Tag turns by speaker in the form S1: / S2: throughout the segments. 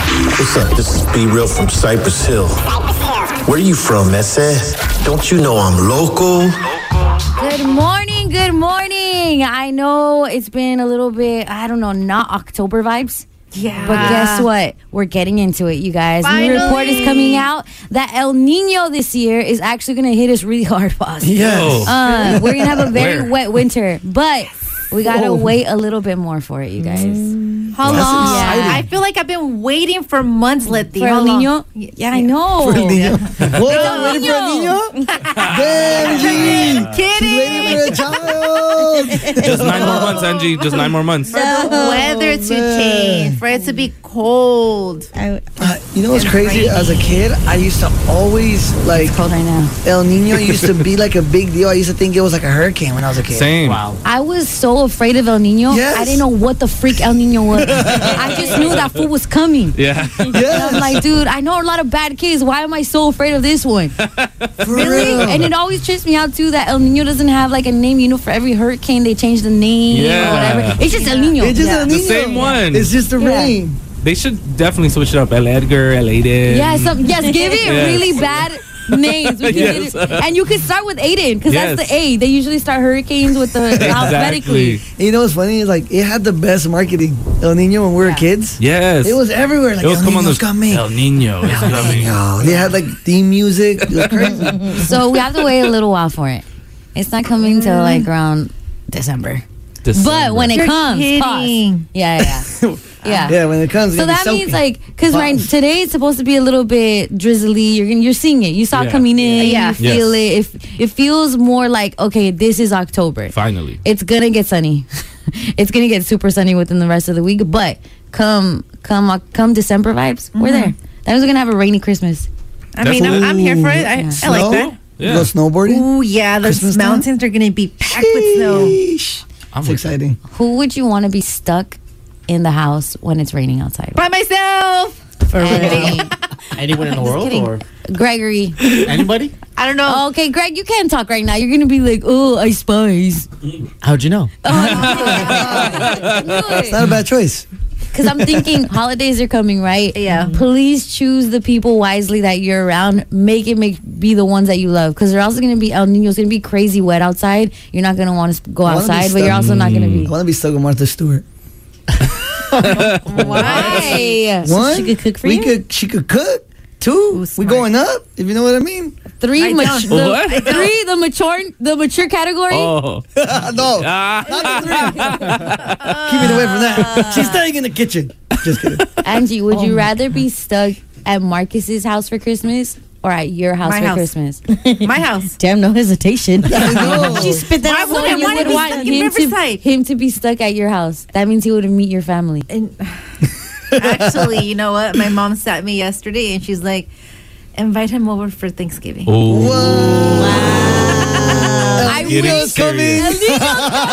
S1: What's up? This is Be Real from Cypress Hill. Where you from, Messe? Don't you know I'm local?
S2: Good morning, good morning. I know it's been a little bit, I don't know, not October vibes.
S3: Yeah.
S2: But guess what? We're getting into it, you guys. New report
S3: Finally.
S2: is coming out that El Nino this year is actually going to hit us really hard for us.
S4: Yes.
S2: Uh, we're going to have a very
S4: Where? Oh.
S2: wet winter, but we got to wait a little bit more for it, you guys.
S3: How
S4: That's
S3: long?
S4: exciting.
S3: I feel like I've been waiting for months, Letty.
S2: For
S3: How
S2: El
S3: long?
S2: Nino?
S3: Y-
S2: Yeah, I know.
S5: What? Waiting for a
S2: Niño.
S5: niño? Damn, G. She's waiting
S3: Kidding.
S5: for a child.
S4: Just nine more months, Angie. Just nine more months.
S3: For the weather to
S5: man.
S3: change, for it to be cold.
S5: Uh, you know what's crazy? As a kid, I used to always like
S2: It's cold right now.
S5: El Nino used to be like a big deal. I used to think it was like a hurricane when I was a kid.
S4: Same.
S2: I was so afraid of El Nino.
S5: Yes.
S2: I didn't know what the freak El Nino was. I just knew that fool was coming.
S4: Yeah.
S2: And I'm
S5: Yes,
S2: like, dude, I know a lot of bad kids. Why am I so afraid of this one?
S5: for real.
S2: and it always trips me out too that El Nino doesn't have like a name. You know, for every hurricane they change the name
S4: Yeah.
S2: or whatever. It's just El Nino.
S5: It's just El
S4: The
S5: Niño.
S4: same one.
S5: It's just the
S2: Yeah.
S5: rain.
S4: They should definitely switch it up. El Edgar, El Aiden.
S2: yeah, some, yes, give it
S4: Yes.
S2: really bad names. We can
S4: Yes.
S2: get it. And you can start with Aiden because that's
S4: Yes.
S2: the A. They usually start hurricanes with the alphabetically.
S4: Exactly.
S5: And you know what's funny? Is like it had the best marketing. El Nino when we were
S2: Yeah.
S5: kids.
S4: Yes.
S5: It was everywhere. Like
S4: It was
S5: El
S4: come on
S5: Nino's
S4: the
S5: coming.
S4: El Nino is coming.
S5: No, they had like theme music. It was crazy.
S2: So we have to wait a little while for it. It's not coming till like around December. But when it
S3: You're
S2: comes, pause.
S3: kidding.
S2: Yeah, yeah, yeah. yeah.
S5: yeah, when it comes. it's
S2: So
S5: gonna be
S2: that means
S5: soaking.
S2: like, cause right
S5: Pause.
S2: today it's supposed to be a little bit drizzly. You're gonna, you're seeing it. You saw it
S4: Yeah.
S2: coming in.
S3: Yeah.
S2: you feel it. If it feels more like okay, this is October.
S4: finally.
S2: It's gonna get sunny. it's gonna get super sunny within the rest of the week. But come come Oc- come December vibes, we're there. That means we're gonna have a rainy Christmas.
S3: Mm-hmm. I mean, I'm, I'm here for it. I, I
S5: Snow?
S3: like that.
S4: Yeah.
S5: Go snowboarding.
S3: Ooh, yeah, those
S5: Christmas time?
S3: mountains are going to be packed with snow.
S5: Yeesh.
S4: I'm
S5: It's
S4: with it.
S5: exciting.
S2: Who would you want to be stuck in the house when it's raining outside?
S3: By myself.
S2: Anyway,
S6: Anyone in the world
S2: kidding.
S6: or
S2: um, Gregory. Oh,
S6: anybody?
S3: I don't know.
S2: Okay, Greg, you can't talk right now. You're gonna be like, oh, I spies.
S6: How'd you know?
S5: Not a bad choice.
S2: Because I'm thinking holidays are coming, right? Mm-hmm.
S3: Yeah.
S2: Please choose the people wisely that you're around. Make it make be the ones that you love. Because they're also going to be El Nino's going to be crazy wet outside. You're not going to want to go
S5: wanna be
S2: outside, but you're
S5: stuck-
S2: also not going to be.
S5: I want to be stuck with Martha Stewart.
S2: Why?
S5: One,
S2: she could cook for
S5: we
S2: you.
S5: Could, she could cook. Two, we
S3: smart.
S5: going up. If you know what I mean.
S2: Three,
S3: I
S2: mat-
S3: don't.
S4: What?
S2: the, three, the mature, the mature category.
S4: Oh.
S5: no,
S4: Ah.
S5: not the three. Keep it away from that. She's staying in the kitchen. Just kidding.
S2: Angie, would
S3: Oh.
S2: you rather be stuck at Marcus's house for Christmas or at your house
S3: My
S2: for
S3: house.
S2: Christmas?
S3: My house.
S7: Damn, no hesitation.
S5: I know.
S7: she spit that
S3: Why
S7: out.
S3: would I
S2: You
S3: want to
S2: Oh. would
S3: be
S2: want
S3: stuck in
S2: him to,
S3: Riverside?
S2: him to be stuck at your house. That means he would meet your family.
S3: And actually, you know what? My mom sat me yesterday and she's like, invite him over for Thanksgiving.
S2: I wish.
S4: serious.
S2: El Niño-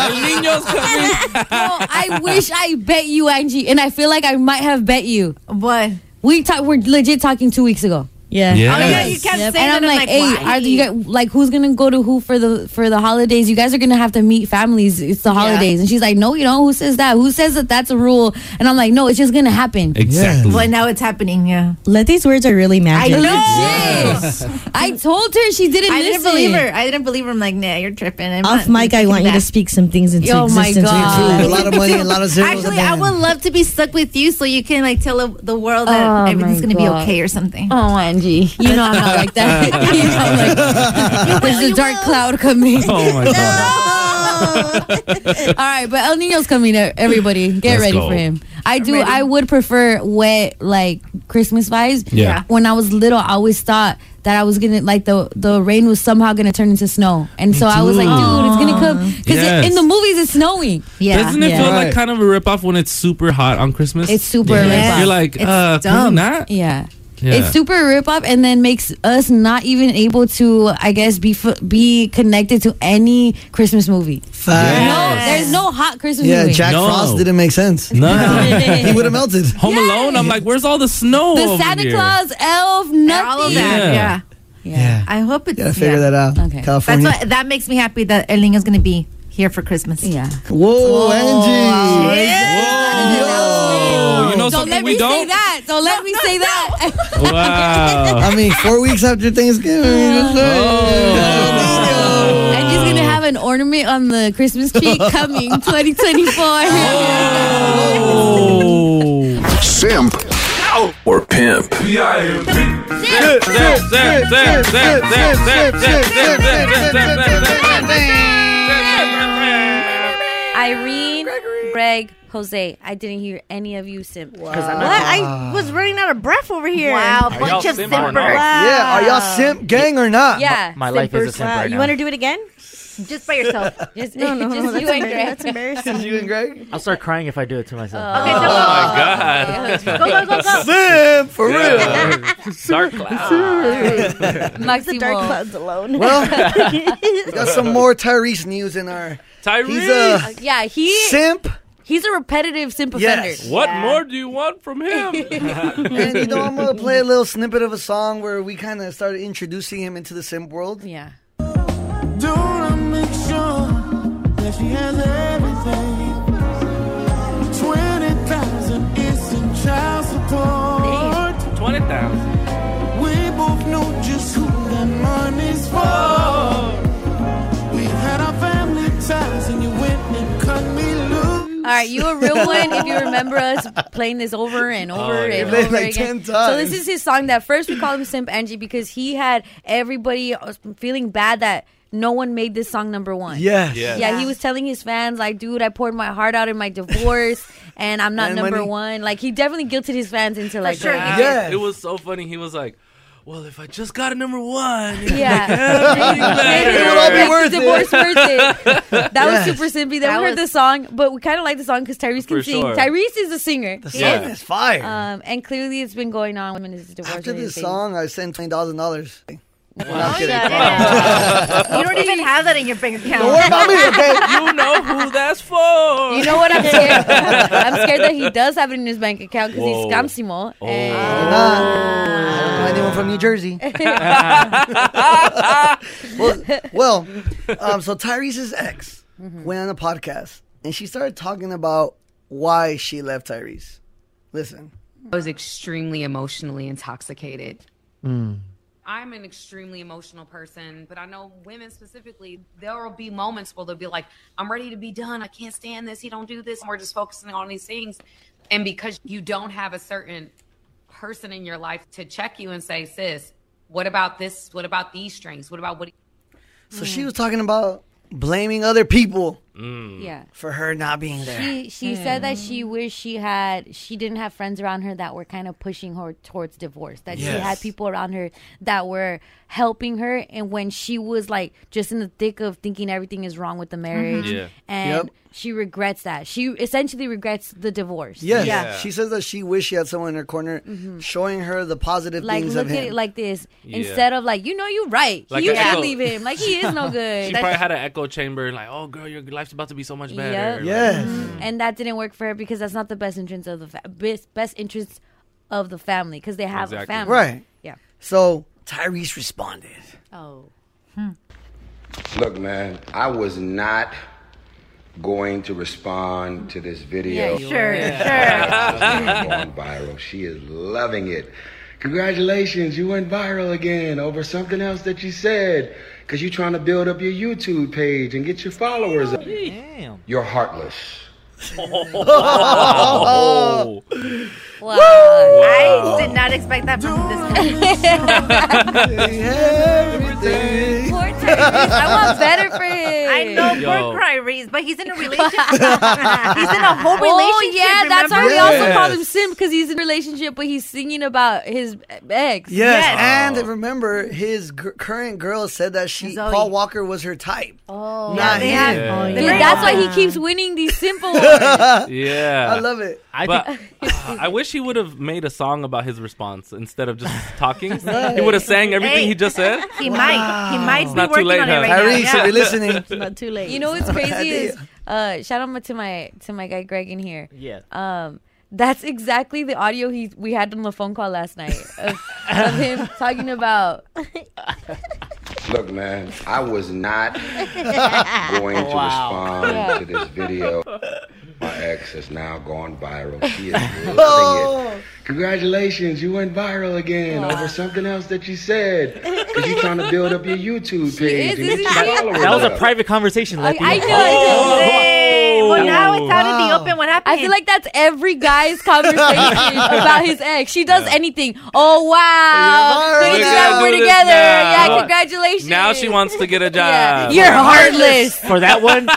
S4: El Nino's coming.
S2: No, I wish I bet you, Angie, and I feel like I might have bet you.
S3: What?
S2: We talk, we're legit talking two weeks ago,
S7: Yeah.
S4: Yeah.
S3: Oh, yeah, you can't
S7: Yep.
S3: say
S2: and I'm
S3: that.
S2: like, "Hey,
S3: why?
S2: are you guys, like who's gonna go to who for the for the holidays? You guys are gonna have to meet families. It's the holidays." And she's like, "No, you know who says that? Who says that? That's a rule." And I'm like, "No, it's just gonna happen."
S4: Exactly.
S3: Well, now it's happening. Yeah.
S7: Let these words are really magic.
S2: Legit. I told her she didn't
S3: I didn't
S2: listen.
S3: believe her. I didn't believe her. I'm like, nah, you're tripping. I'm
S7: Off
S3: not
S7: mic, I
S3: taking
S7: want you to
S3: that.
S7: speak some things into
S2: Oh my
S7: existence.
S2: God.
S5: Dude, a lot of money, a lot of zeros.
S3: Actually, I would love to be stuck with you so you can like tell the world that
S2: Oh, my
S3: everything's gonna
S2: God.
S3: be okay or something.
S2: Oh, Angie, you know I'm not like that. you know I'm like, there's a dark cloud coming.
S4: oh my god.
S2: All right, but El Nino's coming. e- Everybody,
S4: Let's
S2: get ready
S4: go.
S2: for him. I do.
S3: ready.
S2: I would prefer wet, like Christmas vibes.
S4: Yeah.
S2: When I was little, I always thought that I was gonna like the the rain was somehow gonna turn into snow, and so I was like, dude, it's gonna come because
S4: Yes.
S2: in the movies it's snowing.
S3: Yeah.
S4: Doesn't it
S7: Yeah.
S4: feel like
S5: Right.
S4: kind of a ripoff when it's super hot on Christmas?
S2: It's super
S3: Yeah.
S2: rip
S4: You're
S2: off.
S4: like,
S3: It's
S4: uh, can
S3: dumb.
S4: you not?
S2: yeah.
S4: Yeah.
S2: It's super rip off, and then makes us not even able to, I guess, be f- be connected to any Christmas movie.
S5: Fact.
S2: No, there's no hot Christmas
S5: Yeah,
S2: movie.
S5: Jack
S4: No.
S5: Frost didn't make sense.
S4: No.
S5: He would have melted.
S4: Home Alone. I'm like, where's all the snow?
S2: the
S4: over
S2: Santa
S4: here?
S2: Claus, elf, nothing.
S3: All of that. Yeah.
S4: Yeah.
S5: Yeah.
S3: I hope it's.
S5: Gotta figure
S3: yeah.
S5: that out.
S2: Okay.
S3: That's
S5: California.
S3: what that makes me happy that El Niño's gonna be here for Christmas.
S2: Yeah.
S5: Whoa, Angie.
S3: Yeah.
S4: Whoa. You know
S2: Don't
S4: something
S2: let
S4: we
S2: me
S4: don't?
S2: say that. So let me say that.
S4: Wow. Oh.
S5: I mean, four weeks after Thanksgiving. it's like-
S2: I'm just gonna have an ornament on the Christmas tree coming 2024.
S4: Oh.
S8: Simp or pimp.
S4: Zap, zap, zap, zap, zap, zap, zap, zap, zap, zap, zap, zap, zap.
S2: Irene, Greg, Jose. I didn't hear any of you simp.
S3: What? I was running out of breath over here. Wow, bunch
S9: y'all
S3: of
S9: simp or
S3: simpers.
S9: not?
S5: Yeah, are y'all simp gang or not?
S2: Yeah.
S9: My life is a simp
S3: Wow,
S9: right
S3: you
S9: now.
S3: want to do it again? Just by yourself. okay,
S2: Just,
S7: No, no,
S2: just
S7: no, that's
S2: you and
S7: embar-
S2: Greg.
S7: That's embarrassing.
S5: You and Greg?
S9: I'll start crying if I do it to myself.
S6: Oh.
S3: so go,
S4: Oh, God.
S3: go, go, go, go.
S5: Simp, for real.
S4: Dark cloud.
S2: Moxie
S3: The dark
S2: Wolf.
S3: clouds alone.
S5: Well, we got some more Tyrese news in our. He's uh,
S4: Tyrese.
S5: a
S2: Yeah, he
S5: simp
S2: he's a repetitive simp offender.
S5: Yes.
S4: What more do you want from him?
S5: And you know, I'm gonna play a little snippet of a song where we kind of started introducing him into the simp world.
S2: Yeah.
S4: Twenty thousand.
S2: All right, you a real one if you remember us playing this over and over and
S5: Played
S2: over
S5: Oh, like
S2: again.
S5: 10
S2: So this
S5: times.
S2: is his song that first we called him Simp Angie because he had everybody feeling bad that no one made this song number one.
S5: Yes.
S4: Yeah.
S2: Yeah, he was telling his fans like, "Dude, I poured my heart out in my divorce, and I'm not
S5: And
S2: number
S5: money.
S2: one." Like he definitely guilted his fans into like,
S3: sure.
S2: that.
S5: Yes.
S4: It was so funny. He was like, "Well, if I just got a number one, it'd
S2: yeah,
S4: be better."
S2: Maybe
S5: It would all be
S2: make the
S5: worth it.
S2: divorce worth it. That
S5: Yes.
S2: was super simpy. Then
S10: That
S2: we heard
S10: was-
S2: the song, but we kind of like the song because Tyrese can
S4: For
S2: sing.
S4: sure.
S2: Tyrese is a singer.
S5: The song
S4: Yeah.
S5: is fire.
S2: Um, and clearly it's been going on when his divorce.
S5: After
S2: and
S5: this
S2: his
S5: song, I sent twenty thousand dollars.
S2: Oh,
S3: you don't even have that in your bank account.
S5: Don't worry about me, okay?
S4: you know who that's for.
S2: baby. You know what I'm scared? I'm scared that he does have it in his bank account because he's
S4: Whoa. Oh.
S2: Camsimo. And
S5: Nah, I don't know anyone from New Jersey. well, well, um, so Tyrese's ex
S2: Mm-hmm.
S5: went on a podcast and she started talking about why she left Tyrese. Listen.
S11: I was extremely emotionally intoxicated. I'm an extremely emotional person, but I know women specifically, there will be moments where they'll be like, I'm ready to be done. I can't stand this. He don't do this. And we're just focusing on these things. And because you don't have a certain person in your life to check you and say, sis, what about this? What about these strings? What about what?
S5: So she was talking about blaming other people
S2: yeah.
S5: for her not being there.
S2: She, she said that she wished she had she didn't have friends around her that were kind of pushing her towards divorce. That she had
S5: Yes.
S2: people around her that were helping her, and when she was like just in the thick of thinking everything is wrong with the marriage,
S4: Yeah.
S2: and
S5: Mm-hmm. Yep.
S2: she regrets that. She essentially regrets the divorce.
S5: Yes.
S4: Yeah.
S5: She says that she wished she had someone in her corner showing her the positive
S2: Mm-hmm. Like
S5: things
S2: look
S5: of
S2: at
S5: him.
S2: it like this
S4: Yeah.
S2: instead of like you know you're right.
S4: Like
S2: you
S4: an
S2: should
S4: echo.
S2: leave him. Like he is no
S4: She
S2: good.
S4: probably had an echo chamber, like, "Oh, girl, your life's about to be so much better."
S2: Yep.
S4: Like,
S5: yes.
S2: and that didn't work for her because that's not the best interest of the fa- best best interest of the family because they have a
S4: Exactly.
S2: family.
S5: Right.
S2: Yeah.
S5: So Tyrese responded.
S2: Oh.
S12: Look, man, I was not going to respond to this video.
S3: Sure,
S12: It's not going viral. She is loving it. Congratulations, you went viral again over something else that you said. Cause you're trying to build up your YouTube page and get your followers up.
S9: Damn.
S12: You're heartless.
S4: Oh,
S2: Wow.
S3: I did not expect that from this guy.
S5: Everything.
S2: Poor Tyrese. I want better for him.
S3: I know
S4: Yo.
S3: poor Tyrese, but he's in a relationship. he's in a whole
S2: Oh
S3: relationship.
S2: yeah, that's why
S3: remember?
S2: we also
S5: Yes.
S2: call him Sim because he's in a relationship, but he's singing about his ex.
S5: Yes.
S3: Yes.
S5: And remember, his g- current girl said that she
S3: Zoe.
S5: Paul Walker was her type.
S2: Oh.
S5: not
S3: they
S5: him.
S3: have-
S4: Yeah.
S2: Dude,
S3: they're very
S2: that's why
S3: open.
S2: he keeps winning these simple ones.
S4: yeah.
S5: I love it.
S9: I
S4: But uh,
S9: think
S4: I wish he would have made a song about his response instead of just talking. He would have sang everything
S3: Hey.
S4: he just said.
S3: He might. He might be
S4: not too
S3: working
S4: late,
S3: on it
S4: huh?
S3: right
S5: Tyrese,
S3: now.
S5: if
S3: Yeah.
S5: you're listening,
S7: Not too late.
S2: You know what's crazy
S5: idea.
S2: is uh, shout out to my to my guy Greg in here.
S9: Yeah.
S2: Um, that's exactly the audio he we had on the phone call last night of, of him talking about
S12: Look, man, I was not going to respond to this video. My
S13: ex has now gone viral. She is loving Oh. it. Congratulations, you went viral again
S4: Aw.
S13: over something else that you said. Because you're trying to build up your YouTube
S6: is,
S13: page and get
S6: isn't
S13: your
S6: she?
S13: followers
S6: That was a
S13: up.
S6: private conversation.
S13: I-
S6: Letty.
S13: I know, I
S6: Oh.
S3: Well, now it's out in the
S2: Oh, Wow.
S3: open. What happened?
S2: I feel like that's every guy's conversation about his ex. She does anything. Oh wow! Look at that, we're
S4: Look at
S2: together.
S4: that.
S2: Yeah, congratulations.
S4: Now she wants to get a job.
S2: You're heartless.
S6: for that one.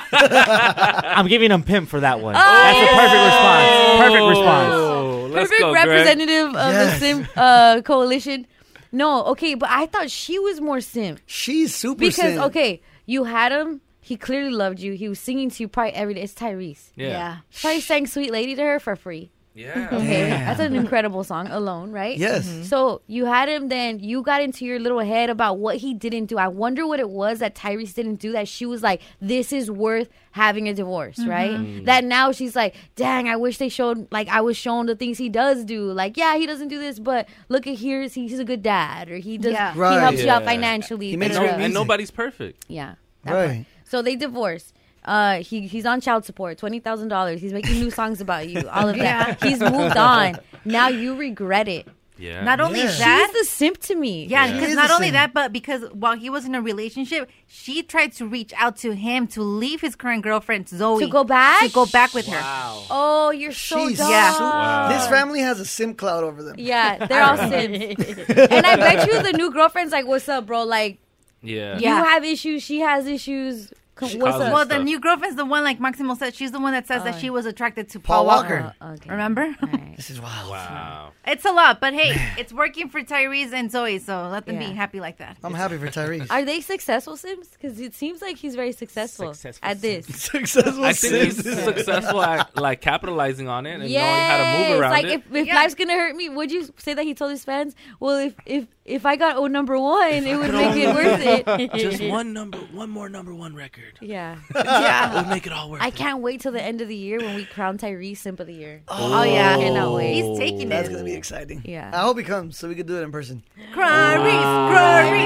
S6: I'm giving him pimp for that one. That's a perfect response.
S4: Oh.
S6: Perfect response.
S2: Perfect representative of the Sim uh, coalition. No, okay, but I thought she was more Sim.
S5: She's super
S2: because
S5: Sim.
S2: okay, you had him. He clearly loved you. He was singing to you probably every day. It's Tyrese.
S5: Yeah. Yeah.
S2: Probably sang "Sweet Lady" to her for free.
S4: Yeah.
S2: Okay, that's an incredible song, "Alone," right? Mm-hmm.
S5: Yes. Mhm.
S2: So you had him, then you got into your little head about what he didn't do. I wonder what it was that Tyrese didn't do that she was like, "This is worth having a divorce," right?
S9: Mhm.
S2: That now she's like, "Dang, I wish they showed like I was shown the things he does do. Like, yeah, he doesn't do this, but look at here, he's he's a good dad, or he does
S3: Yeah.
S2: he
S3: Right.
S2: helps you out
S4: Yeah.
S2: financially."
S4: And no-
S2: da, da, da.
S4: and nobody's perfect.
S2: Yeah. that part. So they divorce. Uh, he he's on child support, twenty thousand dollars. He's making new songs about you, all of that.
S3: Yeah.
S2: He's moved on. Now you regret it.
S4: Yeah.
S3: Not only that,
S2: she's the simp to me.
S3: Yeah, because not only that, but because while he was in a relationship, she tried to reach out to him to leave his current girlfriend Zoe
S2: To go back?
S3: to go back with her.
S2: Oh, you're so
S3: She's
S2: dumb.
S3: Yeah.
S5: So-
S3: Wow.
S5: This family has a sim cloud over them.
S2: Yeah, they're all simps. and I bet you the new girlfriend's like, "What's up, bro? Like,
S4: Yeah.
S2: you have issues. She has issues. Co-
S4: She
S2: What's
S4: causes
S2: up?"
S3: Well, the
S4: stuff.
S3: new girlfriend's the one like Maximo said. She's the one that says
S2: Oh.
S3: that she was attracted to Paul,
S5: Paul Walker.
S3: Remember?
S5: This is wild.
S4: Wow.
S3: It's a lot, but hey, it's working for Tyrese and Zoe, so let them be happy like that.
S5: I'm happy for Tyrese.
S2: Are they successful Sims? Because it seems like he's very successful, at this.
S5: successful
S4: I think he's
S5: Sims.
S4: successful at like capitalizing on it and knowing how to
S2: Yes,
S4: move around
S2: like
S4: it.
S2: if, if life's gonna hurt me, would you say that he told his fans? Well, if if if I got oh number one, it would make it worth it.
S4: Just one number, one more number one record.
S2: Yeah,
S4: Yeah. It would make it all worth
S2: I can't wait till the end of the year when we crown Tyrese Simp of the Year.
S5: Oh,
S2: I
S5: yeah.
S2: cannot wait.
S5: He's taking That's it. gonna be exciting.
S2: Yeah.
S5: I hope he comes so we could do it in person.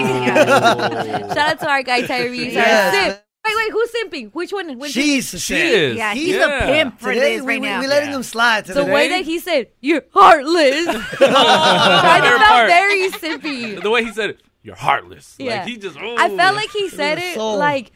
S2: Shout out to our guy Tyrese.
S5: Yes.
S2: Our simp. Wait, wait, who's simping? Which one? Which
S5: She's a simp. She is. Yeah, he's a Yeah. pimp for Today, this we- right we- now. we letting him slide
S2: The
S5: today.
S2: way that he said, "You're heartless," I
S4: Fair
S2: Oh, felt
S4: part.
S2: very simpy.
S4: The way he said it, you're heartless.
S2: Yeah.
S4: Like he just.
S2: I felt like he said it
S4: soul.
S2: like,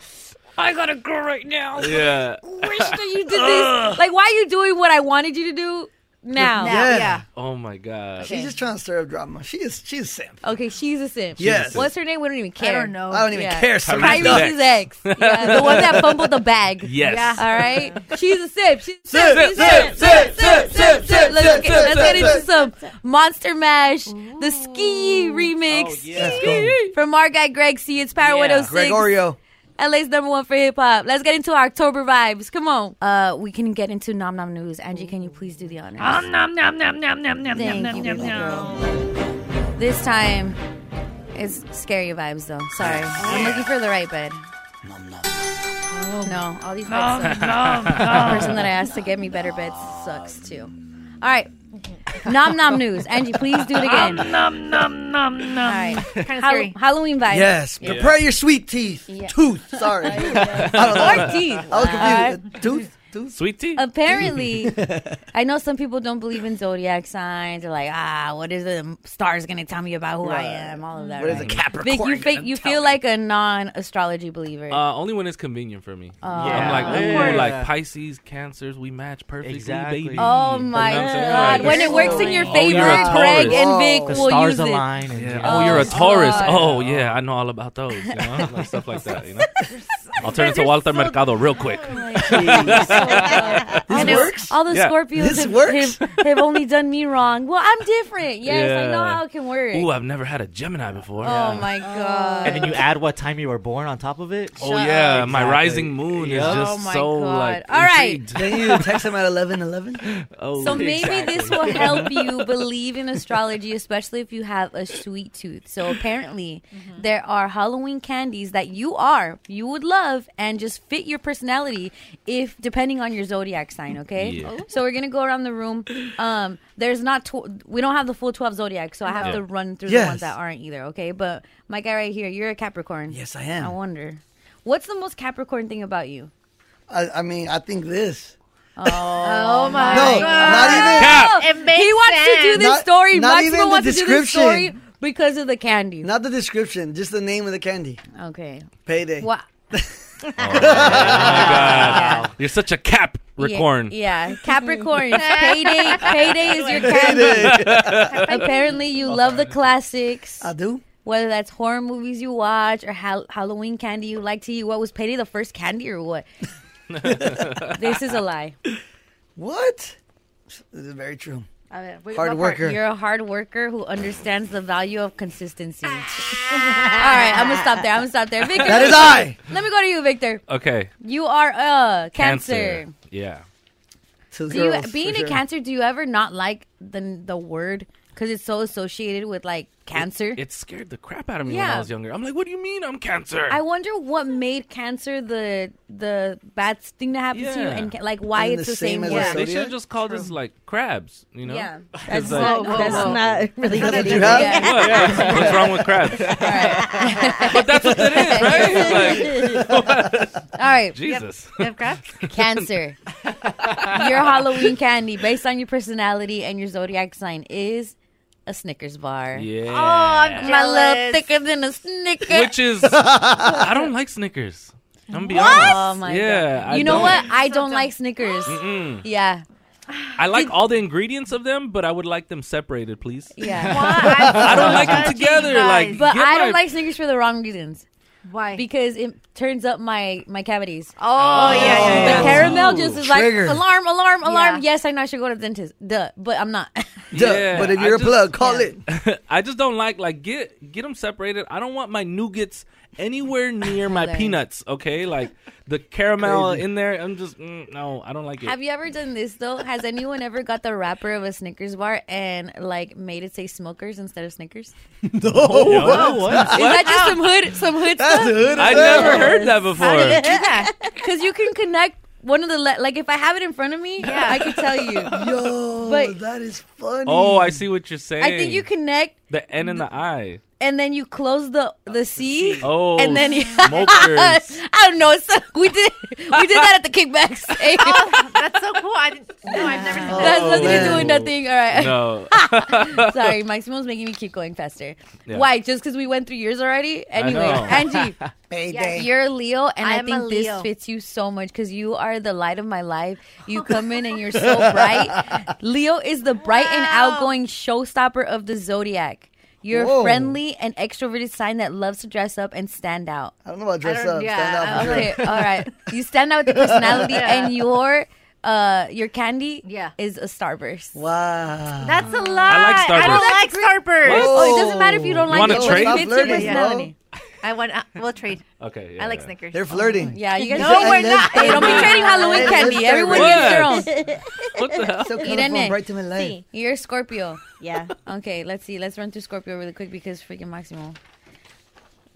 S2: I got a girl right now.
S4: Yeah.
S2: Wish that you did this. Like, why are you doing what I wanted you to do now?
S4: Oh my god.
S5: She's just trying to stir up drama. She is she is simp.
S2: Okay, she's a simp.
S5: She's a simp.
S2: What's her name? We don't even care. I don't know.
S5: I don't even care, Samantha.
S2: Tyrese's ex. Yeah, the one that fumbled the bag.
S5: Yes.
S2: Yeah. All right. She's a simp. She's a
S5: Simp,
S2: simp. She's a
S5: simp,
S2: simp.
S5: simp, simp, simp,
S2: Let's
S5: simp,
S2: let's get
S5: simp,
S2: let's get
S5: simp, Oh,
S2: into some Monster Mash, the Ski remix from our guy Greg C. It's Power 106.
S5: Gregorio.
S2: LA's number one for hip hop. Let's get into our October vibes. Come on. Uh, we can get into Nom Nom News. Angie, can you please do the honors?
S3: Om nom nom nom nom nom nom
S2: Thank
S3: nom nom
S2: you,
S3: nom
S2: baby
S3: nom.
S2: This time, it's scary vibes though. Sorry, I'm looking for the right bed. No, all these
S3: Nom,
S2: beds suck.
S3: nom,
S2: The
S3: nom.
S2: person that I asked to get me better beds sucks too. All right, nom nom news. Angie, please do it again.
S3: Om nom nom nom nom.
S2: All right,
S3: Kinda
S2: Hall-
S3: scary.
S2: Halloween vibes.
S5: Yes. Prepare your sweet teeth. Tooth. Sorry. I don't know.
S2: Or teeth.
S5: I was
S2: All
S5: confused. Tooth. Tooth.
S4: Sweet teeth.
S2: Apparently, I know some people don't believe in zodiac signs. They're like, ah, what is the stars going to tell me about who
S4: Right.
S2: I am? All of that.
S4: What
S2: What
S4: is
S2: is
S4: a
S2: Capricorn? Vic, you, fake, you feel like a non astrology believer.
S4: Uh, only when it's convenient for me.
S2: Oh.
S4: I'm like,
S2: Yeah.
S4: ooh,
S2: Yeah.
S4: like Pisces, Cancers, we match perfectly,
S6: Exactly.
S4: baby. You
S2: Oh my
S4: know what I'm saying?
S2: God.
S4: Like,
S2: When it works in your
S4: Oh, you're a
S2: favor,
S4: Taurus.
S2: Greg and Vic
S6: Oh. The
S2: will
S6: stars
S2: use it.
S6: align. and-
S4: Yeah.
S2: Oh,
S4: Oh, you're a Taurus.
S2: God.
S4: Oh yeah, I know all about those. You know, like stuff like that. You know, I'll turn into Walter Mercado real quick.
S2: Oh I know All the
S4: Yeah.
S2: Scorpios
S4: This
S2: have,
S4: works?
S2: Have, have only done me wrong. Well, I'm different. Yes, I know
S6: Yeah.
S2: how it can work.
S4: Ooh, I've never had a Gemini before.
S2: oh my God.
S6: And then you add what time you were born on top of it.
S4: Oh yeah, my rising moon is
S6: Yup.
S4: just
S6: Oh my
S4: so
S6: God.
S4: like.
S2: All right.
S5: Then you text him at eleven eleven.
S4: Oh,
S2: So maybe this will help you believe in astrology, especially if you have a sweet tooth. So apparently, there are Halloween candies that you are you would love and just fit your personality if depending on your zodiac sign. Okay,
S9: Yeah. Oh.
S2: so we're gonna go around the room. Um, there's not tw- we don't have the full twelve zodiac, so I have
S5: No.
S2: to run through the
S5: Yes.
S2: ones that aren't either. Okay, but my guy right here, you're a Capricorn. Yes,
S5: I am.
S2: I wonder what's the most Capricorn thing about you.
S5: I, I mean, I think this.
S2: Oh my
S5: No, not even- Cap.
S2: He
S5: It makes
S2: wants to do this
S5: Not-
S2: story.
S5: not
S2: Maximo
S5: even the
S2: wants to do this
S5: description.
S2: story because of the candy.
S5: Not the description, just the name of the candy.
S2: Okay.
S5: Payday.
S2: What?
S4: Oh, God. You're such a cap, Ricorn.
S2: Yeah, yeah. Capricorn. payday. Payday is your
S4: Payday.
S2: candy. Apparently, you love the classics. I
S5: do.
S2: Whether that's horror movies you watch or ha- Halloween candy you like to eat. What was payday the first candy or what? this is a lie.
S5: What? This is very true.
S2: I mean, wait,
S5: Hard
S2: what part?
S5: worker.
S2: You're a hard worker who understands the value of consistency. All right, I'm gonna stop there. I'm gonna stop there. Victor,
S4: That is
S2: let me- Let me go to you, Victor.
S4: Okay.
S2: You are a cancer.
S4: Yeah.
S5: Two
S2: Do you, being a cancer, do you ever not like the the word because it's so associated with like cancer?
S4: It scared the crap out of me when I was younger. I'm like, what do you mean I'm cancer?
S2: I wonder what made cancer the the bad thing that happens to you,
S4: Yeah.
S2: and ca- like why it's the same, word.
S4: They should have just called us like crabs, you know?
S2: Yeah.
S4: 'Cause,
S2: That's
S4: like-
S2: not- Whoa, whoa, that's whoa. not really
S4: What?
S2: what it is. Yeah.
S4: What's, what's wrong with crabs? but that's what it is, right? It's like-
S2: All right.
S4: Jesus.
S2: Cancer. your Halloween candy, based on your personality and your zodiac sign, is a Snickers bar.
S4: Yeah.
S9: Oh,
S2: my little thicker than a Snicker.
S4: Which is, I don't like Snickers. I'm gonna be
S2: What?
S4: honest.
S2: Oh my
S4: yeah,
S2: god!
S4: Uh, I
S2: You know
S4: don't.
S2: what? I don't like Snickers.
S4: Mm-mm.
S2: Yeah.
S4: I like all the ingredients of them, but I would like them separated, please.
S2: Yeah.
S4: I don't like them together. Like,
S2: but
S4: get
S2: I don't
S4: my-
S2: like Snickers for the wrong reasons. Why? Because it turns up my my cavities. Oh,
S3: yeah, yeah, yeah.
S2: The caramel
S3: Ooh,
S2: just is
S3: trigger.
S2: like alarm, alarm, alarm. Yes, I know I should go to the dentist. Duh, but I'm not.
S4: Yeah,
S5: but if
S4: I
S5: you're a
S4: just-
S5: plug, call it.
S4: I just don't like like get get them separated. I don't want my nougats anywhere near my
S2: Hilarious.
S4: peanuts. Okay, like the caramel
S2: Crazy.
S4: in there. I'm just mm, no, I don't like it.
S2: Have you ever done this though? Has anyone ever got the wrapper of a Snickers bar and like made it say Smokers instead of Snickers?
S5: no.
S4: No, what?
S2: Is that just some hood some hood That's stuff?
S4: hood I stuff. never heard that before.
S2: How did you do that? Because you can connect one of the le- like if I have it in front of me, yeah. I can tell you.
S5: Yo,
S2: but
S5: that is funny.
S4: oh, I see what you're saying.
S2: I think you connect
S4: the N and the I.
S2: and then you close the the C.
S4: Oh,
S2: and then you- I
S4: smokers.
S2: don't know. So we did we did that at the kickbacks.
S3: Oh, That's so cool. I didn't, no, I've never seen
S2: That's nothing to do with nothing. All right.
S4: Oh, No.
S2: Sorry, Maximo's making me keep going faster.
S4: Yeah.
S2: Why? Just because we went through yours already?
S4: I
S2: Anyway,
S4: know.
S2: Angie, yeah, you're a Leo, and i
S3: I'm a
S2: think this
S3: Leo.
S2: fits you so much because you are the light of my life. You come in and you're so bright. Leo is the bright and outgoing showstopper of the zodiac. You're
S5: Whoa.
S2: a friendly and extroverted sign that loves to dress up and stand out.
S5: I don't know about dress
S2: don't-
S5: up.
S2: yeah,
S5: Stand out for
S2: Okay,
S5: sure.
S2: all right. You stand out with your personality,
S5: Yeah.
S2: and your uh your candy yeah. is a starburst. Wow,
S3: That's a lie.
S2: I
S4: like Starburst.
S3: I don't like Starburst.
S2: What? Oh, it doesn't matter if you don't
S4: You
S2: like
S4: wanna
S2: it.
S4: trade?
S2: It fits
S4: Stop
S2: your
S4: flirting,
S2: personality.
S3: I want. Uh, we'll trade.
S4: Okay.
S3: I like Snickers.
S5: They're flirting.
S2: Yeah, you guys.
S3: No, we're not.
S2: Hey, don't be trading Halloween
S3: Let's
S2: candy.
S3: start
S2: Everyone
S3: with-
S2: gets their own.
S4: What the hell?
S5: So colorful, bright to my life.
S2: see, you're a Scorpio. Yeah. okay, let's see. Let's run through Scorpio really quick because freaking Maximo.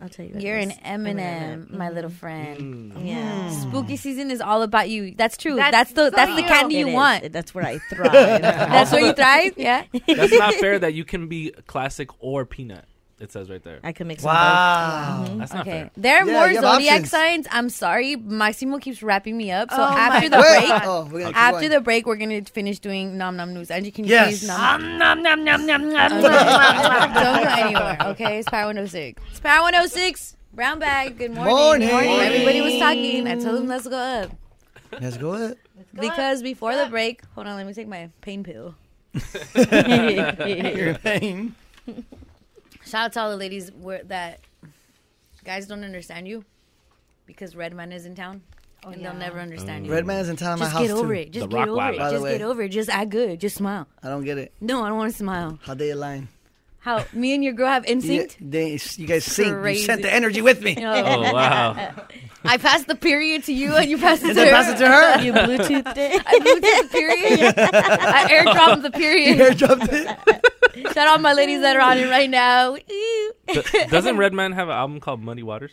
S2: I'll tell you.
S7: about
S2: You're
S7: this.
S2: an Eminem, my little friend.
S7: Yeah.
S2: Spooky season is all about you. That's true. Mm. That's,
S7: That's
S2: the
S7: so
S2: that's the
S7: you.
S2: candy you
S7: It is.
S2: want.
S7: That's where I thrive.
S2: that's where you thrive. Yeah.
S4: That's not fair that you can be classic or peanut. It says right there.
S7: I can mix
S4: Wow.
S7: them both. Mhm.
S4: That's not fair.
S2: There are
S4: Mm-hmm. Yeah,
S2: more
S4: you have
S2: zodiac
S4: options.
S2: signs. I'm sorry, Maximo keeps wrapping me up. So
S3: Oh my
S2: after the
S3: God. Wait.
S2: break,
S3: Oh, we're gonna keep
S2: after
S3: going.
S2: the break, we're gonna finish doing nom nom news. And you can
S3: Yes.
S2: use nom
S3: Nom, nom, nom, nom, nom, nom, nom,
S2: Okay.
S3: nom, nom.
S2: Don't go anywhere. Okay, it's Power 106. It's Power 106. Brown bag. Good morning.
S5: Morning.
S2: Everybody was talking. I told them let's go up
S5: Let's go with it.
S2: because before the break. Hold on, let me take my pain pill.
S5: You're in pain.
S2: Shout out to all the ladies where, that guys don't understand you because Red Man is in town and they'll never understand you.
S5: Oh. Red man's in town. at my
S2: Just
S5: house
S2: get over
S5: too.
S2: it. Just get over it.
S5: By the
S2: Just
S5: way,
S2: get over it. Just act good. Just smile.
S5: I don't get it.
S2: No, I don't want to smile.
S5: How they align?
S2: How me and your girl have
S5: You,
S2: instinct?
S5: they, you guys sync. You
S2: Crazy.
S5: sent the energy with me.
S2: No. Oh, wow. I passed the period to you, and you passed it
S5: And
S2: to
S5: then
S2: her.
S5: pass it to her. You
S2: Bluetoothed it. I Bluetoothed the period. I airdropped the period.
S5: You airdropped
S2: it. Shout out my ladies that are on it right now.
S4: Do- Doesn't Redman have an album called Muddy Waters?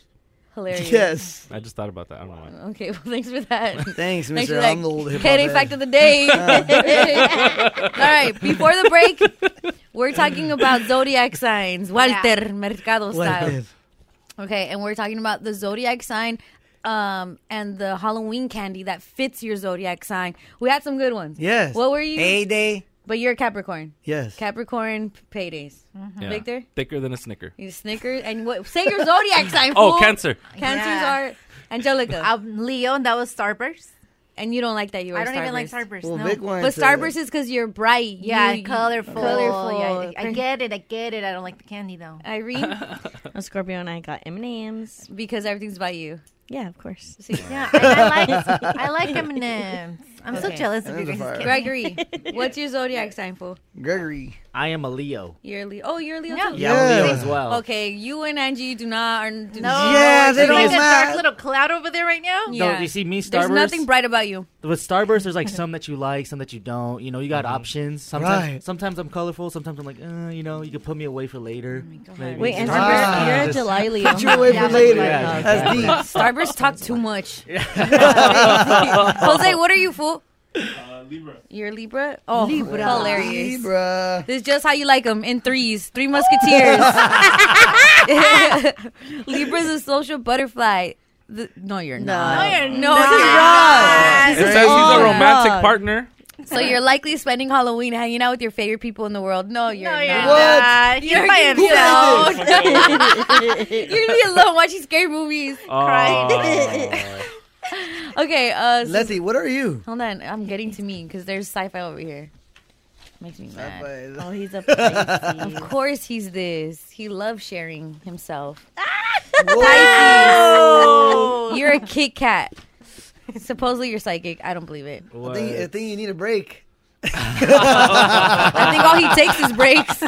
S2: Hilarious.
S4: I just thought about that. I don't know why.
S2: Okay. Well, thanks for that.
S5: Thanks,
S2: Thanks
S5: Mr.
S2: for that
S5: I'm the old hip hop
S2: Headache
S5: head.
S2: fact of the day.
S5: Yeah.
S2: All right. Before the break, we're talking about zodiac signs, Walter Mercado style. Okay, and we're talking about the zodiac sign um, and the Halloween candy that fits your zodiac sign. We had some good ones.
S5: Yes.
S2: What were you?
S5: Payday.
S2: But you're a Capricorn.
S5: Yes.
S2: Capricorn p- paydays.
S4: Mm-hmm. Yeah.
S2: Victor,
S4: Thicker than a snicker.
S2: you Snickers and what? Say your zodiac sign.
S4: Oh,
S2: fool.
S4: Cancer.
S2: Cancers
S3: Yeah.
S2: are Angelica.
S3: I'm Leo, and that was Starburst.
S2: And you don't like that you.
S3: I
S2: were
S3: don't even like Starburst, Well, no. Vic wanted
S2: but
S3: to-
S2: Starburst is because you're bright.
S3: Yeah,
S2: You- you-
S3: colorful.
S2: colorful.
S3: Yeah, I, I get it. I get it. I don't like the candy though.
S2: Irene,
S7: A Scorpio and I got M and M's
S2: because everything's by you.
S7: Yeah, of course.
S3: yeah, and I like I like M&Ms. I'm so jealous of you guys' candy.
S2: Gregory, what's your zodiac sign for?
S5: Gregory.
S6: I am a Leo.
S2: You're a Leo. Oh, you're a Leo too.
S6: Yeah, I'm a Leo Yeah. as well.
S2: Okay, you and Angie you do not. Are, do
S6: No, Yeah, they
S2: you're
S6: don't
S2: like a
S6: match.
S2: dark
S3: little cloud over there right now.
S6: No, do you see me,
S2: There's
S6: Starburst?
S2: nothing bright about you.
S6: With Starburst, there's like some that you like, some that you don't. You know, you got
S4: Mm-hmm.
S6: options. Sometimes,
S5: Right.
S6: sometimes I'm colorful. Sometimes I'm like, uh, you know, you can put me away for
S2: Oh
S6: later. maybe.
S7: Wait, and
S6: Just-
S7: Starburst, you're a
S6: just-
S7: July Leo.
S6: Ah. Put you away for later. That's deep.
S2: Starburst talk too much. Jose, what are you fool? Libra. You're Libra. Oh,
S5: Libra.
S2: hilarious.
S5: Libra.
S2: This is just how you like them in threes. Three Musketeers. Libra's a social butterfly. The- no, you're not.
S3: you're
S2: no,
S3: not.
S2: This is wrong.
S4: It
S2: This is
S4: says he's
S2: all
S5: Oh,
S4: a romantic
S2: wrong.
S4: partner.
S2: So you're likely spending Halloween hanging out with your favorite people in the world. No, you're
S3: No, you're
S2: not.
S3: not. You're
S2: You're
S3: by
S2: yourself.
S3: yourself.
S2: you're gonna be alone watching scary movies.
S3: Oh.
S2: okay, uh so-
S5: Letty, what are you?
S2: Hold on, I'm getting to me because there's sci-fi over here. Makes me mad.
S5: Sci-fi.
S2: Oh, he's a Pisces. of course, he's this. He loves sharing himself. Pisces, you're a Kit Kat. Supposedly you're psychic. I don't believe it.
S5: I think, I think you need a break.
S2: I think all he takes is breaks.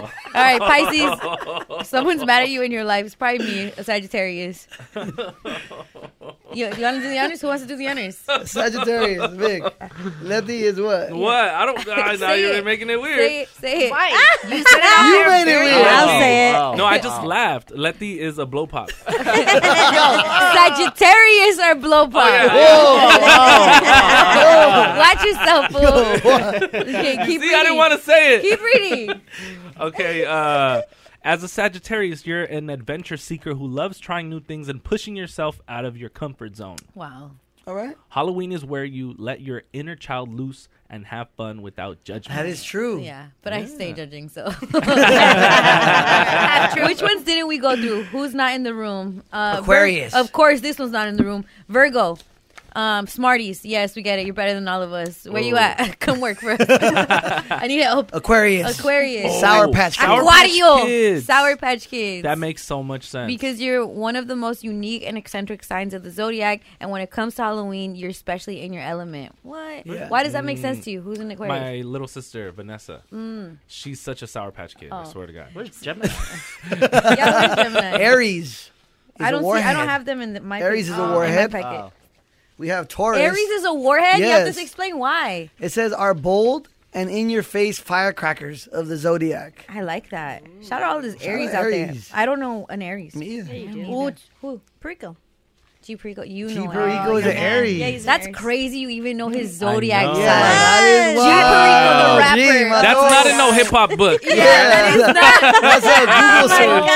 S5: Oh.
S2: All right, Pisces. Someone's mad at you in your life. It's probably me, a Sagittarius. You, you want to do the honors? Who wants to do the honors?
S5: Sagittarius, Vic. Letty is what?
S4: What? I don't. I, now
S2: Say
S4: you're
S2: it.
S4: making it weird.
S2: Say it. Say it.
S3: Why?
S2: Ah!
S3: You said it out
S5: You
S3: there
S5: made it Oh,
S3: very
S5: weird.
S3: loud.
S5: I'll say
S2: it.
S4: No, I just laughed. Letty is a blow pop.
S2: Sagittarius or blow pop.
S5: Oh,
S4: Oh,
S2: Watch yourself, fool. Okay, keep
S4: See, I didn't
S2: reading.
S4: want to say it.
S2: Keep reading.
S4: Okay, uh, as a Sagittarius, you're an adventure seeker who loves trying new things and pushing yourself out of your comfort zone.
S2: Wow.
S5: All right.
S4: Halloween is where you let your inner child loose and have fun without judgment.
S5: That is true.
S2: Yeah, but I stay judging, so.
S4: True.
S2: Which ones didn't we go through? Who's not in the room? Uh, Vir-
S5: Aquarius.
S2: of course, this one's not in the room. Virgo. Um, Smarties. Yes, we get it. You're better than all of us. Where you
S5: Ooh.
S2: at? Come work for us. I need help.
S5: Aquarius.
S2: Aquarius.
S5: Oh. Sour Patch Kids. Sour Patch
S2: Aquario.
S4: Kids.
S2: Sour Patch Kids.
S4: That makes so much sense.
S2: Because you're one of the most unique and eccentric signs of the zodiac, and when it comes to Halloween, you're especially in your element. What?
S4: Yeah.
S2: Why does that make sense
S4: Mm.
S2: to you? Who's an Aquarius?
S4: my little sister Vanessa,
S2: Mm.
S4: she's such a sour patch kid. I
S2: Oh.
S4: swear to God.
S6: Where's Gemini?
S2: yeah, where's Gemini?
S5: Aries. is
S2: I
S5: a
S2: don't see. I
S5: warhead.
S2: don't have them in the, my.
S5: Aries
S2: pic-
S5: is
S2: uh, in
S5: a
S2: my
S5: warhead.
S2: packet.
S5: We have Taurus.
S2: Aries is a warhead. You have
S5: Yes.
S2: to explain why.
S5: It says are bold and in your face firecrackers of the zodiac.
S2: I like that. Shout out all those
S5: out
S2: Aries out
S5: Aries.
S2: there. I don't know an Aries. Me
S5: either.
S2: Yeah,
S5: you
S2: do. Ooh, who? Prico. G Prico. You
S5: G.
S2: know.
S5: Perico is an Aries.
S2: Yeah, That's crazy. You even know his
S4: I
S2: zodiac
S4: know.
S2: sign.
S5: That is
S2: G.
S5: wild.
S2: Perico, the
S5: Gee,
S2: rapper.
S5: my
S4: That's
S5: lord.
S4: not in no hip hop book.
S2: Yeah, that is not. Oh
S5: That's a Google search.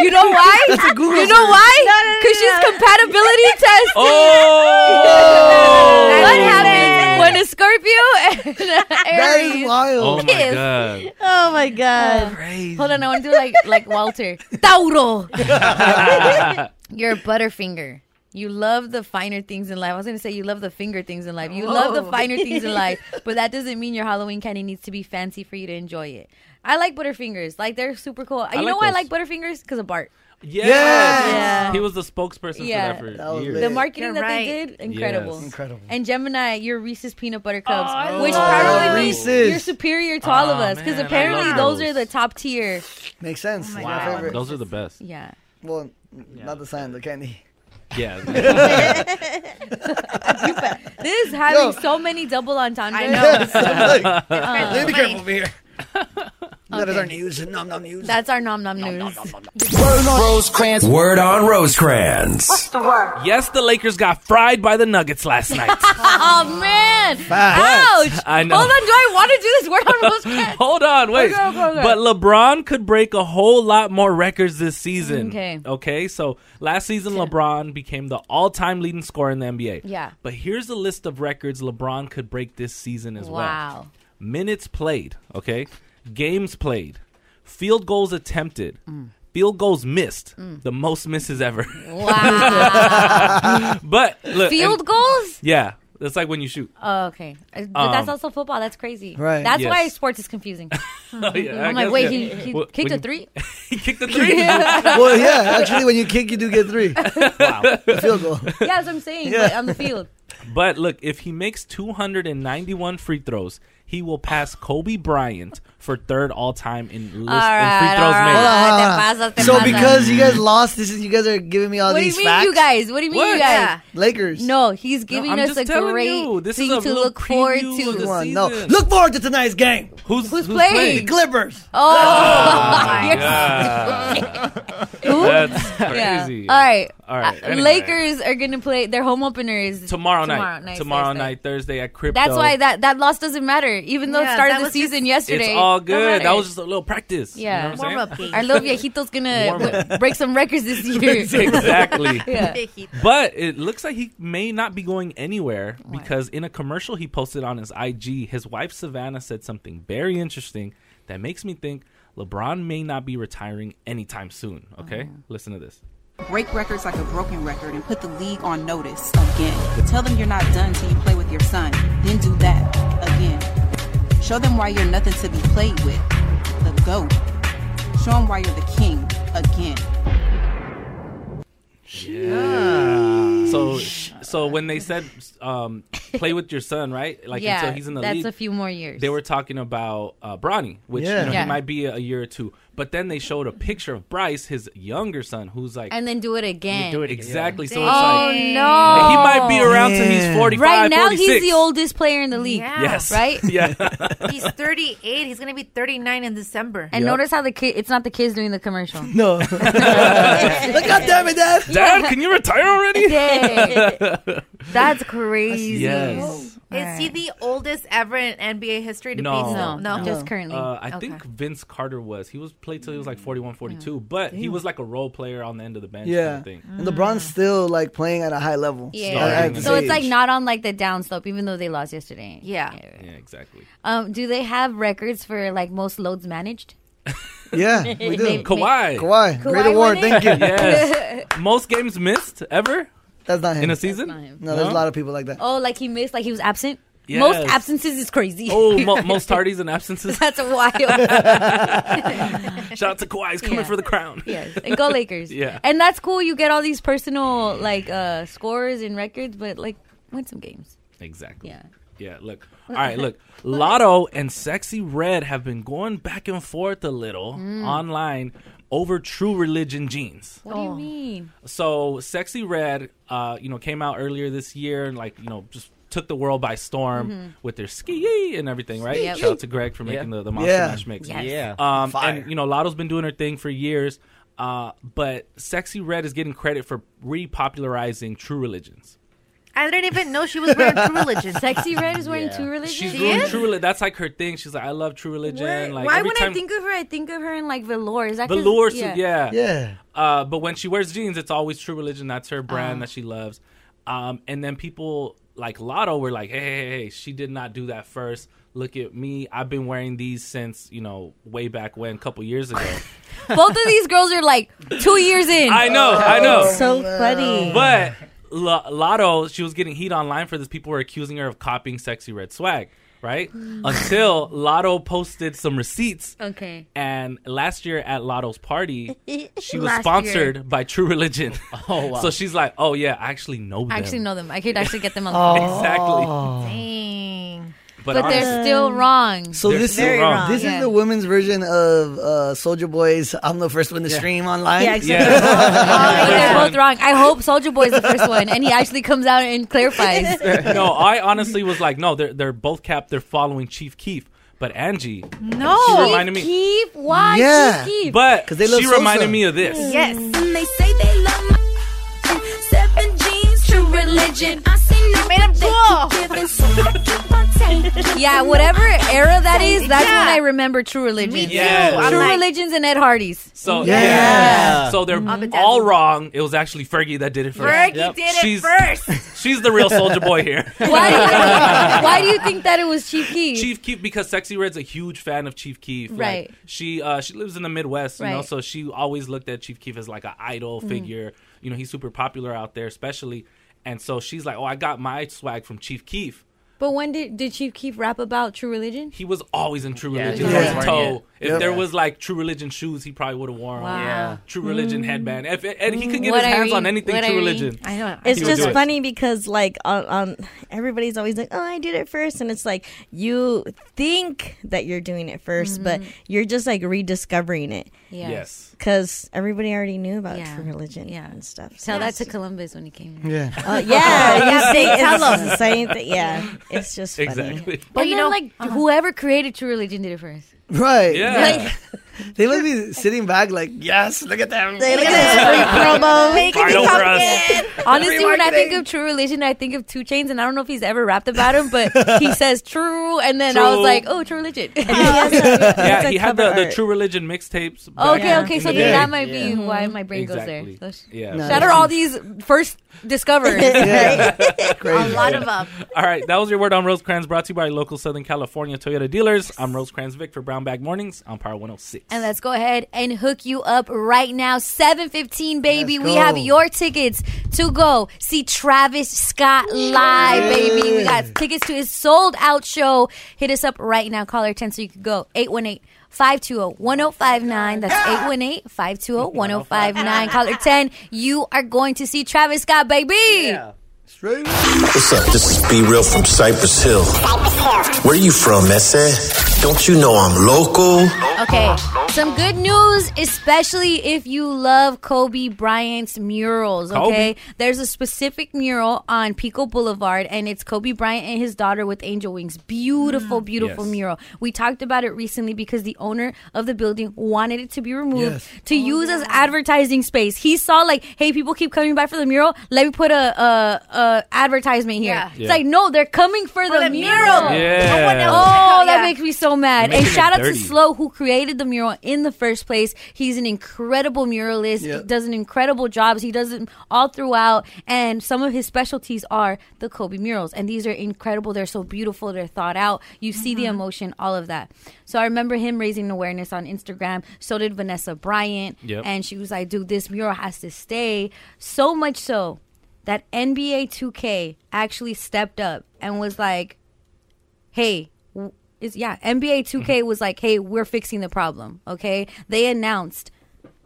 S2: You know why?
S5: It's a Google
S2: you know
S5: search.
S2: why? Because she's compatibility test.
S4: Oh!
S2: what happens when a Scorpio and an
S5: That
S2: Aries?
S5: is wild.
S4: Oh my
S2: Kiss.
S3: Uh,
S4: god.
S2: Oh my god! Hold on, I want to do like like Walter Tauro. You're a butterfinger. You love the finer things in life. I was gonna say you love the finger things in life. You love the
S5: Oh.
S3: Whoa.
S2: finer things in life, but that doesn't mean your Halloween candy needs to be fancy for you to enjoy it. I like butterfingers. Like they're super cool. you
S4: like
S2: know why I
S4: those.
S2: like butterfingers? Because of Bart.
S4: Yes.
S2: Yeah.
S4: He was the spokesperson
S2: Yeah.
S4: for that for
S5: That was
S4: years.
S5: lit.
S2: The marketing
S3: You're
S2: that they
S3: right.
S2: did, incredible.
S4: Yes.
S5: Incredible.
S2: And Gemini, your Reese's peanut butter cups,
S3: I
S2: which
S3: love
S2: probably
S5: those.
S2: means you're
S5: Reese's.
S2: superior to all of
S4: Ah,
S2: us because
S4: man, I
S2: apparently
S4: love
S2: those
S4: those.
S2: are the top tier.
S5: Makes sense. It's my favorite.
S4: Those are the best.
S2: Oh Yeah.
S5: Well, not the sign, the candy.
S4: Yeah.
S2: This is having
S5: Yo.
S2: so many double entendres.
S3: I know.
S5: Look,
S2: Uh,
S5: let me be careful over here. That is our news. Nom nom news.
S2: That's our nom nom news.
S9: Rosecrans.
S14: Word on Rosecrans.
S4: the word? Yes, the Lakers got fried by the Nuggets last night.
S2: oh man!
S4: Facts.
S2: Ouch!
S4: I know.
S2: Hold on, do Oh I want to do this word on Rosecrans?
S4: Hold on, wait.
S2: Okay, okay, okay.
S4: But LeBron could break a whole lot more records this season.
S2: Okay.
S4: Okay. So last season, LeBron became the all-time leading scorer in the NBA.
S2: Yeah.
S4: But here's a list of records LeBron could break this season as
S2: Wow.
S4: well. Minutes played. Okay. Games played. Field goals attempted.
S2: Mm.
S4: Field goals missed. The most misses ever.
S2: Wow.
S4: but look.
S2: Field
S4: and-
S2: goals?
S4: Yeah. That's like when you shoot.
S2: Oh, okay. Uh, But that's
S4: Um,
S2: also football. That's crazy.
S4: Right.
S2: That's
S4: Yes. Oh,
S2: why sports is confusing.
S4: yeah, I
S2: I'm like,
S4: guess,
S2: wait,
S4: yeah.
S2: he, he
S4: Well,
S2: kicked
S4: when
S2: a
S4: you-
S2: three?
S4: he kicked a three.
S5: well, yeah. Actually, when you kick, you do get three. wow. Field goal.
S2: Yeah, that's what I'm saying.
S5: Yeah.
S2: Like, on the field.
S4: But look, if he makes 291 free throws, he will pass Kobe Bryant for third all time in list in free
S2: right,
S4: throws
S2: all right.
S4: made.
S2: Hold on,
S5: Ah,
S2: Te pasas, te
S5: so
S2: pasas.
S5: because you guys lost, this is you guys are giving me all
S2: What do
S5: these
S2: you mean,
S5: facts.
S2: you guys? What do you mean, you guys?
S5: Lakers.
S2: No, he's giving
S5: I'm
S2: us
S5: just
S2: a
S5: telling
S2: great
S5: you, this is
S2: thing
S5: a
S2: to
S5: little
S2: look forward
S5: preview of
S2: to.
S5: the One, no. season. Look forward to tonight's game.
S4: Who's,
S2: Who's playing? playing?
S5: The Clippers.
S2: Oh,
S4: my
S2: you're-
S4: God.
S2: Who?
S4: That's
S2: Yeah.
S4: crazy.
S2: All right.
S4: All right,
S2: Uh,
S4: anyway.
S2: Lakers are gonna play. Their home opener is
S4: Tomorrow,
S2: Tomorrow
S4: night.
S2: night,
S4: tomorrow
S2: Thursday.
S4: night, Thursday at Crypto.
S2: That's why that that loss doesn't matter, even though it
S3: Yeah,
S2: started
S3: that
S2: the
S3: was
S2: season
S3: just-
S2: yesterday.
S4: It's all
S2: Don't
S4: good. That
S2: matter.
S4: was just a little practice. You know
S2: Yeah,
S4: what I'm saying?
S2: Our little viejito's gonna w- break some records this year.
S4: exactly.
S2: yeah.
S4: But it looks like he may not be going anywhere because in a commercial he posted on his IG, his wife Savannah said something very interesting that makes me think LeBron may not be retiring anytime soon. Okay,
S2: Oh.
S4: listen to this.
S15: break records like a broken record and put the league on notice again. Tell them you're not done till you play with your son. Then do that again. Show them why you're nothing to be played with. The GOAT. Show them why you're the king again.
S4: So, so when they said um, play with your son, right? Like
S2: yeah,
S4: until he's in the
S2: that's
S4: league.
S2: a few more years.
S4: They were talking about uh, Bronny, which
S2: Yeah.
S4: you know,
S2: Yeah.
S4: he might be a, a year or two. But then they showed a picture of Bryce, his younger son, who's like
S2: and then do it again.
S4: exactly. So
S2: Oh
S4: it's like
S2: no!
S4: he might be around till he's 45,
S2: Right now,
S4: 46.
S2: he's the oldest player in the league.
S4: Yes.
S2: Right.
S4: Yeah.
S16: He's 38. He's going to be 39 in December.
S2: And notice how the kid—it's not the kids doing the commercial.
S5: No.
S2: Like,
S5: God damn it, Dad!
S4: Dad, can you retire already?
S2: That's crazy.
S4: Yes.
S16: Is he the oldest ever in NBA history to
S4: No.
S16: be still?
S4: No,
S2: just currently.
S4: Uh, I
S16: Okay.
S4: think Vince Carter was. He was played till he was like 41, 42, but he
S5: Damn.
S4: was like a role player on the end of the bench.
S5: Yeah.
S4: Kind of thing.
S5: And LeBron's still like playing at a high level. At-
S2: Mm. Yeah.
S5: at
S2: So
S5: this
S2: it's like
S5: age.
S2: not on like the downslope, even though they lost yesterday.
S16: Yeah.
S4: Yeah, exactly.
S2: Um, do they have records for like most loads managed?
S5: Yeah,
S2: we do. They-
S4: Kawhi.
S5: Kawhi, great award.
S2: won it?
S5: Thank you.
S4: yes. Most games missed ever?
S5: That's not him.
S4: In a season?
S5: No, there's a lot of people like that.
S2: Oh, like he missed, like he was absent.
S4: Yes.
S2: Most absences is crazy.
S4: Oh, mo- most tardies and absences.
S2: That's wild.
S4: Shout out to Kawhi. He's coming
S2: Yeah.
S4: for the crown.
S2: Yes. And go Lakers.
S4: Yeah.
S2: And that's cool. You get all these personal like uh scores and records, but like win some games.
S4: Exactly.
S2: Yeah.
S4: Yeah, look. All right, look. Lotto and Sexy Red have been going back and forth a little
S2: Mm.
S4: online over true religion jeans.
S2: What do you mean?
S4: So Sexy Red, uh, you know, came out earlier this year and like, you know, just took the world by storm
S2: Mm-hmm.
S6: Mhm.
S4: with their ski and everything, right?
S6: Yep.
S4: Shout out to Greg for making
S6: Yeah.
S4: the, the Monster
S6: Yeah.
S4: Mash mix.
S6: Yes. Yeah.
S4: Um,
S6: Fire.
S4: and you know, Lotto's been doing her thing for years. Uh, but Sexy Red is getting credit for repopularizing true religions.
S16: I didn't even know she was wearing True Religion.
S2: Sexy Red is wearing True Religion.
S4: She's doing true religion. That's like her thing. She's like, I love true religion. Like
S2: Why
S4: every
S2: when
S4: time
S2: I think of her, I think of her in like velour. Is that 'cause-
S4: velour suit, yeah,
S5: yeah.
S4: Uh, but when she wears jeans, it's always true religion. That's her
S2: Uh.
S4: brand that she loves. Um, and then people like Lotto were like, hey, hey, hey, hey, she did not do that first. Look at me. I've been wearing these since you know way back when, a couple years ago.
S2: Both of these girls are like two years in.
S4: I know, I know.
S2: So funny.
S4: But L- Lotto, she was getting heat online for this. People were accusing her of copying sexy red swag, right? Until Lotto posted some receipts.
S2: Mm. Okay.
S4: And last year at Lotto's party, she was
S2: Last
S4: sponsored
S2: year.
S4: by True Religion.
S6: Oh, wow.
S4: So she's like, oh, yeah, I actually know them.
S2: I actually know them. I could actually get them on
S4: Oh.
S2: the phone.
S5: Oh.
S4: Exactly.
S2: Dang.
S4: But
S2: But,
S4: honestly-
S2: they're still wrong.
S5: So this is this is the women's version of uh, Soldier Boy's "I'm the first one to stream online."
S2: Yeah, exactly. But they're both wrong. I hope Soldier Boy is the first one, and he actually comes out and clarifies.
S4: no, I honestly was like, no, they're, they're both capped. They're following Chief Keef. But Angie,
S2: No.
S4: she reminded me.
S2: Keep, keep. Why
S4: yeah,
S2: keep, keep?
S4: but
S5: 'Cause they love
S4: she
S5: salsa.
S4: reminded me of this.
S2: Yes. And they say they love my seven jeans, true religion. I see no made up Yeah, whatever era that is, that's when I remember True Religion.
S4: too. Yes. I'm
S2: True
S4: like-
S2: Religions and Ed Hardy's.
S4: So
S2: Yeah.
S4: yeah.
S2: Yeah.
S4: so they're all wrong. It was actually Fergie that did it first.
S2: Fergie Yep. did it
S4: she's,
S2: first.
S4: She's the real Soldier Boy here.
S2: Why do you think that it was Chief Keef?
S4: Chief Keef because Sexy Red's a huge fan of Chief Keef. Like,
S2: Right.
S4: she uh, she lives in the Midwest, you know,
S2: Right.
S4: so she always looked at Chief Keef as like an idol
S2: Mhm.
S4: figure. You know, he's super popular out there, especially. And so she's like, "Oh, I got my swag from Chief Keef.
S2: But when did did Chief Keef rap about True Religion?
S4: He was always in True
S2: Yeah,
S4: Religion
S2: he was
S4: head to
S2: wearing
S4: toe.
S2: it.
S4: If
S2: Yep.
S4: there was like True Religion shoes, he probably would have worn.
S2: Wow. Yeah.
S4: True Religion headband. If and he could get
S2: What
S4: his
S2: I
S4: hands on
S2: read,
S4: anything
S2: what
S4: True
S2: I read.
S4: Religion.
S2: I know.
S7: It's
S4: he would
S7: just
S4: do it.
S7: funny because like on, on everybody's always like, oh, I did it first, and it's like you think that you're doing it 1st but
S3: Mm-hmm.
S2: Mhm.
S7: you're just like rediscovering it.
S2: Yeah. Yes.
S7: Because everybody already knew about
S2: Yeah.
S7: true religion and stuff.
S2: Tell that to Columbus when he came.
S7: Yeah. Oh, yeah, yeah, they- it's the same thing, yeah. It's just funny.
S4: Exactly.
S2: But
S7: And
S2: you
S7: then,
S2: know, like
S4: uh-huh.
S2: whoever created True Religion did it first.
S5: Right.
S4: Yeah.
S5: they must be sitting back like, yes, look at them.
S2: They
S5: look
S2: look
S5: at
S2: Make it
S5: Viral
S2: come
S5: for us.
S2: in. Honestly, when I think of True Religion, I think of Two Chains, and I don't know if he's ever rapped about him, but he says True, and then I was
S4: True.
S2: like, oh, True Religion.
S4: yeah, he had the, the True Religion mixtapes. back
S2: Oh, Okay, okay,
S4: in
S2: so
S4: the
S2: then
S4: day.
S2: that might be
S4: Yeah.
S2: why my brain
S4: Exactly.
S2: goes there. So sh-
S4: Yeah.
S2: Shout out all these first discovered.
S4: Crazy.
S2: A lot of them.
S4: All right, that was your word on Rosecrans, brought to you by local Southern California Toyota dealers. I'm Rosecrans Vic for Brown Bag Mornings on Power 106.
S2: And let's go ahead and hook you up right now. 715, baby.
S4: Let's
S2: We
S4: go.
S2: have your tickets to go see Travis Scott live, baby. We got tickets to his sold out show. Hit us up right now. Call our 10 so you can go. 818 520 1059. That's 818 520 1059. Caller 10. You are going to see Travis Scott, baby.
S1: What's up? This is Be Real from Cypress Hill. Where you from, Messe? Don't you know I'm local?
S2: Okay, some good news, especially if you love Kobe Bryant's murals.
S1: Kobe.
S2: Okay, there's a specific mural on Pico Boulevard, and it's Kobe Bryant and his daughter with angel wings. Beautiful, beautiful
S17: Mm. Yes.
S2: mural. We talked about it recently because the owner of the building wanted it to be removed
S17: Yes.
S2: to use as advertising space. He saw like, hey, people keep coming back for the mural. Let me put a, a, a advertisement here.
S17: Yeah.
S2: It's
S17: Yeah.
S2: like, no, they're coming for, the, mural.
S17: Yeah. No one else.
S2: Oh, that
S17: Yeah.
S2: makes me so mad.
S17: Making
S2: and
S17: it
S2: shout out to
S17: dirty.
S2: Slow, who created the mural in the first place. He's an incredible muralist.
S17: Yeah.
S2: He does an incredible job. He does it all throughout. And some of his specialties are the Kobe murals. And these are incredible. They're so beautiful. They're thought out. You see
S17: Mm-hmm.
S2: the emotion, all of that. So I remember him raising awareness on Instagram. So did Vanessa Bryant.
S17: Yep.
S2: And she was like, dude, this mural has to stay. So much so that NBA 2K actually stepped up and was like, hey, w- is yeah, NBA 2K was like, hey, we're fixing the problem. Okay, they announced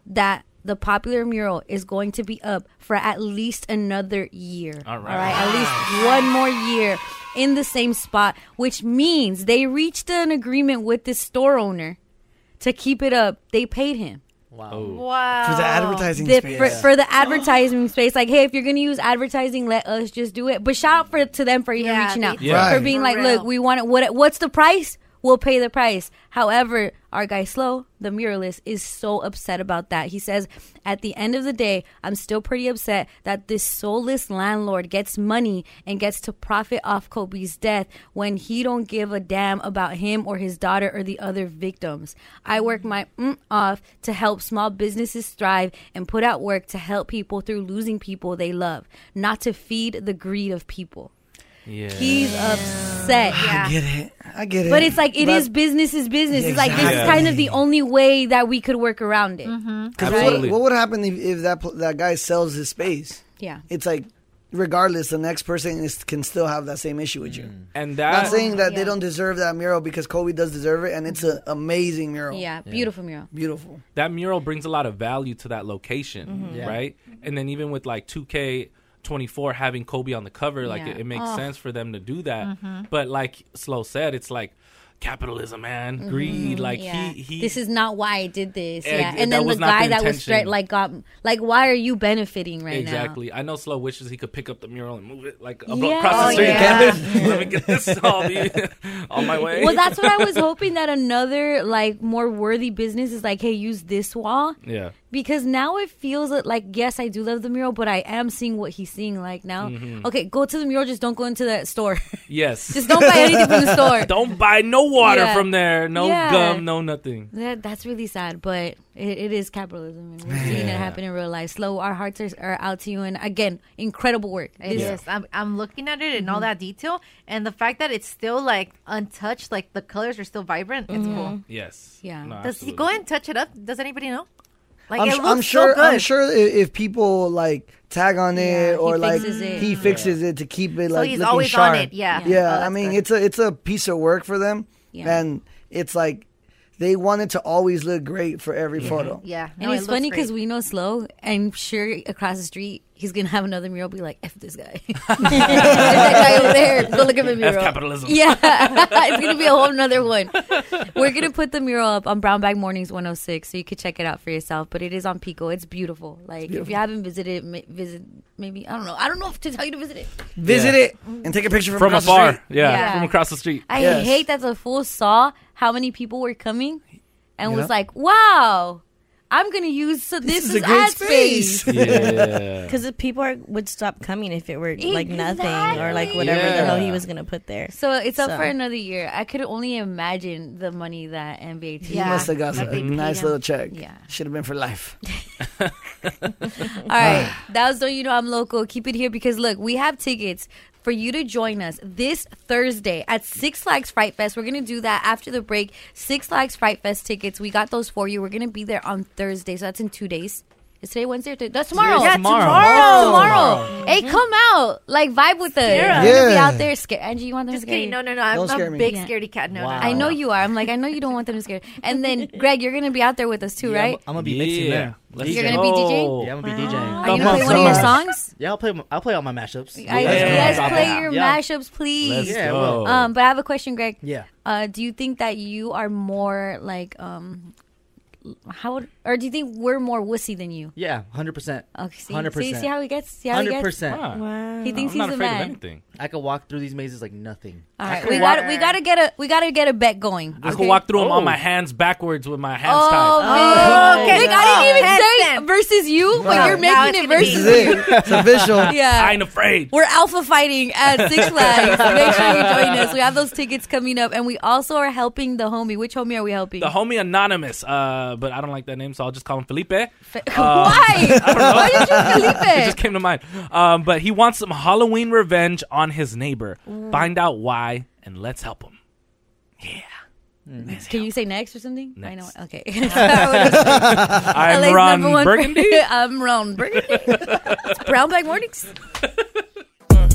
S2: that the popular mural is going to be up for at least another year.
S17: All right.
S2: all right, at least one more year in the same spot, which means they reached an agreement with this store owner to keep it up. They paid him.
S5: Wow.
S9: Oh.
S2: Wow.
S5: For the advertising
S2: The-
S5: space.
S2: For, for the advertising space. Like, hey, if you're going to use advertising, let us just do it. But shout out for, to them for even reaching out.
S17: they did. Right.
S2: For being
S17: For
S2: like,
S17: real.
S2: look, we want it. What, what's the price? We'll pay the price. However, our guy Slow, the muralist, is so upset about that. He says, at the end of the day, I'm still pretty upset that this soulless landlord gets money and gets to profit off Kobe's death when he don't give a damn about him or his daughter or the other victims. I work my mm off to help small businesses thrive and put out work to help people through losing people they love, not to feed the greed of people.
S4: Yeah.
S2: He's upset.
S5: I get it. I get it.
S2: But it's like it
S5: But-
S2: is business is business. It's like this is
S5: Exactly.
S2: kind of the only way that we could work around it.
S5: Because what,
S4: Absolutely.
S5: would- what would happen if, if that pl- that guy sells his space?
S2: Yeah.
S5: It's like, regardless, the next person is, can still have that same issue with you.
S4: Mm. And
S5: Not
S4: that
S5: saying that they don't deserve that mural because Kobe does deserve it, and it's an amazing mural.
S2: Yeah, Mm-hmm. beautiful mural.
S5: Beautiful.
S4: that mural brings a lot of value to that location,
S2: Mm-hmm.
S5: Mhm. Yeah.
S4: right? And then even with like 2K24 having Kobe on the cover, like
S2: Yeah.
S4: it, it makes
S2: Oh.
S4: sense for them to do that.
S2: Mhm.
S4: But like Slow said, it's like capitalism, man,
S5: Mm-hmm.
S2: Mm-hmm.
S4: greed. Like
S17: yeah.
S4: he he.
S2: this is not why I did this.
S4: Ex-
S2: yeah,
S4: that
S2: and then the
S4: was not
S2: guy
S4: the
S2: that was
S4: intention.
S2: straight like got like, why are you benefiting right
S4: exactly. I know Slow wishes he could pick up the mural and move it like above,
S2: Yeah.
S4: across
S2: Oh,
S4: the street.
S2: yeah.
S4: Let me get this all the, on my way.
S2: now? Well, that's what I was hoping that another like more worthy business is like, hey, use this wall
S4: Yeah.
S2: because now it feels like yes, I do love the mural, but I am seeing what he's seeing. Like now,
S4: Mhm.
S2: okay, go to the mural, just don't go into that store.
S4: Yes.
S2: Just don't buy anything from the store.
S4: Don't buy no water
S2: Yeah.
S4: from there. No
S2: Yeah.
S4: gum. No nothing.
S2: That, that's really sad, but it, it is capitalism, and we're seeing it
S4: Yeah.
S2: happen in real life. Slow, our hearts are, are out to you, and again, incredible work.
S16: It's just- I'm, I'm looking at it in all
S2: Mhm.
S16: that detail, and the fact that it's still like untouched, like the colors are still vibrant.
S2: Mm-hmm.
S16: It's cool.
S4: Yes.
S16: Yeah.
S4: No,
S16: Does he go and touch it up? Does anybody know? Like
S5: I'm,
S16: it
S5: su-
S16: looks
S5: I'm sure.
S16: so good.
S5: I'm sure i- if people like tag on it or like
S16: fixes it.
S5: he fixes it to keep it
S16: So
S5: like
S16: he's
S5: looking
S16: always on
S5: sharp.
S16: it, yeah. Yeah.
S5: Yeah.
S16: Oh,
S5: I
S16: that's
S5: mean, it's a it's a piece of work for them,
S2: Yeah.
S5: and it's like they want it to always look great for every photo.
S16: Yeah,
S2: and it's funny because we know Slow, and sure across the street he's gonna have another mural. Be like, f this guy. There's that guy over there. Go look at the
S4: F
S2: mural.
S4: capitalism.
S2: Yeah, it's gonna be a whole nother one. We're gonna put the mural up on Brown Bag Mornings 106, so you could check it out for yourself. But it is on Pico. It's beautiful. Like if
S5: beautiful.
S2: you haven't visited, it, ma- visit. Maybe I don't know. I don't know if to tell Oh, you to visit it.
S5: Visit
S4: Yeah.
S5: it and take a picture from,
S4: From
S5: across
S4: afar.
S5: The street.
S4: Yeah, from across the street.
S2: I
S4: Yes.
S2: hate that's a fool saw how many people were coming and
S4: Yeah.
S2: was like, "Wow, I'm gonna use so this, is, ad space."
S4: Yeah.
S7: Because people are, would stop coming if it were like nothing or like whatever the
S4: Yeah.
S7: hell he was gonna put there.
S2: So it's up
S7: So-
S2: for another year. I could only imagine the money that NBA team.
S5: He must have got
S2: that they
S5: a
S2: paid
S5: nice
S2: him.
S5: little check.
S2: Yeah.
S5: Should have been for life.
S2: All right, that was don't you know I'm local. Keep it here because look, we have tickets for you to join us this Thursday at Six Flags Fright Fest. We're gonna do that after the break. Six Flags Fright Fest tickets. We got those for you. We're gonna be there on Thursday, so that's in two days. Is today Wednesday? Or Thursday? That's tomorrow.
S16: Yeah, tomorrow.
S2: Tomorrow.
S16: Tomorrow.
S2: Tomorrow. Hey, come out, like vibe with us.
S16: Scare
S2: We're gonna be
S16: us.
S2: out there. Scare Angie, you want them
S16: Just
S2: to scare
S16: kidding.
S2: you?
S16: No, no, no. I'm Don't a scare me. big scaredy cat. No, no, Wow. no.
S2: I know you are. I'm like, I know you don't want them to scare. And then Greg, you're gonna be out there with us too, right?
S6: I'm gonna be mixing
S4: Yeah.
S6: there.
S4: Let's
S2: You're gonna be go. DJing?
S6: Yeah, I'm gonna be DJing.
S2: Are you gonna play one of your songs?
S6: Yeah, I'll play. my- I'll play all my mashups.
S2: I, Let's play your
S6: Yeah.
S2: mashups, please.
S6: Let's Yeah, I will. go.
S2: Um, but I have a question, Greg.
S6: Yeah.
S2: Uh, do you think that you are more like um, how would, or do you think we're more wussy than you?
S6: Yeah, hundred percent.
S2: Okay, see,
S6: hundred
S2: see,
S6: percent.
S2: see how he gets- see how he
S6: hundred
S2: gets?
S6: percent.
S2: Huh. Wow. He thinks I'm not he's the afraid of man. anything.
S6: I could walk through these mazes like nothing.
S2: All
S6: I
S2: right,
S6: could
S2: we
S6: walk-
S2: got we gotta get a we gotta get a bet going.
S4: I could
S2: okay?
S4: walk through them on
S6: Oh.
S4: my hands backwards with my hands
S2: Oh,
S4: tied.
S2: man.
S16: okay.
S2: Nick, I didn't even say
S16: Handstand.
S2: versus you,
S16: Wow.
S2: but you're
S16: Now it's
S2: making
S16: gonna
S2: it
S16: be-
S2: versus
S16: This
S2: you.
S5: It's official.
S2: Yeah.
S4: I ain't afraid.
S2: We're alpha fighting at Six Flags. Make sure you join us. We have those tickets coming up, and we also are helping the homie. Which homie are we helping?
S4: The homie anonymous, uh, but I don't like that name, so I'll just call him Felipe. Um,
S2: Why?
S4: I don't know.
S2: Why did you Felipe?
S4: it just came to mind. Um, but he wants some Halloween revenge on his neighbor.
S2: Ooh.
S4: Find out why, and let's help him.
S2: Can you say next or something? I know. Okay.
S4: I'm
S2: LA's
S4: Ron
S2: number one-
S4: Burgundy.
S2: I'm Ron Burgundy. it's Brown Bag Mornings.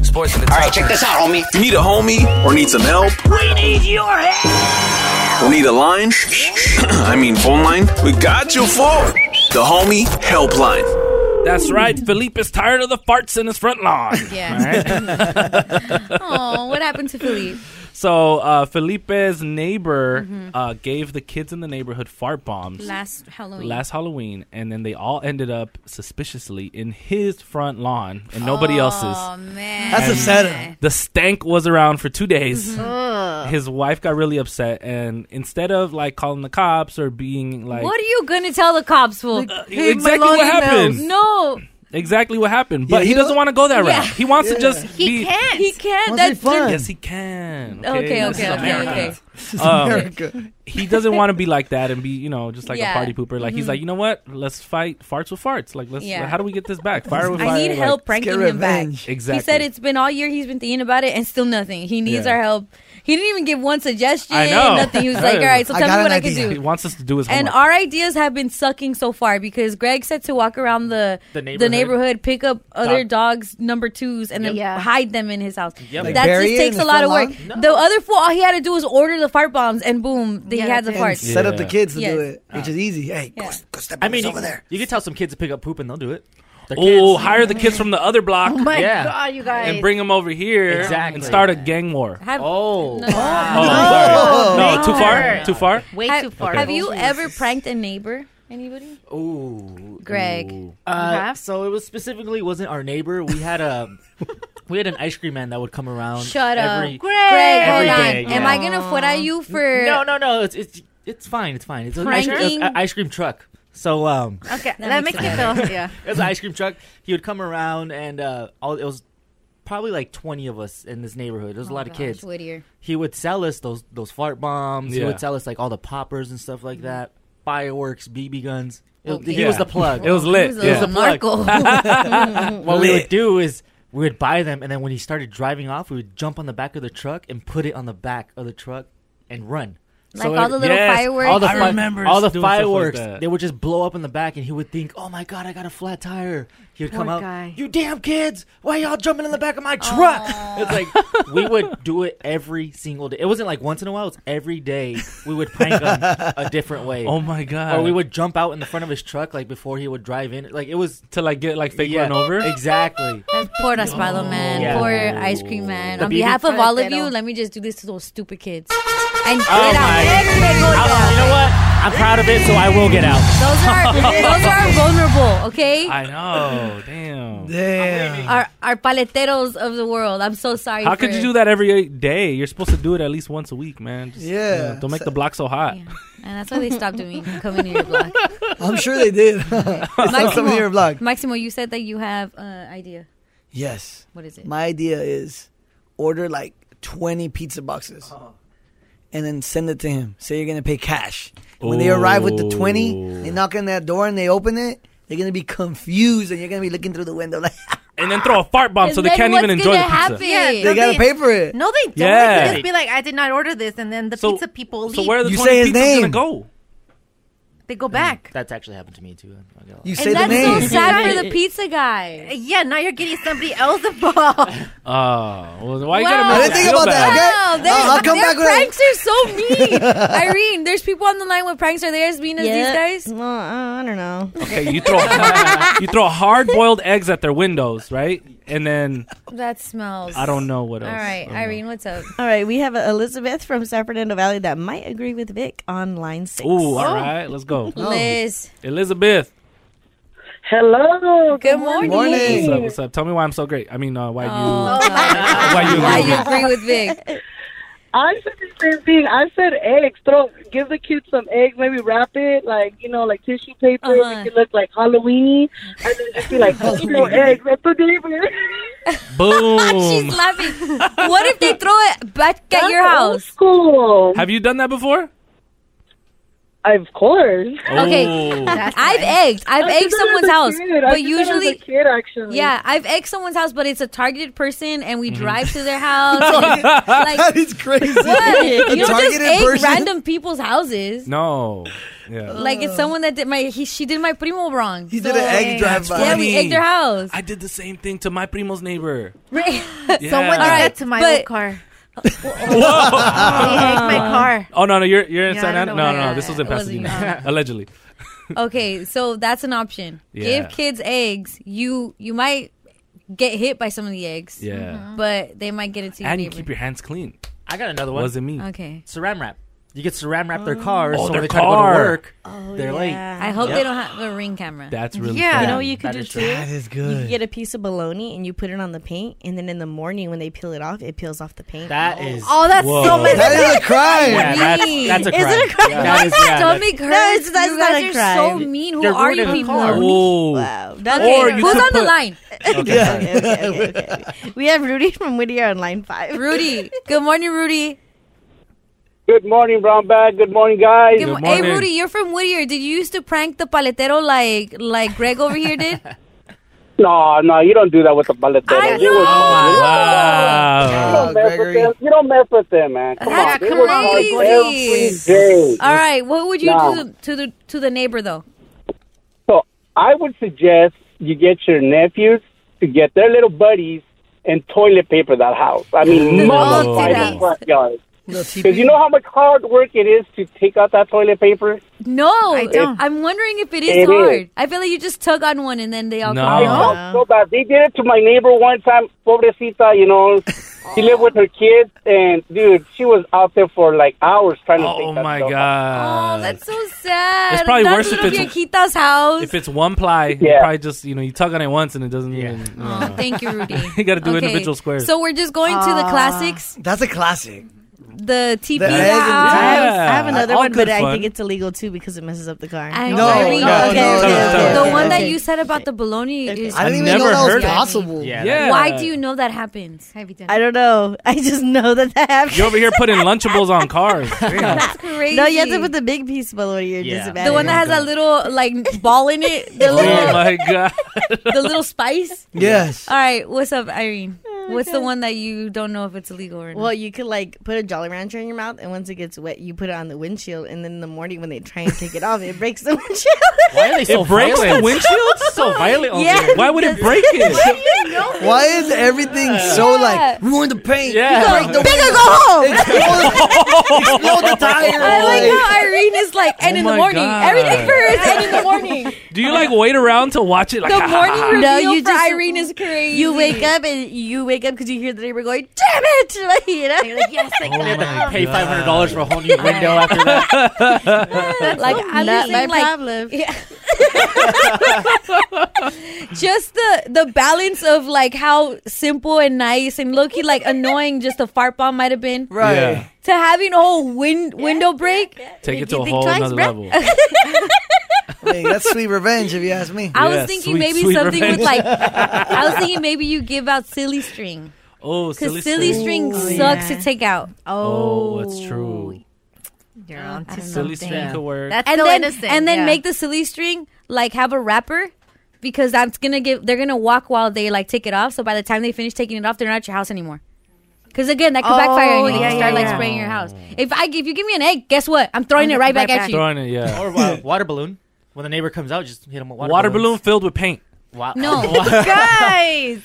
S14: Sports in the All right, check this out, homie.
S8: Need a homie or need some help?
S14: We need your help.
S8: Or need a line? I mean, phone line? We got you for the homie helpline.
S4: That's right. Felipe is tired of the farts in his front lawn.
S2: Yeah.
S4: All right?
S2: Oh, what happened to Philippe?
S4: So uh, Felipe's neighbor
S2: Mhm.
S4: uh, gave the kids in the neighborhood fart bombs
S2: Last Halloween.
S4: Last Halloween, and then they all ended up suspiciously in his front lawn and nobody else's.
S2: Oh, man.
S5: That's
S4: And
S5: upsetting.
S4: The stank was around for two days.
S2: Mhm. Ugh.
S4: His wife got really upset, and instead of like calling the cops or being like,
S2: what are you gonna tell the cops for?
S4: Hey, exactly my what lawn happened. smells.
S2: No.
S4: exactly what happened, but
S5: Yeah,
S4: he,
S5: he
S4: doesn't
S5: wa-
S4: want to go that
S2: Yeah.
S4: route. He wants to
S5: Yeah.
S4: just be.
S2: can't. He can't.
S5: Must be
S2: That's
S5: fun.
S4: Yes, he can.
S2: Okay,
S4: This is
S2: okay, okay,
S4: America.
S2: okay.
S5: This is
S4: Um,
S5: America.
S4: he doesn't want to be like that and be, you know, just like
S2: Yeah.
S4: a party pooper. Like he's
S2: Mhm.
S4: like, you know what? Let's fight farts with farts. Like, let's.
S2: Yeah.
S4: How do we get this back? Fire with fire.
S2: I need
S4: like-
S2: help pranking him back.
S4: Exactly.
S2: He said it's been all year. He's been thinking about it and still nothing. He needs
S4: Yeah.
S2: our help. He didn't even give one suggestion.
S4: I know.
S2: Nothing. He was like, all right, so tell me what I can
S4: He
S2: do.
S4: wants us to do his
S2: And
S4: homework.
S2: our ideas have been sucking so far because Greg said to walk around the
S4: The
S2: the
S4: neighborhood.
S2: neighborhood pick up other
S4: Dog-
S2: dogs number twos, and then hide them in his house.
S4: Yep. Like
S2: That
S5: bury
S2: just
S5: it
S2: takes
S5: in
S2: a
S5: the
S2: lot of work.
S5: front
S2: The other fool, all he had to do was order the fart bombs, and boom, they he had the
S5: And
S2: farts.
S5: set up the kids to
S2: Yes.
S5: do it, which is easy. Hey, go, go step
S6: I mean,
S5: over
S6: you,
S5: there.
S6: you could tell some kids to pick up poop and they'll do it.
S4: Oh, hire the kids from the other block.
S16: Oh my Yeah. God, you guys.
S4: And bring them over here
S6: Exactly.
S4: and start a gang war.
S6: oh.
S4: Oh, I'm sorry. No, too far? Too far?
S2: Way
S4: Have-
S2: too far.
S4: Okay.
S2: Have you ever pranked a neighbor? Anybody?
S6: Ooh,
S2: Greg.
S6: Uh,
S2: Perhaps?
S6: So it was specifically wasn't our neighbor. We had a we had an ice cream man that would come around.
S2: Shut
S6: every,
S2: up, Greg.
S6: every
S2: hold
S6: day,
S2: on. Am
S6: yeah.
S2: I gonna foot at you for?
S6: No, no, no. It's it's it's fine. It's fine. It's an ice,
S2: Pranking?
S6: a- a- ice cream truck. So um,
S3: Okay,
S2: That
S3: that
S2: makes
S3: makes me feel yeah.
S6: it was an ice cream truck. He would come around and uh, all it was probably like twenty of us in this neighborhood. There was a lot of kids.
S2: Whittier.
S6: He would sell us those those fart bombs. He
S4: Yeah.
S6: would sell us like all the poppers and stuff like that, fireworks, BB guns. It-
S4: Okay.
S6: He was
S4: Yeah.
S6: the plug.
S4: It was lit, He was a
S6: It was the
S4: little
S6: plug.
S4: narco.
S6: what we
S4: Lit.
S6: would do is we would buy them, and then when he started driving off, we would jump on the back of the truck and put it on the back of the truck and run.
S2: Like all the little fireworks
S6: all the,
S2: and-
S6: fi-
S2: I remember
S6: all the
S2: doing stuff like
S6: fireworks.
S2: that.
S6: they would just blow up in the back, and he would think, "Oh my god, I got a flat tire." He would come
S2: Poor
S6: out,
S2: guy.
S6: "You damn kids, why y'all jumping in the back of my truck?" It's like we would do it every single day. It wasn't like once in a while; it's every day we would prank him a different way.
S4: Oh my God.
S6: Or we would jump out in the front of his truck, like before he would drive in. Like it was
S4: to like get like fake
S6: yeah,
S4: run over?
S6: Exactly.
S2: That's poor Raspado man,
S6: Yeah.
S2: poor ice cream man.
S6: The
S2: On
S6: BB
S2: behalf of all of
S7: Ratero.
S2: you, let me just do this to those stupid kids. And get
S6: Oh
S2: out.
S6: my-
S2: Everybody go
S6: I'm-
S2: down.
S6: you know what? I'm proud of it, so I will get out.
S2: Those are those are vulnerable, okay?
S4: I know. Damn.
S5: Damn.
S2: Our our paleteros of the world. I'm so sorry.
S4: How
S2: for
S4: could you do that every day? You're supposed to do it at least once a week, man. Just, you
S5: Yeah.
S4: know, don't make the block so hot.
S2: And that's why they stopped me from coming to your block.
S5: I'm sure they did. it's not something in your blog.
S2: Maximo, you said that you have an idea.
S5: Yes.
S2: What is it?
S5: My idea is order like 20 pizza boxes and then send it to him. Say you're going to pay cash. And When they arrive with the 20, they knock on that door and they open it, they're going to be confused and you're going to be looking through the window like,
S4: And then throw a fart bomb so they can't even enjoy the pizza.
S3: Yeah,
S5: they
S3: don't
S5: got to pay for it.
S3: No, they don't.
S4: Yeah.
S3: They can just be like, I did not order this, and then the
S4: So-
S3: pizza people leave.
S4: So where are the
S5: You
S4: 20
S5: say his
S4: pizzas
S5: name.
S4: gonna go?
S3: They go back.
S6: That's actually happened to me too. I'm not gonna lie.
S5: You
S2: And that's so sad for the pizza guy.
S3: Yeah, now you're getting somebody else involved.
S4: Oh, well, why you
S2: Wow.
S4: gotta make
S2: I
S4: us
S2: didn't think
S4: feel
S2: about
S4: bad?
S2: that,
S5: okay?
S2: Wow,
S5: I'll- I'll
S2: their,
S5: come
S2: their
S5: back with it.
S2: pranks are so mean. Irene, there's people on the line with pranks. Are they as mean as
S7: Yeah.
S2: these guys?
S7: No, I I don't know.
S4: Okay, you throw you throw hard boiled eggs at their windows, right? And then
S2: That smells.
S4: I don't know what
S2: All
S4: else.
S2: right, Irene, what's up?
S7: All right, we have Elizabeth from San Fernando Valley that might agree with Vic on line six.
S4: Ooh, all right,
S2: Oh.
S4: let's go.
S5: Oh.
S2: Liz.
S4: Elizabeth,
S18: Hello. Good
S2: morning.
S4: what's up? What's up? Tell me why I'm so great. I mean, uh,
S18: Oh,
S4: why
S9: Oh.
S4: you?
S2: Why
S4: Why you? agree with me.
S2: Oh, agree with Vic?
S18: I said the same thing. I said eggs. Throw, give the kids some eggs. Maybe wrap it like you know, like tissue paper.
S2: Uh-huh.
S18: Make it look like Halloweeny, and then just be like, throw eggs at the neighbor.
S4: Boom.
S2: She's laughing. What if they throw it back at your house?
S18: Cool.
S4: Have you done that before?
S18: Of course.
S2: Okay,
S4: Oh.
S2: I've egged. I've
S18: I did
S2: egged
S18: that
S2: someone's
S18: as a
S2: house,
S18: kid. I did that as
S2: but
S18: a
S2: usually,
S18: kid, actually.
S2: yeah, I've egged someone's house, but it's a targeted person, and we drive to their house. and it's
S4: Oh.
S2: like,
S5: that is crazy.
S2: what?
S5: A
S2: You don't just
S5: targeted
S2: egg
S5: person?
S2: random people's houses.
S4: No. Yeah.
S2: Like it's someone that did my he, she did my primo wrong. He
S5: did an egg drive by.
S2: Yeah, we egged their house.
S4: I did the same thing to my primo's neighbor.
S2: Right.
S4: Yeah.
S3: Someone did
S4: All
S3: that
S4: right,
S3: to my
S2: but- Uh.
S3: old car.
S4: Whoa.
S3: They egged my car.
S4: Oh no no you're you're in
S3: Yeah,
S4: San
S3: I
S4: Ana.
S3: don't
S4: No
S3: know
S4: no
S3: why
S4: no this was in
S2: I wasn't
S4: Pasadena allegedly.
S2: Okay, so that's an option.
S4: Yeah.
S2: Give kids eggs. You you might get hit by some of the eggs.
S4: Yeah. Mhm.
S2: But they might get it to your
S4: And you
S2: neighbor.
S4: keep your hands clean.
S6: I got another one.
S4: Wasn't me.
S2: okay.
S6: Saran wrap. You get saran wrap their cars,
S4: Oh,
S6: so
S4: their
S6: when they try to go
S4: car.
S6: to work, they're late.
S2: Oh, I hope
S6: Yep.
S2: they don't have a ring camera.
S4: That's really
S7: Oh, yeah, you
S4: fun.
S7: know what you could
S4: That
S7: do
S4: is
S7: too.
S4: true. That is
S7: You
S4: good.
S7: could get a piece of bologna and you put it on the paint, and then in the morning when they peel it off, it peels off the paint.
S6: That is.
S7: Oh, that's
S6: whoa.
S7: so messed
S5: That is a crime.
S6: Yeah, that's, that's a
S7: Is
S6: crime.
S7: it a crime?
S6: Yeah,
S7: My
S6: that is- yeah, that-
S2: Stomach hurts.
S7: that's
S2: you
S7: not
S2: guys
S7: a
S2: are so
S7: crime.
S2: mean. Who
S6: You're
S2: are you
S6: ruining the
S2: people?
S6: car.
S4: Whoa.
S7: Wow.
S2: Okay,
S4: Or you
S2: who's
S4: could
S2: on the
S4: put-
S2: line?
S4: Okay.
S7: We have Rudy from Whittier on line five.
S2: Rudy. Good morning, Rudy.
S18: Good morning, brown bag. Good morning, guys.
S2: Good mo- hey, Rudy, you're from Whittier. Did you used to prank the paletero like like Greg over here did?
S18: No, no, you don't do that with the bullet.
S2: I know.
S18: You
S4: Wow.
S18: don't mess with them. You don't mess with them, man. Come on. They were hard every
S2: crazy.
S18: day.
S2: All right, what would you
S18: Nah.
S2: do to the to the neighbor though?
S18: So I would suggest you get your nephews to get their little buddies and toilet paper that house. I mean,
S2: Little
S18: multiply
S2: buddies.
S18: the front yard. Because you know how much hard work it is to take out that toilet paper?
S2: No, I
S18: don't.
S2: I'm wondering if it is
S18: It is.
S2: hard. I feel like you just tug on one and then they all come
S18: I
S2: out.
S18: felt so bad. They did it to my neighbor one time, pobrecita, you know. She lived with her kids, and dude, she was out there for like hours trying to take
S4: Oh
S18: that
S4: my
S18: stuff out.
S4: god.
S2: Oh, That's so sad.
S4: It's probably
S2: That's
S4: worse if
S2: little
S4: it's-
S2: Bianquita's house.
S4: If it's one ply, you probably just you know you tug on it once and it doesn't even. you know.
S2: Thank you, Rudy.
S4: you got to do
S2: Okay.
S4: individual squares.
S2: So we're just going to the classics,
S5: That's a classic.
S2: the TV
S4: The egg and
S2: house.
S4: I have-
S7: I have another
S4: All
S7: one, but
S4: good
S7: I
S4: fun.
S7: think it's illegal too because it messes up the car.
S2: I know. I read- the one that you said about the bologna is.
S7: I didn't even know that was possible.
S4: Yeah.
S2: Why do you know that happens?
S7: I don't know. I just know that that happened.
S4: You're over here putting Lunchables on cars. Damn.
S2: That's crazy.
S7: No, you have to put the big piece below your
S4: Yeah.
S7: disadvantage.
S2: The one that has that little like ball in it, the
S4: Oh
S2: little,
S4: my god.
S2: the little spice.
S5: Yes.
S2: All right, what's up, Irene?
S4: Oh
S2: What's the one that you don't know if it's illegal or not?
S7: Well, you could like put a Jolly Rancher in your mouth, and once it gets wet, you put it on the windshield, and then in the morning when they try and take it off, it breaks the windshield.
S6: Why are they so
S4: it breaks
S6: violent?
S4: the windshield.
S6: so violent over
S7: Yeah.
S6: there.
S4: Why would it break it?
S5: Why is everything so like ruin the paint?
S4: Yeah.
S5: break the
S4: Bigger,
S5: window,
S4: go home.
S5: Explode, explode the tire.
S2: I like
S5: like-
S2: how Oh Irene is like, and
S4: Oh
S2: in the
S4: my
S2: morning,
S4: God.
S2: everything for her is and in the morning.
S4: Do you like wait around to watch it? Like
S2: the morning reveal
S7: No, you
S2: for
S7: just-
S2: Irene is crazy.
S7: You wake up and you wake up because you hear the neighbor going, "Damn it!" Like, you know? You're like, "Yes, I
S6: You have to pay five hundred dollars for a whole new window after that.
S2: like I'm
S7: Not
S2: using,
S7: my
S2: like,
S7: problem.
S2: Yeah. just the the balance of like how simple and nice and low key like annoying just a fart bomb might have been
S4: Right. Yeah.
S2: to having a whole win- window break.
S4: Take it to a
S2: think
S4: whole
S2: twice,
S4: another
S2: bruh.
S4: level.
S5: Hey, that's sweet revenge, if you ask me.
S2: I was thinking maybe something with like I was thinking maybe you give out silly string
S4: Oh,
S2: because
S4: silly,
S2: silly
S4: string.
S2: string sucks to take out.
S4: Oh, it's true.
S2: You're on
S4: to Silly something. string could work.
S3: That's
S2: and
S3: still
S2: then,
S3: innocent,
S2: And then
S3: yeah.
S2: make the silly string like have a wrapper because that's gonna give they're gonna walk while they like take it off. So by the time they finish taking it off, they're not at your house anymore. Because again, that could backfire
S3: Oh,
S2: and you
S3: yeah,
S2: can start
S3: yeah,
S2: like
S3: yeah.
S2: spraying your house. If I if you give me an egg, guess what? I'm throwing it right, back, at you.
S4: Throwing it, yeah.
S6: Or uh, water balloon. When the neighbor comes out, just hit him with water.
S4: Water
S6: balloons.
S4: balloon filled with paint.
S6: Wow.
S2: No,
S6: Wow.
S2: guys.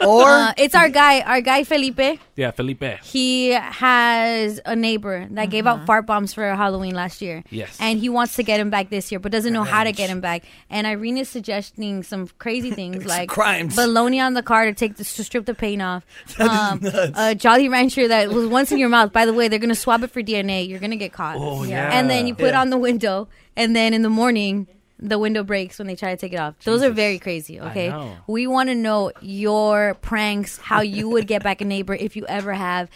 S5: Or-
S2: Uh, it's our guy, our guy Felipe.
S4: Yeah, Felipe.
S2: He has a neighbor that gave out fart bombs for Halloween last year.
S4: Yes.
S2: And he wants to get him back this year, but doesn't know how to get him back. And Irene is suggesting some crazy things like
S5: crimes.
S2: bologna on the car to take the, to strip the paint off. Um,
S5: That is nuts.
S2: a Jolly Rancher that was once in your mouth. By the way, they're gonna swab it for DNA. You're gonna get caught.
S4: Oh, Yeah.
S2: And then you put it
S4: yeah.
S2: on the window, and then in the morning. The window breaks when they try to take it off. Those are very crazy. Okay,
S4: know.
S2: we want to know your pranks, how you would get back a neighbor if you ever have.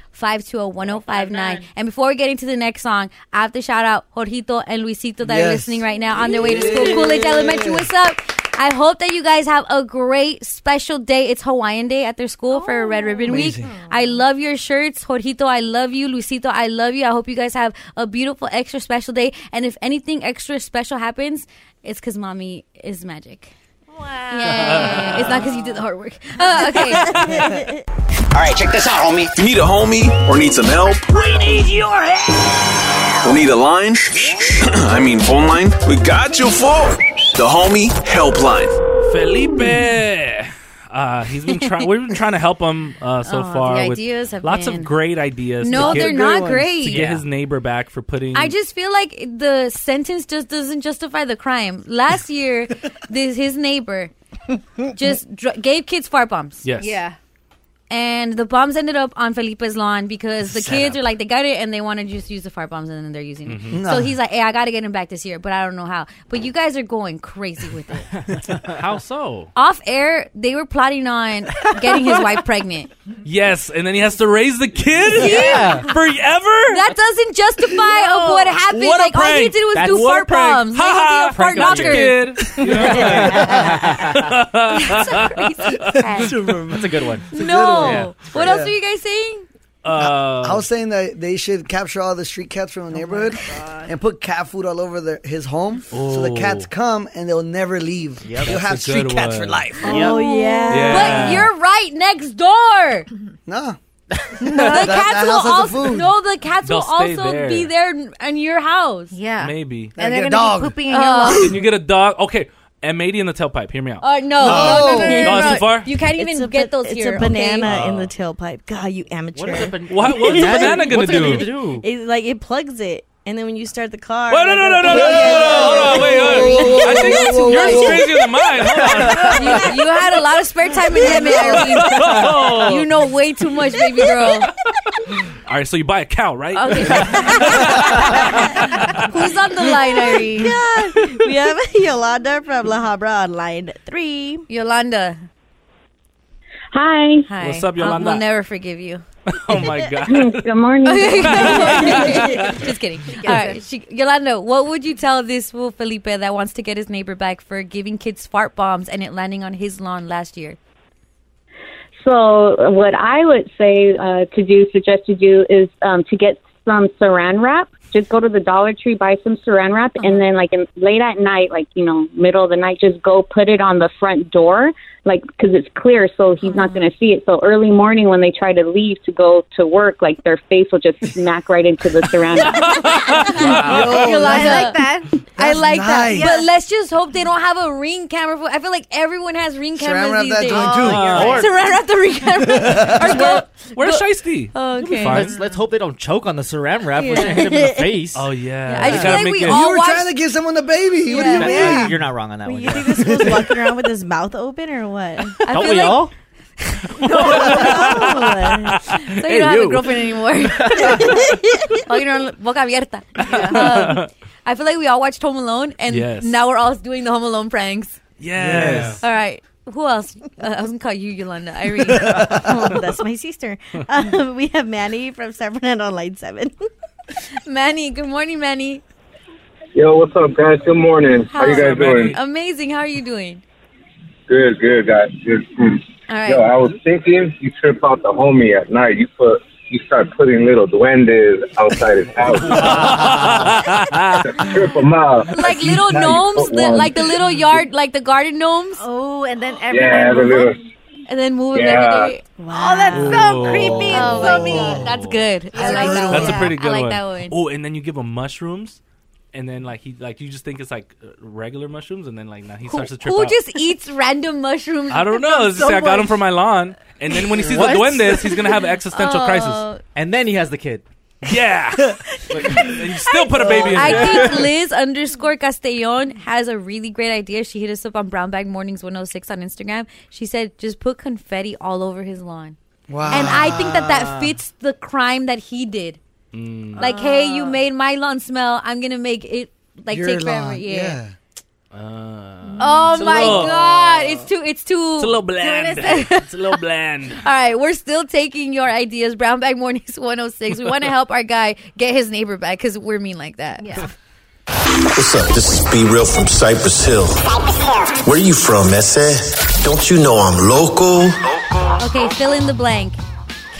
S2: oh, 818-520-1059. And before we get into the next song, I have to shout out Jorgito and Luisito that are
S19: Yes.
S2: listening right now on their way to school.
S19: Yeah.
S2: Coolidge Elementary, what's up? I hope that you guys have a great special day. It's Hawaiian Day at their school for Red Ribbon
S5: Amazing.
S2: Week. I love your shirts. Jorgito, I love you. Luisito, I love you. I hope you guys have a beautiful extra special day. And if anything extra special happens, it's because mommy is magic. Wow. It's not because you did the hard work. Uh, okay.
S14: All right, check this out, homie.
S8: Need a homie or need some help?
S14: We need your
S8: Or need a line? I mean, phone line? We got you for the homie helpline.
S4: Felipe. Uh, he's been trying. We've been trying to help him uh, so
S2: Oh, the
S4: far. with
S2: ideas have
S4: lots
S2: been-
S4: of great ideas. to
S2: No,
S4: get-
S2: they're not Good great.
S4: To get
S2: Yeah.
S4: his neighbor back for putting.
S2: I just feel like the sentence just doesn't justify the crime. Last year, this his neighbor just dr- gave kids fart bombs.
S4: Yes. Yeah.
S2: And the bombs ended up on Felipe's lawn because the
S4: Set
S2: kids
S4: up.
S2: are like they got it and they want to just use the fart bombs and then they're using it.
S4: Mhm.
S2: So
S4: Nah.
S2: he's like, "Hey, I got to get him back this year, but I don't know how." But you guys are going crazy with it.
S4: how so?
S2: Off air, they were plotting on getting his wife pregnant.
S4: Yes, and then he has to raise the kid.
S2: Yeah.
S4: forever.
S2: That doesn't justify of what happened.
S4: What a
S2: like all he
S4: prank.
S2: did was
S4: That's
S2: do
S4: what a
S2: fart
S4: prank.
S2: bombs. Like,
S4: Ha
S2: he'll be
S4: ha,
S2: a fart
S4: prank on your
S2: knocker.
S4: kid.
S5: That's
S6: That's a good one.
S2: No.
S5: Yeah.
S2: What else are you guys saying?
S4: Uh,
S5: I was saying that they should capture all the street cats
S2: Oh
S5: from the neighborhood and put cat food all over their, his home, so the
S4: Oh.
S5: cats come and they'll never leave. You'll
S4: That's
S5: have
S4: a good
S5: street cats for
S4: one.
S5: life.
S4: Oh,
S5: yeah.
S2: But you're right next door.
S5: No.
S2: The
S5: That- that
S2: cats will
S5: house has the
S2: also
S5: food.
S2: no. The cats
S4: They'll
S2: will
S4: stay
S2: also
S4: there.
S2: be there in your house.
S3: Yeah,
S4: Maybe.
S2: Oh.
S3: And they're gonna be pooping in your lawn.
S4: Can you get a dog? Okay. M80 in the tailpipe. Hear me out.
S7: Uh, no, no, no, no, no, no,
S4: Gone
S7: no.
S4: too far?
S7: You can't even
S2: It's a
S7: get
S2: ba-
S7: those
S2: it's a
S7: here.
S2: banana in
S7: the tailpipe. God, you amateur.
S6: What is a ban-
S4: What- what's Oh. a banana gonna
S6: What's it gonna
S4: do?
S6: do?
S7: It, like it plugs it, and then when you start the car.
S4: Wait, no,
S7: like,
S4: no,
S7: a-
S4: no, no, no, no, no, no, no, wait, wait. I think yours is crazier than mine. Hold on.
S2: You had a lot of spare time in Yemen, Irene. you know way too much, baby girl.
S4: All right, so you buy a cow, right?
S2: Who's on the line, Irene?
S7: God. We have Yolanda from La Habra on line three.
S2: Yolanda.
S19: Hi.
S2: Hi.
S4: What's up,
S2: I'll-
S4: Yolanda?
S2: We'll never forgive you.
S4: Oh my god.
S19: Good morning.
S2: Just kidding. All right, she, Yolanda, what would you tell this fool Felipe that wants to get his neighbor back for giving kids fart bombs and it landing on his lawn last year?
S19: So, what I would say uh, to do, suggest you do, is um, to get some saran wrap. Just go to the Dollar Tree, buy some saran wrap, and then, like, in, late at night, like, you know, middle of the night, just go put it on the front door, like, because it's clear, so he's not going to see it. So, early morning when they try to leave to go to work, like, their face will just smack right into the saran wrap.
S2: Yolanda,
S19: I
S2: like that. I like
S19: nice.
S2: that. But let's just hope they don't have a ring camera. For, I feel like everyone has ring cameras
S5: wrap
S2: these
S5: that
S2: days.
S5: joint, too. Yeah. Or-
S2: Saran wrap the ring camera. or go,
S4: Where's
S2: go-
S4: Shiesty?
S2: Oh, Okay.
S6: Let's, let's hope they don't choke on the saran wrap when they hit him in the face. Oh yeah.
S4: I just
S5: feel like
S4: we
S5: you were trying to give someone a baby. What do you mean?
S6: You're not wrong on that one.
S7: You think this fool's walking around with his mouth open or what?
S6: Don't we all?
S2: So you
S6: Hey,
S2: don't have
S6: you.
S2: a girlfriend anymore. oh, you know, boca abierta. Um, I feel like we all watched Home Alone, and
S4: Yes.
S2: now we're all doing the Home Alone pranks.
S4: Yes.
S2: All right. Who else? Uh, I was gonna call you Yolanda, Irene.
S7: Oh, that's my sister. Um, we have Manny from San Fernando on line seven.
S2: Manny, good morning, Manny.
S20: Yo, what's up, guys? Good morning. How, you guys doing?
S2: Amazing. How are you doing?
S20: Good, good, guys. Good. Mm.
S2: All right.
S20: Yo, I was thinking you trip out the homie at night. You put, you start putting little duendes outside his house. trip him out.
S2: like little
S20: Now you
S2: gnomes,
S20: put
S2: the,
S20: one.
S2: like the little yard, like the garden gnomes. Oh, and then
S20: Yeah, the little.
S2: and then move them
S20: Yeah.
S2: every day. Wow, oh, that's
S20: so Ooh. creepy
S2: and so mean. Oh That's good. I like that.
S4: That's
S2: one.
S4: a pretty good
S2: I like
S4: one.
S2: that one.
S4: Oh, and then you give him mushrooms, and then like he like you just think it's like uh, regular mushrooms, and then like now he
S2: Who,
S4: starts to trip
S2: who
S4: out.
S2: just eats random mushrooms?
S4: I don't know. It's just I got him from my lawn, and then when he sees the
S6: What?
S4: duendes, he's gonna have an existential crisis.
S2: Oh.
S6: And then he has the kid.
S4: Yeah. And you still put a baby in
S2: I
S4: there.
S2: think Liz underscore Castellon has a really great idea. She hit us up on Brown Bag Mornings 106 on Instagram. She said, just put confetti all over his lawn.
S7: Wow.
S2: And I think that that fits the crime that he did.
S4: Mm,
S2: Like, hey, you made my lawn smell. I'm going to make it, like,
S4: Ah. Your
S2: take forever.
S4: lawn,
S2: Yeah.
S4: yeah.
S2: Oh
S4: It's a
S2: my
S4: little-
S2: god, it's too it's too
S4: It's a little
S2: too
S4: bland.
S2: innocent.
S4: it's a little bland.
S2: All right, we're still taking your ideas. Brown Bag Mornings 106. We want to help our guy get his neighbor back because we're mean like that. Yeah.
S1: What's up? This is Be Real from Cypress Hill. Where you from, Ese? Don't you know I'm local?
S2: Okay, fill in the blank.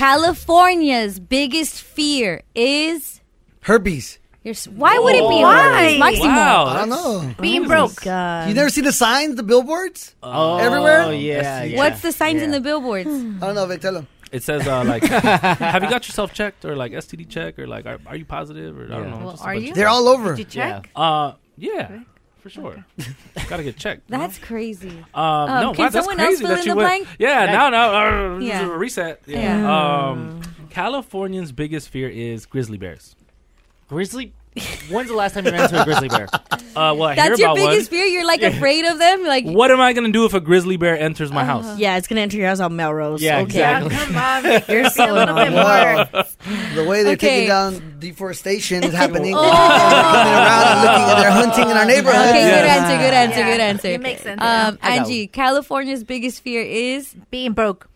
S2: California's biggest fear is
S5: Herpes.
S2: your. s- Why would it be
S5: Why?
S2: herpes, Maximo? Oh
S5: Wow, I don't know.
S2: Being
S5: broke. You never see the signs, the billboards everywhere?
S4: Oh, yeah, yeah.
S2: What's the signs in the billboards? I
S5: don't know, Vic. Tell them.
S4: It says uh, like, have you got yourself checked or like STD check or like, are, are you positive or I don't know.
S2: Well,
S4: just a
S2: are
S4: bunch
S2: you?
S4: of-
S2: They're all over. Did you check?
S4: Yeah. Uh, yeah, for sure. Gotta get checked. you know?
S2: That's crazy.
S4: Um, no,
S2: can
S4: wow, that's
S2: someone else
S4: crazy
S2: fill
S4: that
S2: in
S4: you
S2: the
S4: went-
S2: blank?
S4: Yeah,
S2: Yeah.
S4: now, now, uh,
S2: Yeah.
S4: yeah. reset. Yeah.
S6: Yeah.
S4: Um, Californians' biggest fear is grizzly bears.
S6: Grizzly. When's the last time you ran into a grizzly bear?
S4: Uh, well, I hear
S2: That's your
S4: about one.
S2: biggest fear. You're like afraid of them. Like
S4: What am I gonna do if a grizzly bear enters my
S2: Uh-huh.
S4: house?
S7: Yeah, it's gonna enter your house on Melrose.
S4: Yeah,
S7: okay.
S4: exactly. Yeah, come
S2: on,
S7: you're so annoying.
S5: The way they're
S7: Okay.
S5: taking down deforestation is happening. They're coming around and looking, and they're hunting in our neighborhood.
S2: Oh. Okay, good answer, good answer, good answer. It makes sense. Um,
S5: I got
S2: Angie, California's biggest fear is being broke.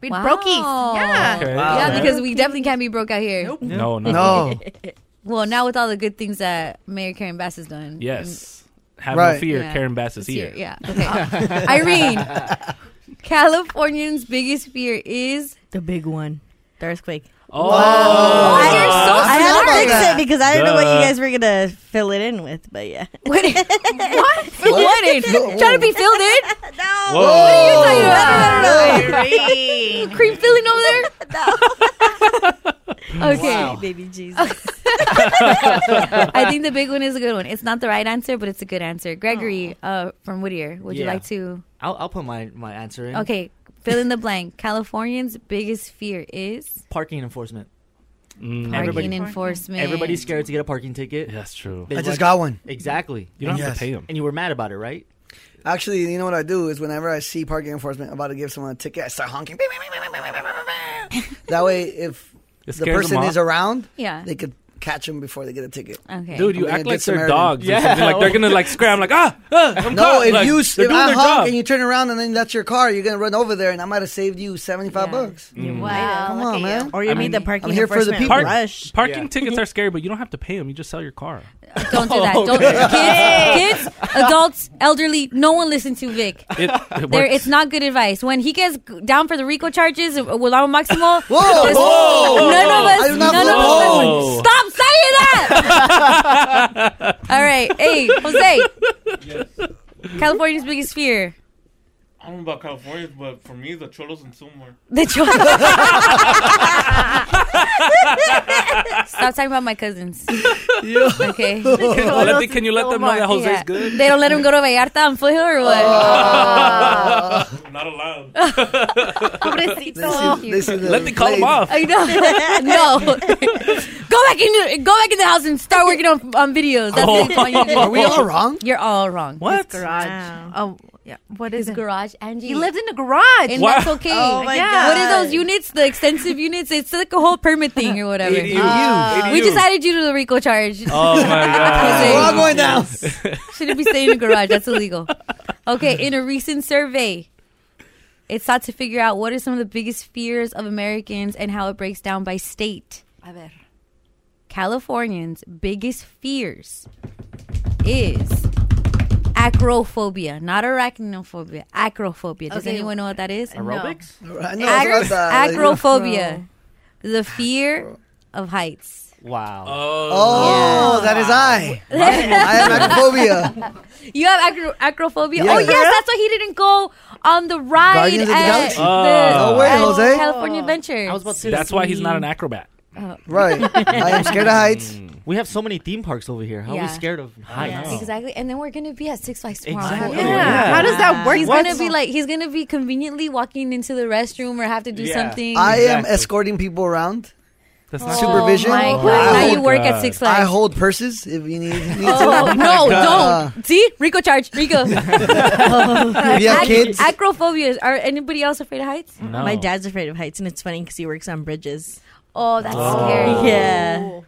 S2: Being
S3: brokies. Yeah.
S4: Okay.
S2: Yeah,
S4: Okay.
S2: because we definitely can't be broke out here. Nope.
S4: No, no. No.
S2: well, now with all the good things that Mayor Karen Bass has done. Mm.
S4: Yes. Have no
S5: Right.
S4: fear.
S2: Yeah.
S4: Karen Bass is
S2: It's
S4: here.
S2: Yeah. Okay. Irene, Californians' biggest fear is
S7: The big one, the earthquake.
S4: Oh,
S2: Wow. You're so
S7: I had
S2: smart.
S7: to fix it because I didn't know what
S2: Duh.
S7: you guys were gonna fill it in with, but yeah.
S2: Wait, what? Fill what in? Trying to be filled in?
S7: No.
S2: What are you talking
S7: No,
S2: about?
S7: no, no, no.
S2: Cream filling over there?
S4: up.
S2: Okay.
S7: Wow.
S2: Baby Jesus. I think the big one is a good one. It's not the right answer, but it's a good answer. Gregory uh, from Whittier, would you
S6: Yeah.
S2: like to?
S6: I'll, I'll put my, my answer in.
S2: Okay, fill in the blank. Californians' biggest fear is
S6: Parking enforcement. Mm.
S2: Parking enforcement.
S6: Everybody's scared to get a parking ticket.
S4: That's true.
S5: I just got one.
S6: Exactly.
S5: You don't have to Yes. pay
S6: them. And you were mad about it, right?
S5: Actually, you know what I do is whenever I see parking enforcement about to give someone a ticket, I start honking. that way, if
S4: It
S5: the
S4: scares
S5: person
S4: them off.
S5: is around,
S2: Yeah.
S5: they could catch them before they get a ticket.
S2: Okay.
S4: Dude, you
S5: I'm a
S4: act
S5: good
S4: like they're
S5: Samaritan.
S4: dogs. Yeah. Like they're gonna like scram like ah. ah I'm
S5: No,
S4: caught."
S5: if
S4: Like, they're
S5: you if
S4: doing
S5: I
S4: their
S5: honk
S4: job.
S5: and you turn around and then that's your car, you're gonna run over there, and I might have saved you seventy five bucks.
S4: Mm.
S2: Wow,
S5: come
S2: look
S5: on,
S2: at
S5: man.
S2: you. Or you I mean, mean the parking
S5: I'm here for the
S2: enforcement
S5: people.
S2: Park-
S4: Rush. Parking tickets are scary, but you don't have to pay them. You just sell your car.
S2: Don't
S7: Oh,
S2: do that. Don't kids, kids, adults, elderly. No one listen to Vic.
S4: It, it
S2: There,
S4: works.
S2: it's not good advice. When he gets g- down for the RICO charges uh, with Laura Maximo,
S5: Whoa,
S2: this-
S5: whoa.
S2: none of us,
S5: I do not
S2: none of
S5: believe-
S2: us. Stop saying that. All right, hey Jose, California's biggest fear.
S21: I don't know about California, but for me, the cholos and somewhere.
S2: The cholos. Stop talking about my cousins. Okay.
S4: Can you let, them- can you let them know that Jose's
S2: Yeah.
S4: good?
S2: They don't let him go to Vallarta and Foothill or what?
S21: Not allowed.
S2: Pobrecito.
S21: This is- this is Let a me call him blade. off.
S2: I know. no. go back in. Go back in the house and start working on on videos. That's
S4: Oh.
S2: what I want you to do.
S4: Are we all wrong?
S2: You're all wrong.
S4: What?
S2: His garage. Oh. Yeah. What is his garage? Angie.
S3: He lived in a garage.
S2: And
S3: Wow.
S2: that's okay.
S3: Oh my
S2: yeah.
S3: God.
S2: What are those units? The extensive units? It's like a whole permit thing or whatever.
S4: ADU. ADU.
S2: we just added you to the RICO charge.
S4: Oh my god.
S2: Jose. We're all going
S5: down.
S2: Shouldn't be staying in a garage. That's illegal. Okay, in a recent survey, it sought to figure out what are some of the biggest fears of Americans and how it breaks down by state.
S3: A ver.
S2: Californians' biggest fears is acrophobia, not arachnophobia, acrophobia. Does
S3: Okay.
S2: anyone know what that is?
S3: Aerobics?
S5: No. I know
S2: Ac-
S5: about that.
S2: acrophobia, the fear of heights.
S6: Wow.
S5: Oh, that is I. I have acrophobia.
S2: You have acro- acrophobia.
S5: Yeah.
S2: Oh yes, that's why he didn't go on the ride
S5: Guardians of the
S2: at
S5: Galaxy. Oh. No way,
S2: at
S5: Jose.
S2: California Adventure. I was about
S4: That's why he's not
S2: Mm.
S4: an acrobat.
S2: Oh.
S5: Right. I am scared of heights.
S6: Mm. We have so many theme parks over here. How are we scared of heights?
S2: Exactly, and then we're gonna be at Six Flags tomorrow.
S6: Exactly. Yeah. Yeah. How does that work?
S2: He's
S6: What's-
S2: gonna be like he's gonna be conveniently walking into the restroom or have to do
S5: Yeah.
S2: something.
S5: I am escorting people around.
S4: That's
S2: not-
S5: supervision.
S2: Oh my God. Now you work at Six Flags.
S5: I hold purses if you need. need
S2: Oh,
S5: some.
S2: no,
S5: Uh,
S2: don't. See? Rico charge. Rico.
S5: If you have kids.
S2: Acrophobias. Are anybody else afraid of heights?
S4: No.
S7: My dad's afraid of heights, and it's funny because he works on bridges.
S2: Oh, that's
S4: Oh.
S2: scary.
S7: Yeah.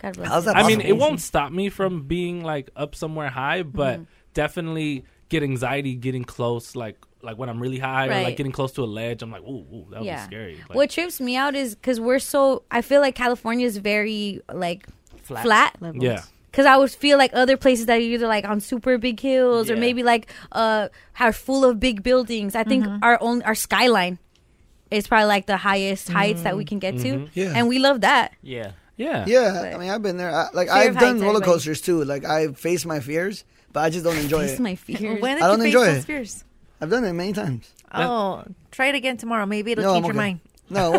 S2: God bless.
S7: How's
S2: you.
S7: that
S4: I mean, it
S7: possible?
S4: won't stop me from being like up somewhere high,
S2: Mm-hmm.
S4: but definitely get anxiety getting close, like like when I'm really high or
S2: Right.
S4: like getting close to a ledge. I'm like, ooh, ooh that would be scary. Like,
S2: what trips me out is because we're so. I feel like California is very like
S4: Flat.
S2: flat.
S4: Levels. Yeah.
S2: Because I always feel like other places that are either like on super big hills or
S4: Yeah.
S2: maybe like uh are full of big buildings. I think
S3: Mhm.
S4: Mm-hmm.
S2: our own our skyline is probably like the highest heights that we can get
S5: Mhm.
S2: to.
S5: Yeah.
S2: And we love that.
S6: Yeah.
S4: Mm. Mm-hmm. Yeah.
S5: Yeah. I mean, I've been there. I, like
S2: Fear of
S5: I've done
S2: heights,
S5: roller
S2: everybody.
S5: coasters too. Like I've faced my fears, but I just don't enjoy
S2: Face
S5: it.
S2: my fears.
S3: When did
S5: I don't
S3: you face
S5: enjoy
S3: those
S5: it.
S3: fears?
S5: I've done it many times.
S3: Oh, try it again tomorrow. Maybe it'll
S5: No,
S3: change
S5: I'm
S3: your
S5: okay.
S3: mind.
S5: No, it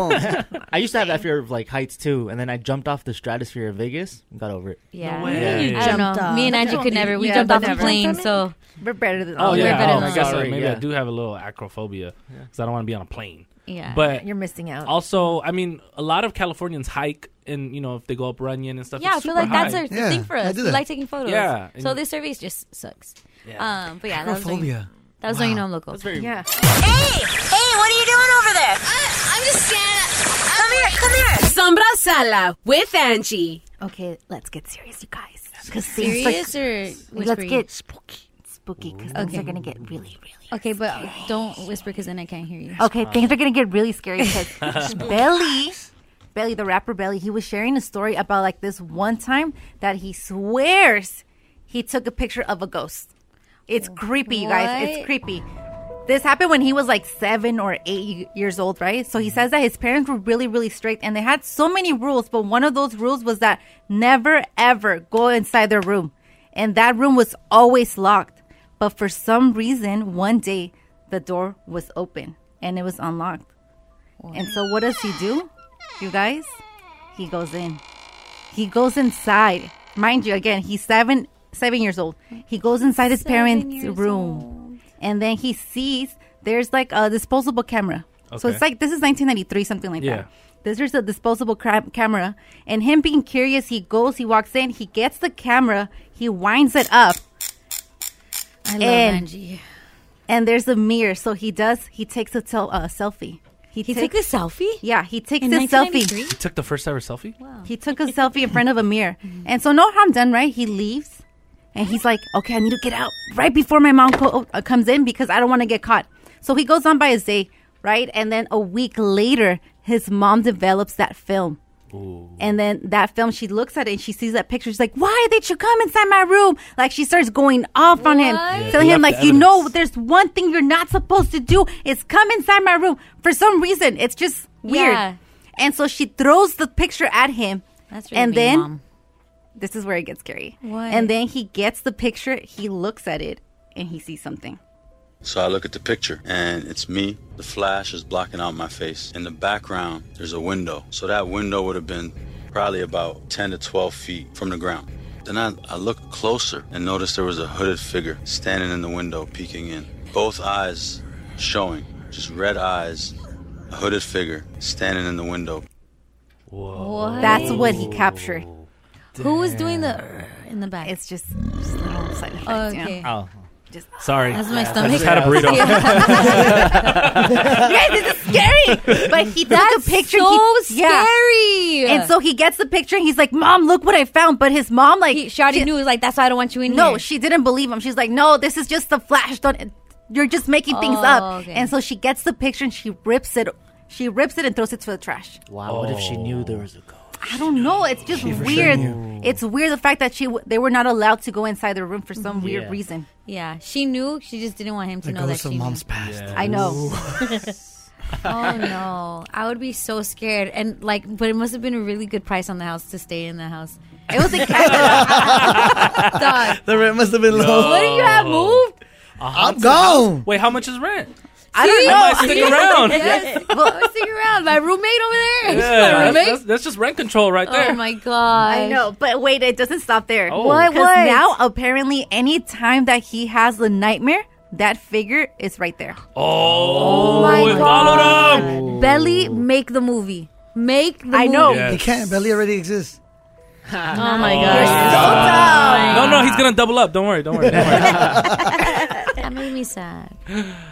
S5: won't.
S6: I used to have that fear of like heights too, and then I jumped off the stratosphere in Vegas and got over it.
S2: Yeah. No way. You I don't jumped know. off. Me and Angie could never- we jumped off a plane, so-
S3: we're better than.
S4: Oh,
S3: we're
S4: yeah.
S3: better
S4: Oh,
S3: than
S4: I guess
S3: all.
S4: I, maybe I
S6: yeah.
S4: do have a little acrophobia because I don't want to be on a plane.
S3: Yeah.
S4: But
S3: You're missing out.
S4: Also, I mean, a lot of Californians hike and, you know, if they go up Runyon and stuff.
S2: yeah, I
S4: it's
S2: feel
S4: super
S2: like that's
S4: high.
S2: a thing for us. We like taking photos.
S4: Yeah.
S2: So
S4: and-
S2: this survey just sucks.
S4: Yeah.
S2: Um, but yeah, that was when you-
S4: Acrophobia.
S2: that was when you
S4: Wow.
S2: know I'm local.
S4: That's very-
S2: yeah.
S11: Hey, what are you doing over there? I, I'm just standing. Come here, come here.
S22: Sombra Sala with Angie.
S3: Okay, let's get serious, you guys. Because
S2: Serious or
S3: let's
S2: whispery?
S3: get spooky, spooky. Because things
S2: Okay.
S3: are gonna get really, really.
S2: Okay, but don't whisper because then I can't hear you.
S3: Okay, things are gonna get really scary because Belly, Belly, the rapper Belly, he was sharing a story about like this one time that he swears he took a picture of a ghost. It's creepy, you guys. It's
S2: What?
S3: creepy. This happened when he was like seven or eight y- years old, right? So he says that his parents were really, really strict and they had so many rules, but one of those rules was that never ever go inside their room. And that room was always locked. But for some reason, one day the door was open and it was unlocked. And so what does he do? You guys? he goes in. He goes inside. Mind you, again, he's seven seven years old. He goes inside his parents' room, and then he sees there's like a disposable camera. So
S11: Okay.
S3: it's like this is 1993, something like
S11: Yeah.
S3: that. This is a disposable cra- camera, and him being curious, he goes, he walks in, he gets the camera, he winds it up.
S2: I love Angie.
S3: And there's a mirror, so he does. He takes a tel- uh, selfie. He,
S2: took
S3: takes-
S2: a selfie?
S3: Yeah, he takes
S2: In
S3: a selfie.
S4: 1993? He took the first ever selfie.
S3: He took a selfie in front of a mirror. And so, no harm done, right? He leaves and he's like, okay, I need to get out right before my mom co- uh, comes in because I don't want to get caught. So he goes on by his day, right? And then a week later, his mom develops that film. And then that film, she looks at it and she sees that picture. She's like, "Why did you come inside my room?" Like she starts going off on him,
S11: Yeah,
S3: telling
S11: he
S3: him
S11: left
S3: like,
S11: the
S3: "You know, there's one thing you're not supposed to do is come inside my room." For some reason, it's just weird.
S2: Yeah.
S3: And so she throws the picture at him.
S2: That's really
S3: and
S2: mean,
S3: then
S2: Mom.
S3: this is where it gets scary.
S2: What?
S3: And then he gets the picture. He looks at it and he sees something.
S23: So I look at the picture and it's me. The flash is blocking out my face. In the background, there's a window. So that window would have been probably about 10 to 12 feet from the ground. Then I, I looked closer and noticed there was a hooded figure standing in the window peeking in. Both eyes showing, just red eyes, a hooded figure standing in the window.
S2: What?
S3: That's what he captured.
S2: Who was doing the "Urgh" in the back?
S3: It's just, just little side effects.
S2: Oh,
S3: you know?
S2: okay.
S4: Oh.
S3: Just-
S4: Sorry.
S3: That's my
S4: I
S3: stomach.
S4: just had a burrito.
S3: Guys, this is scary. But he took
S2: That's
S3: a picture.
S2: so
S3: he, yeah.
S2: scary.
S3: And so he gets the picture. And he's like, "Mom, look what I found." But his mom, like, she already knew.
S2: Like, that's why I don't want you in
S3: no,
S2: here.
S3: she didn't believe him. She's like, "No, this is just a flash. Don't. You're just making things
S2: Oh,
S3: up."
S2: okay.
S3: And so she gets the picture and she rips it. She rips it and throws it to the trash.
S6: Wow, what if she knew there was a ghost?
S3: I don't know. It's just
S6: for sure
S3: weird.
S6: knew.
S3: It's weird the fact that she w- they were not allowed to go inside the room for some
S2: Mm-hmm. Yeah.
S3: weird reason.
S2: Yeah, she knew. She just didn't want him to
S3: The
S2: know that
S3: ghost of
S2: she
S3: mom's
S2: knew.
S3: past. I know.
S2: oh no, I would be so scared. And like, but it must have been a really good price on the house to stay in the house. It was a
S5: The rent must have been low.
S2: What do you have moved?
S4: A
S5: I'm
S4: haunted
S5: gone.
S4: house? Wait, how much is rent?
S3: I don't
S2: See?
S3: know.
S4: I might stick
S2: See?
S4: around.
S2: Yes. Well, I stick around. My roommate over
S4: Yeah,
S2: there. My
S4: that's,
S2: roommate.
S4: that's- that's just rent control right there.
S2: Oh my god!
S3: I know, but wait, it doesn't stop there.
S4: Oh.
S3: What?
S4: What,
S2: what?
S3: Now, apparently, any time that he has a nightmare, that figure is right there.
S4: Oh, it followed him.
S2: Belly, make the movie. Make the
S3: I
S2: movie.
S3: know.
S5: He can't. Belly already exists.
S2: Oh my
S4: No, no, he's gonna double up. Don't worry, don't worry. Don't worry.
S2: god! That made me sad.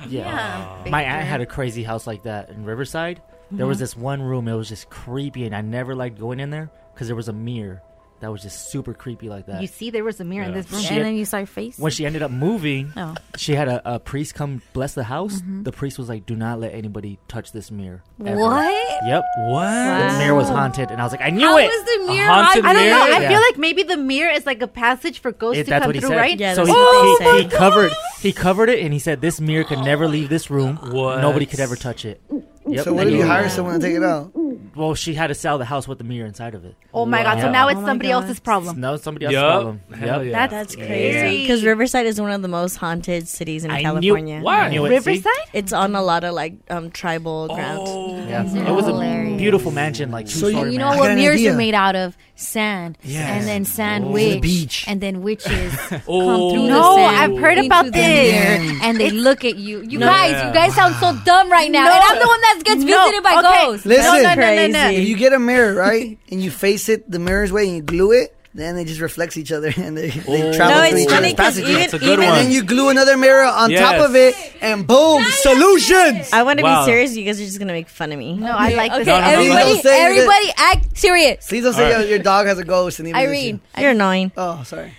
S6: Yeah. My aunt had a crazy house like that in Riverside. There was
S2: Mhm.
S6: this one room, it was just creepy, and I never liked going in there because there was a mirror that was just super creepy like that.
S3: You see, there was a mirror in
S6: Yeah.
S3: this room.
S6: Shit. And then
S2: you saw your face.
S6: when she ended up moving,
S2: Oh.
S6: she had a, a priest come bless the house.
S2: Mhm.
S6: The priest was like, "Do not let anybody touch this mirror." ever."
S2: What?
S6: Yep. What? The mirror was
S2: Wow.
S6: haunted, and I was like, "I knew
S2: How
S6: it."
S2: was the
S6: A
S2: mirror
S6: haunted
S3: I don't know.
S6: mirror?
S3: I
S6: Yeah.
S3: feel like maybe the mirror is like a passage for ghosts
S6: It-
S3: to come through, right?
S6: so he,
S3: oh,
S6: he- he covered he covered it, and he said, "This mirror could never leave this room. Nobody could ever touch it." Yep.
S5: So what
S6: And
S5: if
S6: he-
S5: you hire someone to take it out?
S6: Well, she had to sell the house with the mirror inside of it.
S3: Oh my god! So
S6: Yep.
S3: now it's somebody
S2: Oh
S3: else's problem.
S6: Now it's somebody else's
S4: Yup.
S6: problem.
S4: Hell
S6: Yep.
S4: yeah.
S7: That's
S4: Yeah.
S7: crazy
S3: Yeah.
S7: because Riverside is one of the most haunted cities in
S6: I knew-
S7: California.
S6: why? I knew it, see? Riverside?
S7: It's on a lot of like um, tribal
S4: Oh.
S7: grounds.
S6: Yeah. It was a beautiful mansion, like two story
S2: you know what mirrors are made out of? Sand. And then sand
S6: Oh.
S2: witch.
S6: The beach.
S2: And then witches come
S6: Oh.
S2: through
S3: No,
S2: the sand.
S3: I've heard
S2: into
S3: about
S2: the
S3: this.
S2: mirror, and they look at you. You guys,
S5: Yeah.
S2: you guys sound so dumb right now.
S3: No.
S2: And I'm the one that gets
S3: No.
S2: visited by
S3: Okay.
S2: ghosts.
S5: Listen,
S3: no, no, no.
S5: if you get a mirror, right, and you face it the mirror's way and you glue it, then it just reflects each other and they, they travel
S7: No,
S5: through
S7: it's
S5: each
S7: funny
S5: other's
S7: 'cause
S5: passages.
S7: even- That's a good
S5: and
S7: one.
S5: then you glue another mirror on top
S7: Yes.
S5: of it, and boom, solutions.
S7: I want to
S5: Wow.
S7: be serious. You guys are just gonna make fun of me. No,
S3: I like
S2: Okay, everybody, everybody act serious.
S5: Please don't say your, your dog has a ghost. And he believes
S2: Irene,
S7: you're annoying.
S5: Oh, sorry.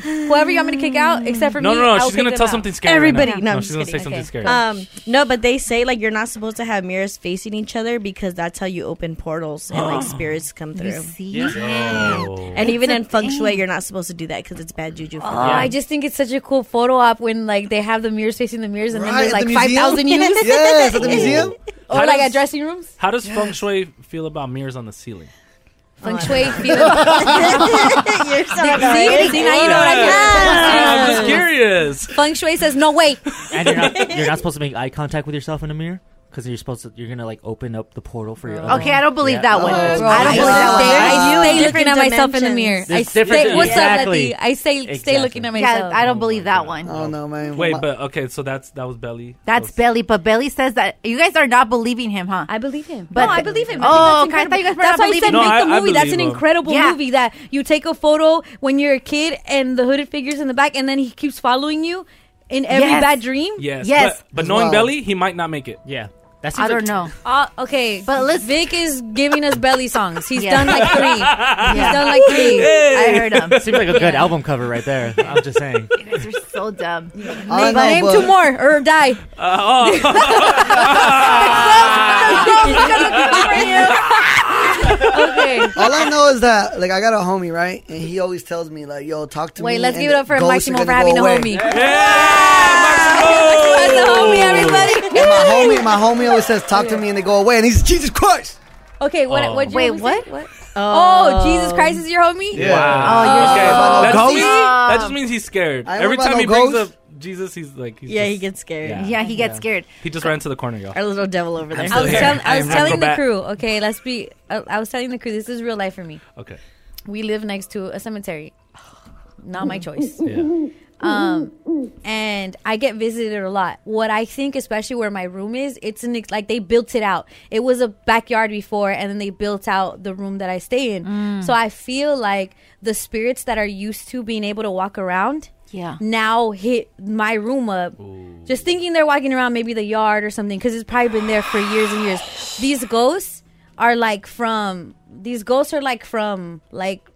S2: whoever you want me to kick out, except for
S4: No,
S2: me.
S4: no, no,
S2: I will
S4: she's gonna
S2: kick them
S4: tell
S2: out.
S4: something scary right
S7: Everybody,
S4: now.
S7: no,
S4: No,
S7: I'm
S4: she's
S7: just
S4: gonna say
S7: kidding.
S4: something
S7: Okay.
S4: scary.
S7: Um, no, but they say like you're not supposed to have mirrors facing each other because that's how you open portals and like spirits come through.
S3: see?
S2: Yeah.
S7: And
S2: It's
S7: even
S2: a
S7: in feng shui,
S2: thing.
S7: you're not supposed to do that because it's bad juju. For
S2: Oh,
S7: them.
S2: I just think it's such a cool photo op when like they have the mirrors facing the mirrors and
S5: Right,
S2: then
S5: at
S2: there's
S5: the
S2: like five thousand
S5: museum?
S2: units.
S5: Yes, at the museum.
S2: or
S4: How
S2: Oh, like
S4: does-
S2: at dressing rooms.
S4: How does feng shui feel about mirrors on the ceiling?
S2: Feng
S7: Oh,
S2: shui
S7: I-
S2: feel.
S7: You're so
S2: See,
S7: annoying.
S2: see, now you know what I
S4: I'm
S2: mean.
S4: just curious.
S2: Feng shui says no way.
S6: And you're not, you're not supposed to make eye contact with yourself in the mirror because you're supposed to you're gonna like open up the portal for your.
S2: Oh.
S3: Okay,
S6: other
S3: I don't believe that one. Bro, I don't believe that
S2: Stay,
S3: one.
S2: I
S3: Wow.
S2: stay looking at
S3: Different
S2: myself in the mirror.
S3: dimensions.
S2: I
S6: There's
S2: stay,
S6: different-
S2: what's
S6: Exactly.
S2: up, Leti? I say, stay looking at myself.
S3: Yeah, I don't believe that one.
S5: Oh no, man.
S4: Wait, but okay, so that's that was Belly.
S3: That's Belly, but Belly says that you guys are not believing him, huh? I
S2: believe him.
S3: But
S2: no, I believe him. I
S3: Oh,
S2: think
S3: okay, I thought you guys were
S2: that's
S3: not
S2: why I said
S3: believing. him.
S2: make the
S4: I- I
S2: movie. that's an
S4: believe him.
S2: incredible
S3: Yeah.
S2: movie that you take a photo when you're a kid and the hooded figures in the back, and then he keeps following you in every
S3: Yes.
S2: bad dream.
S4: Yes.
S3: Yes.
S4: But, but
S3: As
S4: knowing
S3: well.
S4: Belly, he might not make it.
S6: Yeah. That's
S2: I don't
S3: know.
S2: Uh, okay, but let's. Vic is giving us belly songs. He's
S3: Yeah.
S2: done like three. He's
S3: Yeah.
S2: done like three.
S3: I heard him.
S6: Seems like a good album cover right there. I'm just saying.
S3: You guys are so dumb.
S2: Name, name two more or die. okay.
S5: All I know is that like I got a homie, right? And he always tells me like, "Yo, talk to me."
S2: Wait, let's
S5: and
S2: give it up for
S5: ghosts are
S2: Maximo
S5: gonna
S2: for
S5: go
S2: having a
S5: away.
S2: homie.
S4: That's
S2: a homie, everybody.
S5: And my homie, my homie always says, "Talk to me," and they go away, and he's Jesus Christ.
S2: Okay, what?
S5: Oh.
S2: what
S3: Wait,
S2: what? What? Oh. Jesus Christ is your homie.
S5: Yeah.
S4: Wow.
S5: Oh, you're
S4: Okay,
S5: so
S4: that,
S5: dumb.
S4: just means,
S2: Uh, Um,
S4: that just means he's scared.
S5: I ain't
S4: Every
S5: worried
S4: time
S5: about
S4: he
S5: no
S4: brings
S5: ghost.
S4: up Jesus, he's like, he's
S2: Yeah,
S4: just-
S2: he gets scared.
S3: Yeah, he gets scared.
S4: He just ran to the corner, y'all.
S2: Our little devil over
S4: I'm
S2: there.
S4: still
S2: I was,
S4: here.
S2: tell- I
S4: I
S2: was
S4: am
S2: telling the
S4: acrobat.
S2: crew. Okay, let's be. I, I was telling the crew. This is real life for me.
S4: Okay.
S2: We live next to a cemetery. Not my choice.
S4: Yeah.
S2: Um, and I get visited a lot. What I think, especially where my room is, it's an ex- like they built it out. It was a backyard before, and then they built out the room that I stay in.
S3: Mm.
S2: So I feel like the spirits that are used to being able to walk around,
S3: Yeah.
S2: now hit my room up. Just thinking they're walking around maybe the yard or something because it's probably been there for years and years. These ghosts are like from these ghosts are like from like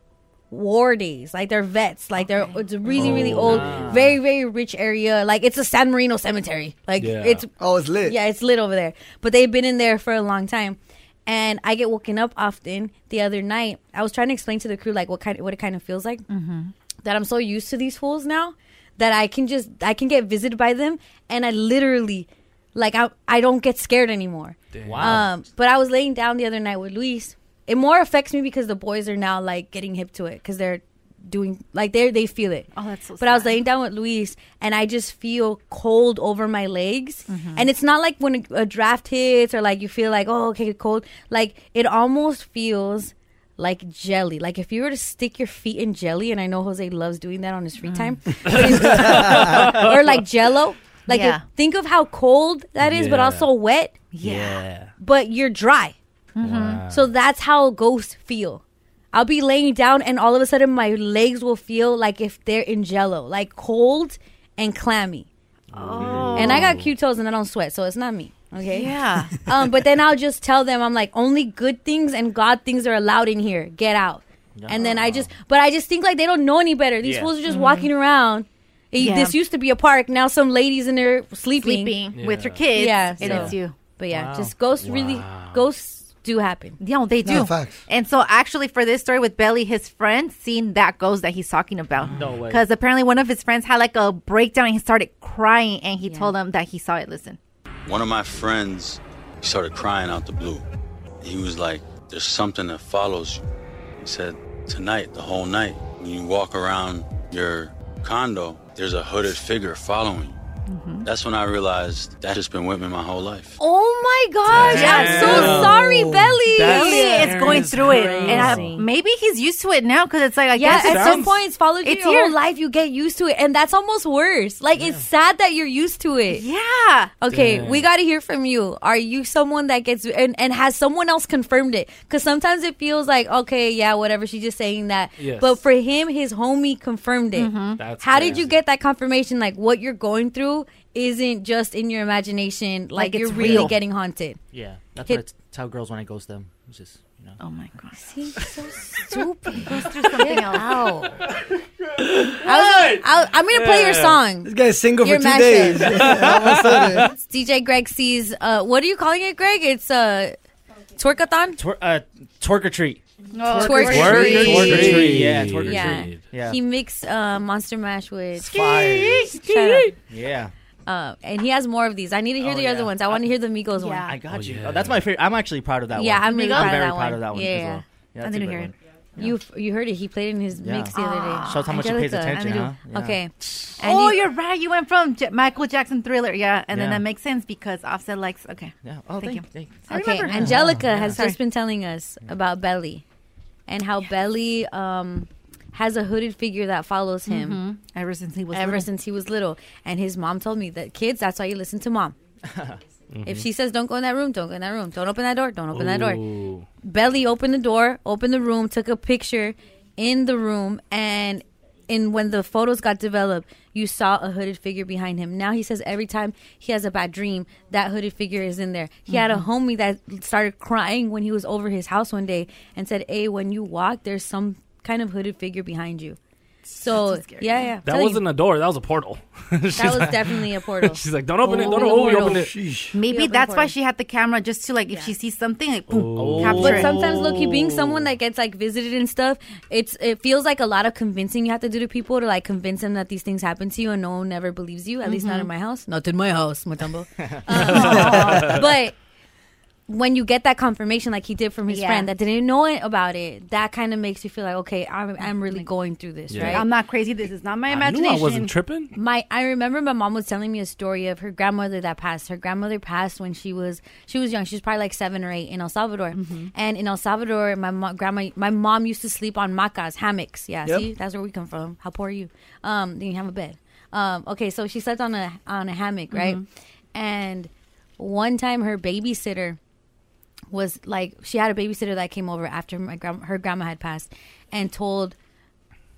S2: war days like they're vets like they're it's really really
S5: Oh,
S2: old
S5: nah.
S2: very very rich area like it's a san marino cemetery like
S5: Yeah.
S2: it's
S5: oh it's lit
S2: yeah it's lit over there but they've been in there for a long time and i get woken up often the other night i was trying to explain to the crew like what kind what it kind of feels like
S11: Mm-hmm.
S2: that I'm so used to these fools now that I can just I can get visited by them and I literally like I I don't get scared anymore.
S11: Damn. Wow.
S2: Um, but I was laying down the other night with Luis. It more affects me because the boys are now like getting hip to it because they're doing like they they feel it.
S3: Oh, that's so
S2: But I was laying down with Luis, and I just feel cold over my legs,
S3: Mm-hmm.
S2: and it's not like when a, a draft hits or like you feel like oh okay cold. Like it almost feels like jelly. Like if you were to stick your feet in jelly, and I know Jose loves doing that on his
S3: Mm.
S2: free time, or like Jello. Like
S3: Yeah.
S2: if- think of how cold that is, but
S3: Yeah.
S2: also wet.
S3: Yeah.
S2: But you're dry.
S3: Mm-hmm.
S2: So that's how ghosts feel. I'll be laying down and all of a sudden my legs will feel like if they're in jello, like cold and clammy.
S3: Oh.
S2: And I got cute toes and I don't sweat, so it's not me. Okay.
S3: Yeah.
S2: um, but then I'll just tell them I'm like only good things and God things are allowed in here. Get out. And then I just, but I just think like they don't know any better. These
S3: Yeah.
S2: fools are just walking around. It-
S3: Mm-hmm. Yeah.
S2: This used to be a park. Now some ladies in there sleeping,
S3: Sleeping with her Yeah. kids,
S2: Yeah,
S3: and it's you.
S2: But yeah,
S3: Wow.
S2: just ghosts really ghosts do happen.
S3: Yeah, they do. And so, actually, for this story with Belly, his friend seen that ghost that he's talking about. No
S2: way.
S3: Because apparently, one of his friends had like a breakdown and he started crying, and he told him that he saw it. Listen.
S23: One of my friends he started crying out the blue. He was like, There's something that follows you. He said, Tonight, the whole night, when you walk around your condo, there's a hooded figure following you. That's when I realized that's just been with me my whole life.
S2: Oh my gosh! I'm so
S23: Damn.
S2: sorry, Belly.
S23: That's
S3: Belly is going through it, and I, maybe he's used to it now because it's like I
S2: Yeah,
S3: guess
S2: at some point it's followed you
S3: It's
S2: your
S3: here.
S2: whole life. You get used to it, and that's almost worse. Like it's sad that you're used to it.
S3: Yeah.
S2: Okay,
S3: Damn.
S2: we got to hear from you. Are you someone that gets and, and has someone else confirmed it? Because sometimes it feels like okay, yeah, whatever. She's just saying that.
S11: Yes.
S2: But for him, his homie confirmed it.
S3: Mm-hmm.
S11: Mhm. That's
S2: How did
S11: crazy.
S2: you get that confirmation? Like what you're going through isn't just in your imagination. Like,
S3: Like, it's
S2: you're really
S3: real.
S2: getting haunted.
S6: Yeah, that's
S2: Hit-
S6: what I tell girls when I ghost them. It's just you know.
S3: Oh my god,
S2: see, so stupid.
S3: Goes through something else.
S2: I was, I, I'm gonna play your
S5: Yeah.
S2: song.
S5: This guy's single
S2: Your
S5: for two
S2: mashup.
S5: days. All of a sudden.
S2: It's DJ Greg sees. Uh, what are you calling it, Greg? It's uh, twerkathon.
S6: Twer- uh, twerk or treat.
S2: No,
S6: Twerk or
S2: twerk or
S6: treat.
S2: treat.
S6: Twerk or treat. Yeah, twerk or
S2: yeah.
S6: treat. Yeah.
S2: He mixed uh, Monster Mash with
S6: Fire.
S2: Shut up.
S6: Yeah.
S2: Uh, and he has more of these. I need to hear
S6: Oh,
S2: the
S6: yeah.
S2: other ones. I want to hear the Migos one.
S6: I got you. Oh, that's my favorite. I'm actually proud of that
S2: Yeah,
S6: one.
S2: I'm really proud of
S6: very
S2: that
S6: proud
S2: one.
S6: of that one
S2: Yeah,
S6: as
S2: yeah.
S6: well. Yeah,
S2: I
S6: that's a
S2: didn't
S6: great
S2: hear
S6: one.
S2: it. You you heard it. He played in his
S6: Yeah.
S2: mix the other day.
S6: Ah. Shows how much he pays
S2: Angelica.
S6: attention,
S2: Angelica.
S6: huh? Yeah.
S2: Okay.
S3: oh,
S2: he-
S3: you're right. You went from J- Michael Jackson Thriller, yeah, and then
S2: Yeah.
S3: that makes sense because Offset likes. Okay.
S6: Yeah. Oh, thank- thank- I
S2: Okay,
S6: remember.
S2: Angelica
S3: Oh, yeah.
S2: has
S3: Sorry.
S2: just been telling us about Belly and how Belly um, has a hooded figure that follows him
S3: Mhm. ever since he was
S2: ever
S3: little.
S2: since he was little. And his mom told me that kids, that's why you listen to mom. If
S9: Mm-hmm.
S11: Mhm.
S2: she says don't go in that room, don't go in that room. Don't open that door, don't open that door.
S11: Ooh.
S2: Belly opened the door, opened the room, took a picture in the room, and in when the photos got developed, you saw a hooded figure behind him. Now he says every time he has a bad dream, that hooded figure is in there. He had a
S11: Mhm.
S2: homie that started crying when he was over his house one day and said, "Hey, when you walk, there's some kind of hooded figure behind you." So yeah, yeah.
S4: That
S2: Tell you.
S4: wasn't a door. That was a portal. that was
S2: was definitely a portal.
S4: She's like, don't open it.
S2: Oh,
S4: Don't
S2: the
S4: open it.
S2: portal.
S4: Open it.
S3: Maybe
S2: opened
S3: that's
S2: for
S3: why
S2: him.
S3: she had the camera just to like if she sees something like boom
S4: Oh.
S3: capture
S2: But
S3: it.
S2: sometimes, Loki, being someone that gets like visited and stuff, it's it feels like a lot of convincing you have to do to people to like convince them that these things happen to you, and no one ever believes you. At least not
S17: Mhm.
S2: in my
S4: Oh.
S2: house. Not in my house, Mutombo.
S17: Aw.
S2: but when you get that confirmation, like he did from his
S3: Yeah.
S2: friend that didn't know it about it, that kind of makes you feel like, okay, I'm, I'm really going through this,
S4: Yeah.
S2: right?
S4: I'm
S2: not crazy. This is not my
S4: I knew I wasn't tripping.
S2: my I remember my mom was telling me a story of her grandmother that passed. Her grandmother passed when she was she was young. She was probably like seven or eight in El Salvador. And in El Salvador, my mo- grandma my mom used to sleep on macas hammocks. Yeah,
S11: Yep.
S2: see, that's where we come from. How poor are you? Um, you have a bed. Um, okay, so she slept on a on a hammock, right?
S11: Mhm.
S2: And one time, her babysitter was like she had a babysitter that came over after my gram- her grandma had passed and told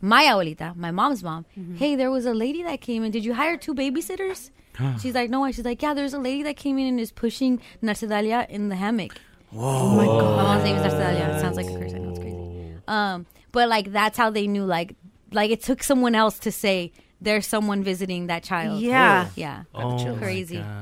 S2: my abuelita, my mom's mom, hey, there was a lady that came in. Did you hire two babysitters? She's like, no. And she's like, yeah, there's a lady that came in and is pushing Narcedalia in the hammock.
S11: Oh my god.
S2: My mom's name is Narcedalia. It sounds like a curse. I know it's crazy. Um, but like that's how they knew. Like, like it took someone else to say there's someone visiting that child.
S3: Yeah. Oh.
S2: yeah,
S4: Oh my
S2: crazy.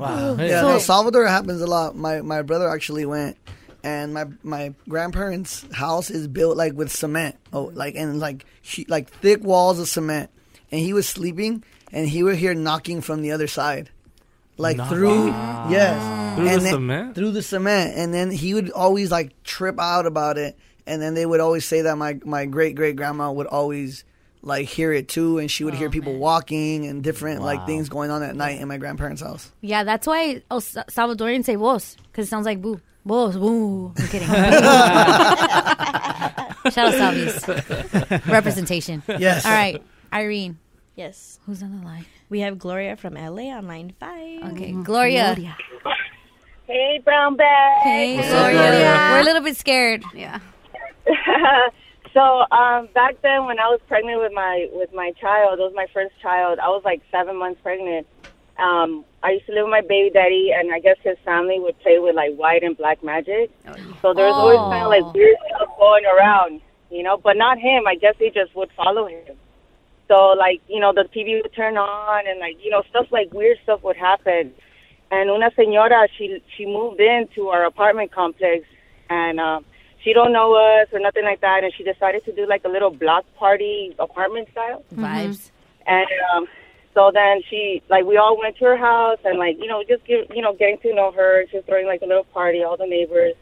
S5: Wow.
S2: Hey.
S5: Yeah,
S2: So-
S5: El Salvador happens a lot. My my brother actually went, and my my grandparents' house is built like with cement, oh, like and like she, like thick walls of cement, and he was sleeping, and he would hear knocking from the other side, like
S4: Knock-
S5: through
S4: Wow.
S5: yes
S4: Through the
S5: And then-
S4: cement?
S5: through the cement, and then he would always like trip out about it, and then they would always say that my my great great grandma would always. Like hear it too, and she would
S4: Oh,
S5: hear people walking and different like
S2: Wow.
S5: things going on at night in my grandparents' house.
S2: Yeah, that's why El Sa- Salvadorians say vos because it sounds like boo. Vos, boo. I'm kidding. Shout out Salvies. Representation.
S7: Yes.
S2: All right, Irene.
S7: Yes.
S2: Who's on the line?
S7: We have Gloria from LA on line five.
S2: Okay, Gloria.
S13: Hey, brown bag.
S2: Hey,
S7: What's
S2: Gloria.
S7: up, Gloria?
S2: We're a little bit scared.
S3: Yeah.
S13: so um, back then, when I was pregnant with my with my child, it was my first child. I was like seven months pregnant. Um, I used to live with my baby daddy, and I guess his family would play with like white and black magic. So there was always
S2: Oh.
S13: kind of like weird stuff going around, you know. But not him. I guess they just would follow him. So like you know, the TV would turn on, and like you know, stuff like weird stuff would happen. And una señora, she she moved into our apartment complex, and um, she don't know us or nothing like that, and she decided to do like a little block party apartment style.
S2: Vibes.
S13: And um, so then she, like, we all went to her house and, like, you know, just give, you know, getting to know her. She was throwing, like, a little party, all the neighbors.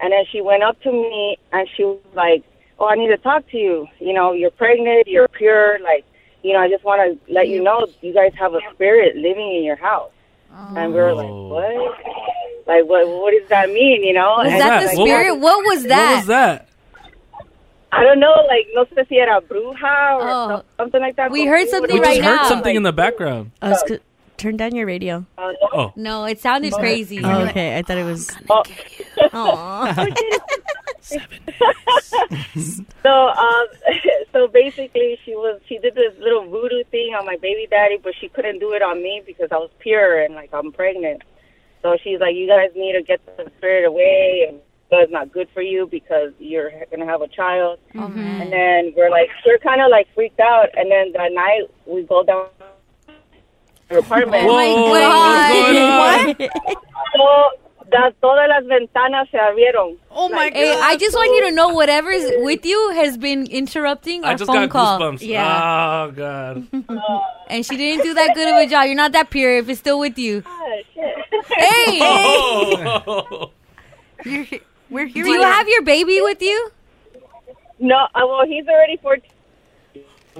S13: And then she went up to me and she was like, Oh, I need to talk to you. You know, you're pregnant, you're pure. Like, you know, I just want to let you know you guys have a spirit living in your house. And we were like, What? Like, what, what does that mean, you know?
S2: Was
S13: And
S2: that
S13: she's
S2: the
S13: like,
S2: spirit? What was that?
S4: that?
S13: I don't know, like, no sé si era bruja or
S2: Oh.
S13: some- something like that.
S2: We heard
S4: We
S2: something
S4: just
S2: right
S4: heard
S2: now.
S4: something in the background.
S2: Oh,
S7: I was co- Uh, turn down your radio.
S4: Oh.
S2: No, it sounded crazy.
S7: Oh, okay, I thought it was.
S13: so um so basically she was she did this little voodoo thing on my baby daddy but she couldn't do it on me because i was pure and like i'm pregnant so she's like you guys need to get the spirit away and that's not good for you because you're gonna have a child
S2: Oh,
S9: Mm-hmm.
S13: and then we're like we're kind of like freaked out and then that night we go down to her apartment
S11: Oh my Whoa, God.
S13: What? So, that- todas las ventanas se abrieron
S3: oh
S13: my
S2: Hey, I just want you to know whatever's with you has been interrupting our
S4: I just
S2: phone
S4: got
S2: call.
S4: goosebumps. Oh god.
S2: and she didn't do that good of a job. You're not that pure if it's still with you. Hey!
S4: Oh.
S3: We're
S2: Do you have your baby with you?
S13: No, uh, well, he's already 14.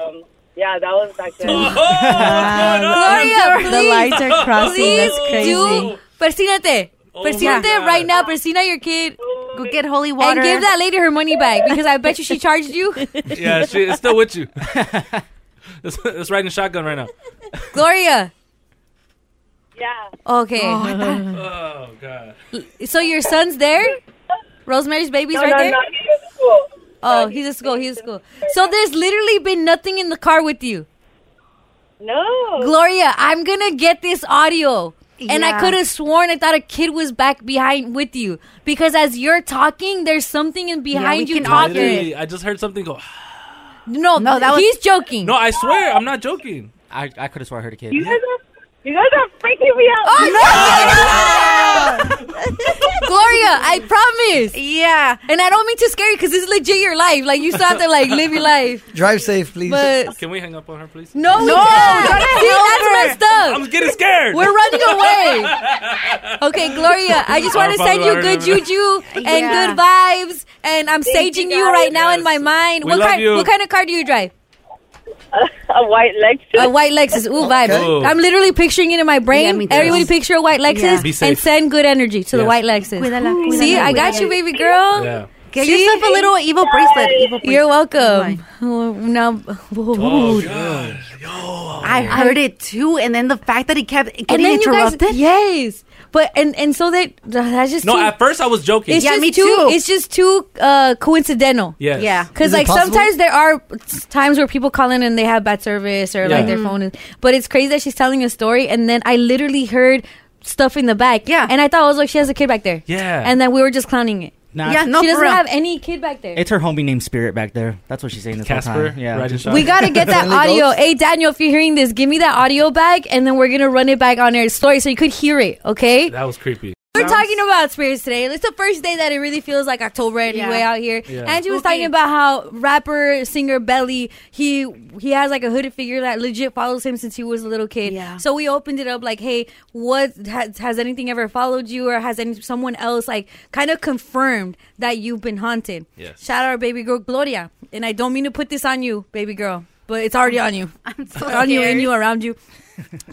S13: Um, yeah, that was back then.
S2: Gloria,
S7: the
S2: uh, please.
S7: lines are crossing. That's
S2: Please
S7: crazy.
S2: Do, Oh persínate. Persínate right now. Persina your kid.
S3: Go get holy
S2: water. And give that lady her money back because I bet you she charged you.
S4: Yeah, she, it's still with you. it's, it's riding shotgun right now.
S2: Gloria.
S13: Yeah.
S2: Okay.
S4: Oh, God.
S2: So your son's there? Rosemary's baby's
S13: No,
S2: right
S13: no,
S2: there?
S13: no, he's at school.
S2: Oh, he's at school. He's at school. So there's literally been nothing in the car with you.
S13: No.
S2: Gloria, I'm gonna get this audio. And I
S3: Yeah.
S2: could have sworn I thought a kid was back behind with you because as you're talking, there's something in behind you talking.
S4: Literally, I just heard something go.
S2: No, no, that was, he's joking.
S4: No, I swear, I'm not joking.
S6: I, I could have sworn I heard a kid.
S13: You guys are, you guys are freaking me out.
S2: Gloria, I promise. Yeah, and I don't mean to scare you because this is legit your life. Like you still have to like live your life.
S5: Drive safe, please.
S2: But-
S4: Can we hang up on her, please?
S2: No, we can't. See, that's messed up.
S4: I'm getting scared.
S2: We're running away. Okay, Gloria, I just want
S4: Our
S2: to
S4: Father,
S2: send you
S4: our
S2: good
S4: Redeemer.
S2: juju and
S4: Yeah.
S2: good vibes, and I'm saging you, right now in my mind.
S4: We
S2: what
S4: love
S2: kind?
S4: you.
S2: What kind of car do you drive?
S13: A white Lexus.
S2: A white Lexus. Ooh, vibes.
S4: Ooh.
S2: I'm literally picturing it in my brain.
S4: me too.
S2: Everybody picture a white
S4: Yeah.
S2: Lexus
S4: Be safe.
S2: and send good energy to the
S4: Yes.
S2: white Lexus.
S3: Cuídala,
S2: See,
S3: cuídala,
S2: I got
S3: cuídala.
S2: you, baby girl.
S4: Yeah.
S3: Get yourself a little evil bracelet. Evil bracelet.
S2: You're welcome. Oh, Now,
S3: Oh, I heard it too, and then the fact that he kept getting
S2: and then you guys,
S3: interrupted.
S2: yes, but and and so that that's just
S4: No,
S2: too-
S4: at first I was joking.
S2: It's just too, It's just too uh, coincidental.
S4: Yes. Yeah.
S2: Because
S4: Is it
S2: like
S4: possible?
S2: sometimes there are times where people call in and they have bad service or
S4: Yeah.
S2: like their
S4: Mhm.
S2: phone is. But it's crazy that she's telling a story and then I literally heard stuff in the back. Yeah. And I thought I was like, she has a kid back there.
S6: Yeah.
S2: And then we were just clowning it.
S6: Nah. Yeah, no,
S2: she
S6: for
S2: doesn't
S6: real.
S2: have any kid back there.
S6: It's her homie named Spirit back there. That's what she's saying this whole
S4: Casper,
S6: time. Yeah.
S4: riding
S2: We gotta get that audio.
S6: Goats?
S2: Hey Daniel, if you're hearing this, give me that audio back, and then we're gonna run it back on our story so you could hear it. Okay.
S4: That was creepy.
S2: We're talking about spirits today. It's the first day that it really feels like October anyway out here.
S4: Yeah.
S2: Angie was talking about how rapper singer Belly he he has like a hooded figure that legit follows him since he was a little kid. So we opened it up like, hey, what has, has anything ever followed you, or has any, someone else like kind of confirmed that you've been haunted?
S11: Yes.
S2: Shout out our baby girl Gloria, and I don't mean to put this on you, baby girl, but it's already on you. I'm
S3: so
S2: on you, in
S3: scared.
S2: you, around you.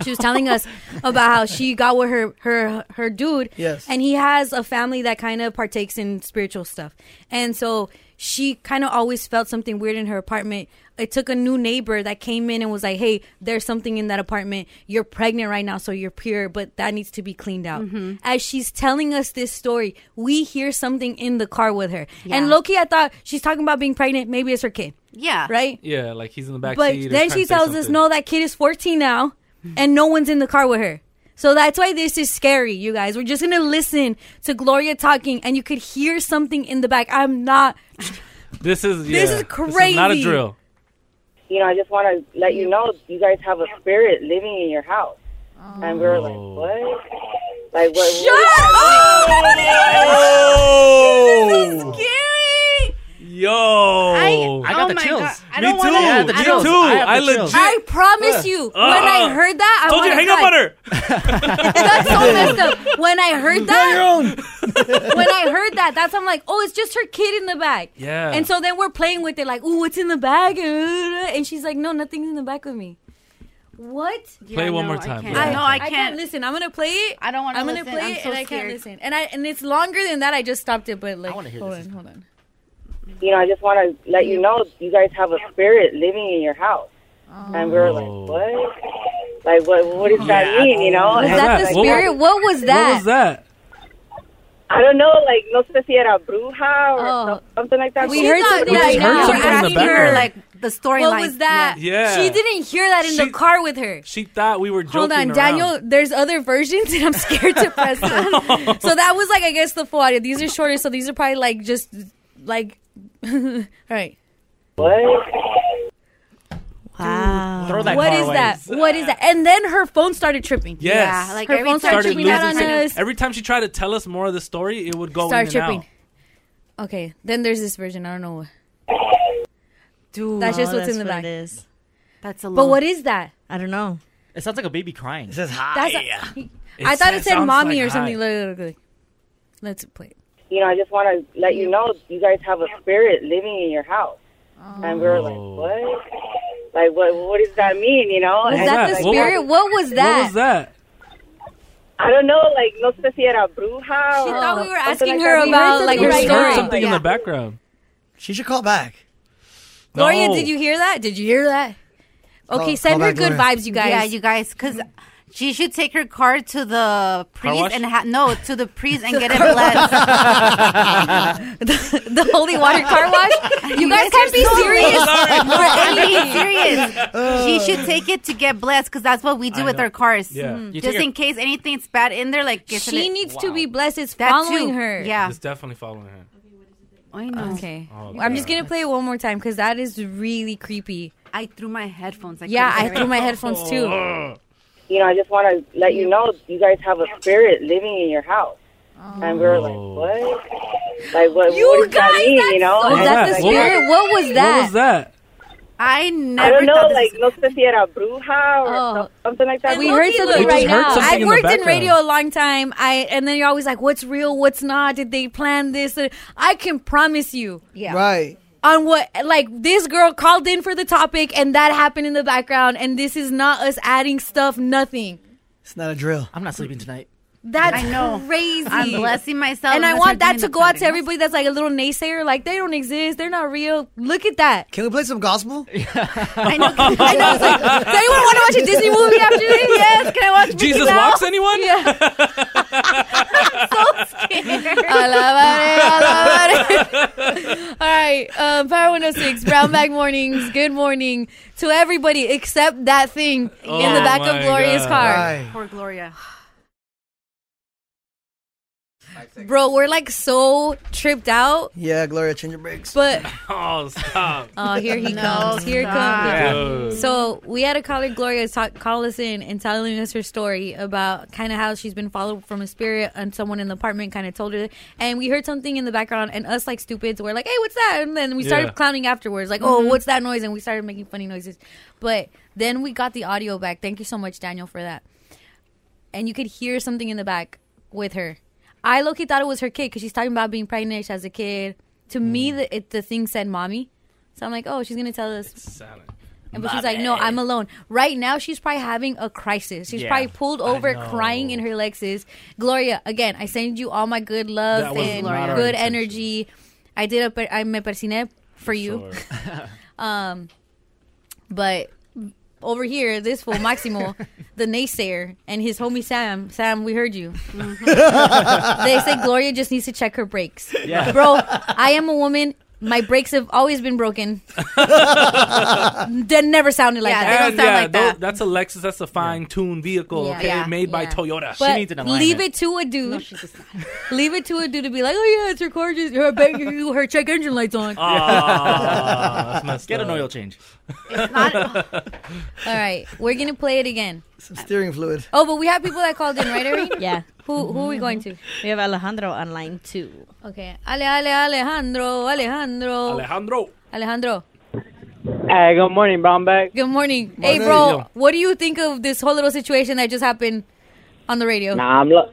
S2: She was telling us about how she got with her her her dude,
S5: Yes.
S2: and he has a family that kind of partakes in spiritual stuff, and so she kind of always felt something weird in her apartment. It took a new neighbor that came in and was like, "Hey, there's something in that apartment. You're pregnant right now, so you're pure, but that needs to be cleaned out."
S3: Mm-hmm.
S11: Mhm.
S2: As she's telling us this story, we hear something in the car with her,
S11: Yeah.
S2: and Loki, I thought she's talking about being pregnant. Maybe it's her kid.
S3: Yeah.
S2: Right
S4: Yeah, like he's in the back
S2: but
S4: seat.
S2: then she tells us no that kid is 14 now and no one's in the car with her so that's why this is scary you guys we're just gonna listen to gloria talking and you could hear something in the back i'm not
S4: This is yeah,
S2: This is
S4: not a
S2: crazy.
S4: drill.
S13: You know, I just want to let you know you guys have a spirit living in your house. And we were like,
S2: Oh.
S13: what? Like, what? Shut
S4: Oh! Yo!
S11: I- I got oh the my chills. God. I don't wanna- I have the
S4: Me
S11: chills.
S4: too.
S11: I have the
S4: I
S11: chills.
S4: legit.
S2: i promise you when i
S4: Uh,
S2: heard that i
S4: told you,
S2: wanna
S4: hang
S2: cry.
S4: up on her.
S2: that's so messed up when i heard that when i heard that that's i'm like oh it's just her kid in the back
S11: Yeah.
S2: and so then we're playing with it like oh what's in the bag Uh, and she's like no nothing's in the back with me what
S4: Play it one more time.
S2: can't.
S4: bro.
S2: I- no, I can't. listen. I'm gonna play it. I don't want. I'm gonna
S3: listen.
S2: play
S3: I'm
S2: it,
S3: so
S2: and I can't
S3: scared.
S2: listen. And I and it's longer than that. I just stopped it, but like, hold on, hold on.
S13: You know, I just want to let you know you guys have a spirit living in your house. And we were like,
S2: Oh.
S13: what? Oh, Like, what? What does that mean? You know?
S2: Was
S13: And
S2: that the
S13: like,
S2: spirit? What was that?
S4: that?
S13: I don't know. Like, no sé si era bruja or some- something like that.
S2: Oh. We heard something like that.
S3: something in the
S2: asking her
S3: background.
S2: like
S3: the storyline.
S2: What was that?
S4: Yeah.
S2: She didn't hear that in the car with her.
S4: She thought we were joking.
S2: Hold on,
S4: around.
S2: Daniel. There's other versions, and I'm scared to press them. so that was like, I guess the full audio. These are shorter, so these are probably like just like, all right.
S7: Wow.
S6: Throw that
S2: What
S6: car
S2: is
S6: away.
S2: that? What is that? And then her phone started tripping.
S4: Yes.
S2: her phone started tripping out on us.
S4: Every time she tried to tell us more of the story, it would go
S2: Start
S4: in
S2: tripping.
S4: and out.
S2: Okay, then there's this version. I don't know.
S3: Dude,
S2: that's just
S7: Oh,
S2: what's in
S7: that's
S2: the
S7: what
S2: back.
S7: it
S3: That's
S2: But what is that?
S7: I don't know.
S6: It sounds like a baby crying. It
S5: says
S2: That's. I thought it said mommy or something. Look, look, look, look. Let's play. it.
S13: you know, I just want to let you know you guys have a spirit living in your house. And we were like,
S3: Oh.
S2: Oh.
S13: what? Like, what? What does that mean? You know?
S2: Was
S13: And
S2: that the
S13: like-
S2: spirit? What was that? What was
S4: that?
S13: I don't know. Like, no sé si era bruja. She
S2: thought we were asking her about, like,
S4: There's
S2: her
S4: heard
S2: story.
S4: something in the background.
S5: She should call back.
S2: Gloria,
S4: No.
S2: did you hear that? Did you hear that?
S3: Okay,
S4: Oh,
S2: Call- send call her back, good Gloria. vibes, you guys.
S3: Yeah, you guys, because she should take her car to the
S2: wash?
S3: priest and ha- no to the priest and get it blessed.
S2: the holy water car wash. You guys can't be serious.
S3: No, I'm being
S2: Oh.
S3: serious. She should take it to get blessed because that's what we do with our cars. Mm-hmm.
S4: Yeah. Mhm. You
S3: Just
S4: take
S3: in
S4: a-
S3: case anything's bad in there, like isn't
S2: She
S3: it-
S2: needs to be blessed. It's
S3: That
S2: following
S3: too.
S2: her.
S3: Yeah.
S4: It's definitely following her.
S3: I know.
S2: Okay.
S4: Oh,
S2: I'm just gonna play it one more time because that is really creepy.
S3: I threw my headphones. I
S2: yeah,
S3: couldn't
S2: I
S3: hear
S2: threw
S3: it.
S2: my headphones
S4: Oh.
S2: too.
S13: You know, I just want to let you know you guys have a spirit living in your house. And we were like, what? Like, what?
S3: You
S13: what does that
S3: guys,
S13: mean? You know?
S3: that's so-
S13: And
S3: that's
S13: like,
S3: the spirit. What was What that? was
S4: that?
S3: I
S13: I
S3: never
S13: don't know.
S3: thought this
S13: Like, no sé si era bruja or some- something like that.
S2: Oh. We heard something right now. I've worked in radio a long time. I and then you're always like, "What's real? What's not? Did they plan this?" Uh, I can promise you. Yeah.
S5: Right.
S2: On what like this girl called in for the topic and that happened in the background and this is not us adding stuff. Nothing.
S5: It's not a drill.
S6: I'm not sleeping tonight.
S2: That's
S3: I know.
S2: crazy.
S3: I'm blessing myself.
S2: And
S3: I'm
S2: I
S3: gonna
S2: want
S3: start
S2: that
S3: doing
S2: to
S3: the
S2: go out to everybody that's like a little naysayer, like they don't exist, they're not real. Look at that.
S5: Can we play some gospel?
S2: I know. It's like, Does anyone want to watch a Disney movie after this? Yes. Can I watch Mickey
S4: Jesus
S2: Mouse?
S4: walks anyone?
S2: Yeah. All right, um, Power 106, Brown Bag Mornings. Good morning to everybody except that thing in the
S3: Oh
S2: back of
S3: my
S2: Gloria's
S3: God.
S2: car.
S3: Right. Poor Gloria.
S2: Bro, we're like so tripped out,
S5: Yeah, Gloria, change your brakes.
S2: but
S4: Oh, stop.
S2: oh, here he
S4: No,
S2: comes. Here
S4: stop.
S2: comes.
S4: Dude.
S2: So we had a caller, Gloria, talk, call us in and telling us her story about kind of how she's been followed from a spirit and someone in the apartment kind of told her. And we heard something in the background, and us like stupids were like, "Hey, what's that?" And then we started
S17: Yeah.
S2: clowning afterwards, like, "Oh,
S17: Mhm.
S2: what's that noise?" And we started making funny noises. But then we got the audio back. Thank you so much, Daniel, for that. And you could hear something in the back with her. I low-key thought it was her kid because she's talking about being pregnant as a kid. To me, the, it, the thing said "mommy," so I'm like, "Oh, she's gonna tell us." And but she's like, no,
S17: Mommy.
S2: I'm alone. Right now, she's probably having a crisis. She's
S17: Yeah,
S2: probably pulled
S17: I
S2: over,
S17: know.
S2: crying in her Lexus. Gloria, again, I send you all my good
S17: That
S2: love
S17: was
S2: and
S17: not our
S2: good
S17: intention.
S2: energy. I did a, per- I me persiné for you. um, but over here, this fool Maximo, the naysayer, and his homie Sam. Sam, we heard you. they say Gloria just needs to check her brakes.
S17: Yeah.
S2: Bro, I am a woman. My brakes have always been broken. they never sounded like that.
S4: And yeah, tho- that's a Lexus. That's a fine-tuned vehicle,
S2: Yeah.
S4: okay,
S2: Yeah.
S4: made by Toyota.
S2: But leave it to a dude. leave it to a dude to be like, oh yeah, it's her car just her, ba- her check engine lights on.
S6: Get an oil change.
S2: All right, we're gonna play it again.
S5: Some steering fluid.
S2: Oh, but we have people that called in, right, Irene?
S7: Yeah.
S2: Who who are we going to?
S7: We have Alejandro online too.
S2: Okay, Ale Ale Alejandro Alejandro
S4: Alejandro
S2: Alejandro.
S9: Hey, good morning, Brown Bag.
S2: Good morning. Hey,
S9: Morning.
S2: bro, what do you think of this whole little situation that just happened on the radio?
S9: Nah, I'm look.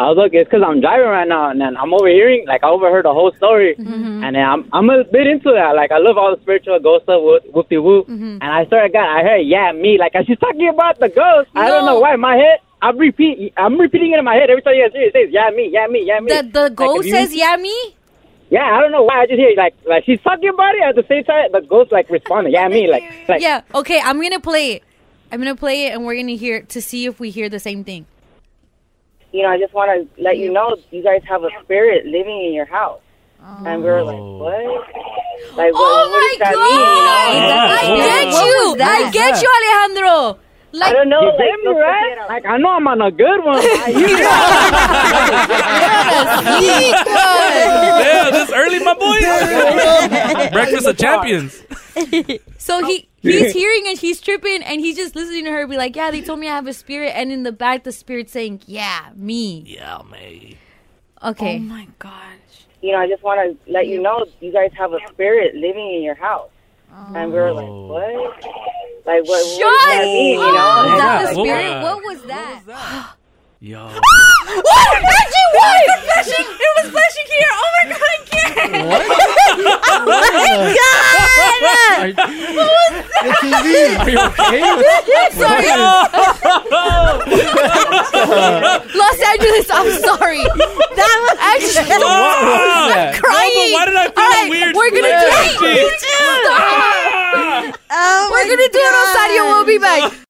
S9: I was look. It's because I'm driving right now, and then I'm overhearing. Like I overheard the whole story,
S2: Mm-hmm.
S9: and then I'm I'm a bit into that. Like I love all the spiritual ghost stuff, whoop de whoop.
S2: Mm-hmm.
S9: And I swear to God, I heard yeah me. Like she's talking about the ghost. I don't know why. My head. I'm repeat. I'm repeating it in my head every time you guys hear it. It says yeah me, yeah me, yeah me.
S2: The the ghost says yeah me.
S9: Yeah, I don't know why. I just hear like like she's talking about it at the same time. The ghost like responding yeah me like like
S2: yeah. Okay, I'm gonna play it. I'm gonna play it, and we're gonna hear to see if we hear the same thing.
S13: you know, I just want to let you know you guys have a spirit living in your house. And we were like, what? Like, what,
S2: Oh
S13: what does
S2: my
S13: that mean? You know?
S2: I get you. I get you, Alejandro. Like,
S9: I don't
S13: know,
S9: You
S13: like,
S9: damn
S13: no
S9: right. Like I know I'm on a good one.
S4: yeah, this early, my boy. Breakfast of champions.
S2: so he he's hearing it, he's tripping, and he's just listening to her be like, "Yeah, they told me I have a spirit," and in the back, the spirit saying, "Yeah, me."
S4: Yeah, me.
S2: Okay.
S13: Oh
S2: my
S13: You know, I just want to let you know you guys have a spirit living in your house. And we were like,
S9: Oh.
S13: what? Like, what, what does that mean? You know?
S2: Is Oh, that the
S13: Like,
S2: spirit? What was that?
S18: Yo.
S9: What? Reggie, what? The flashing, it was flashing here. Oh my god, Karen.
S18: What?
S9: oh my god. what was that?
S18: The TV. Are you okay?
S9: sorry.
S17: Los Angeles, I'm sorry. That was actually.
S9: Wow.
S17: I'm crying.
S9: No, but why did I feel
S17: All
S9: a
S17: right,
S9: weird
S17: We're gonna
S9: flash?
S17: do it.
S9: Stop. Ah.
S17: We're gonna do it, Osadio. We'll be back.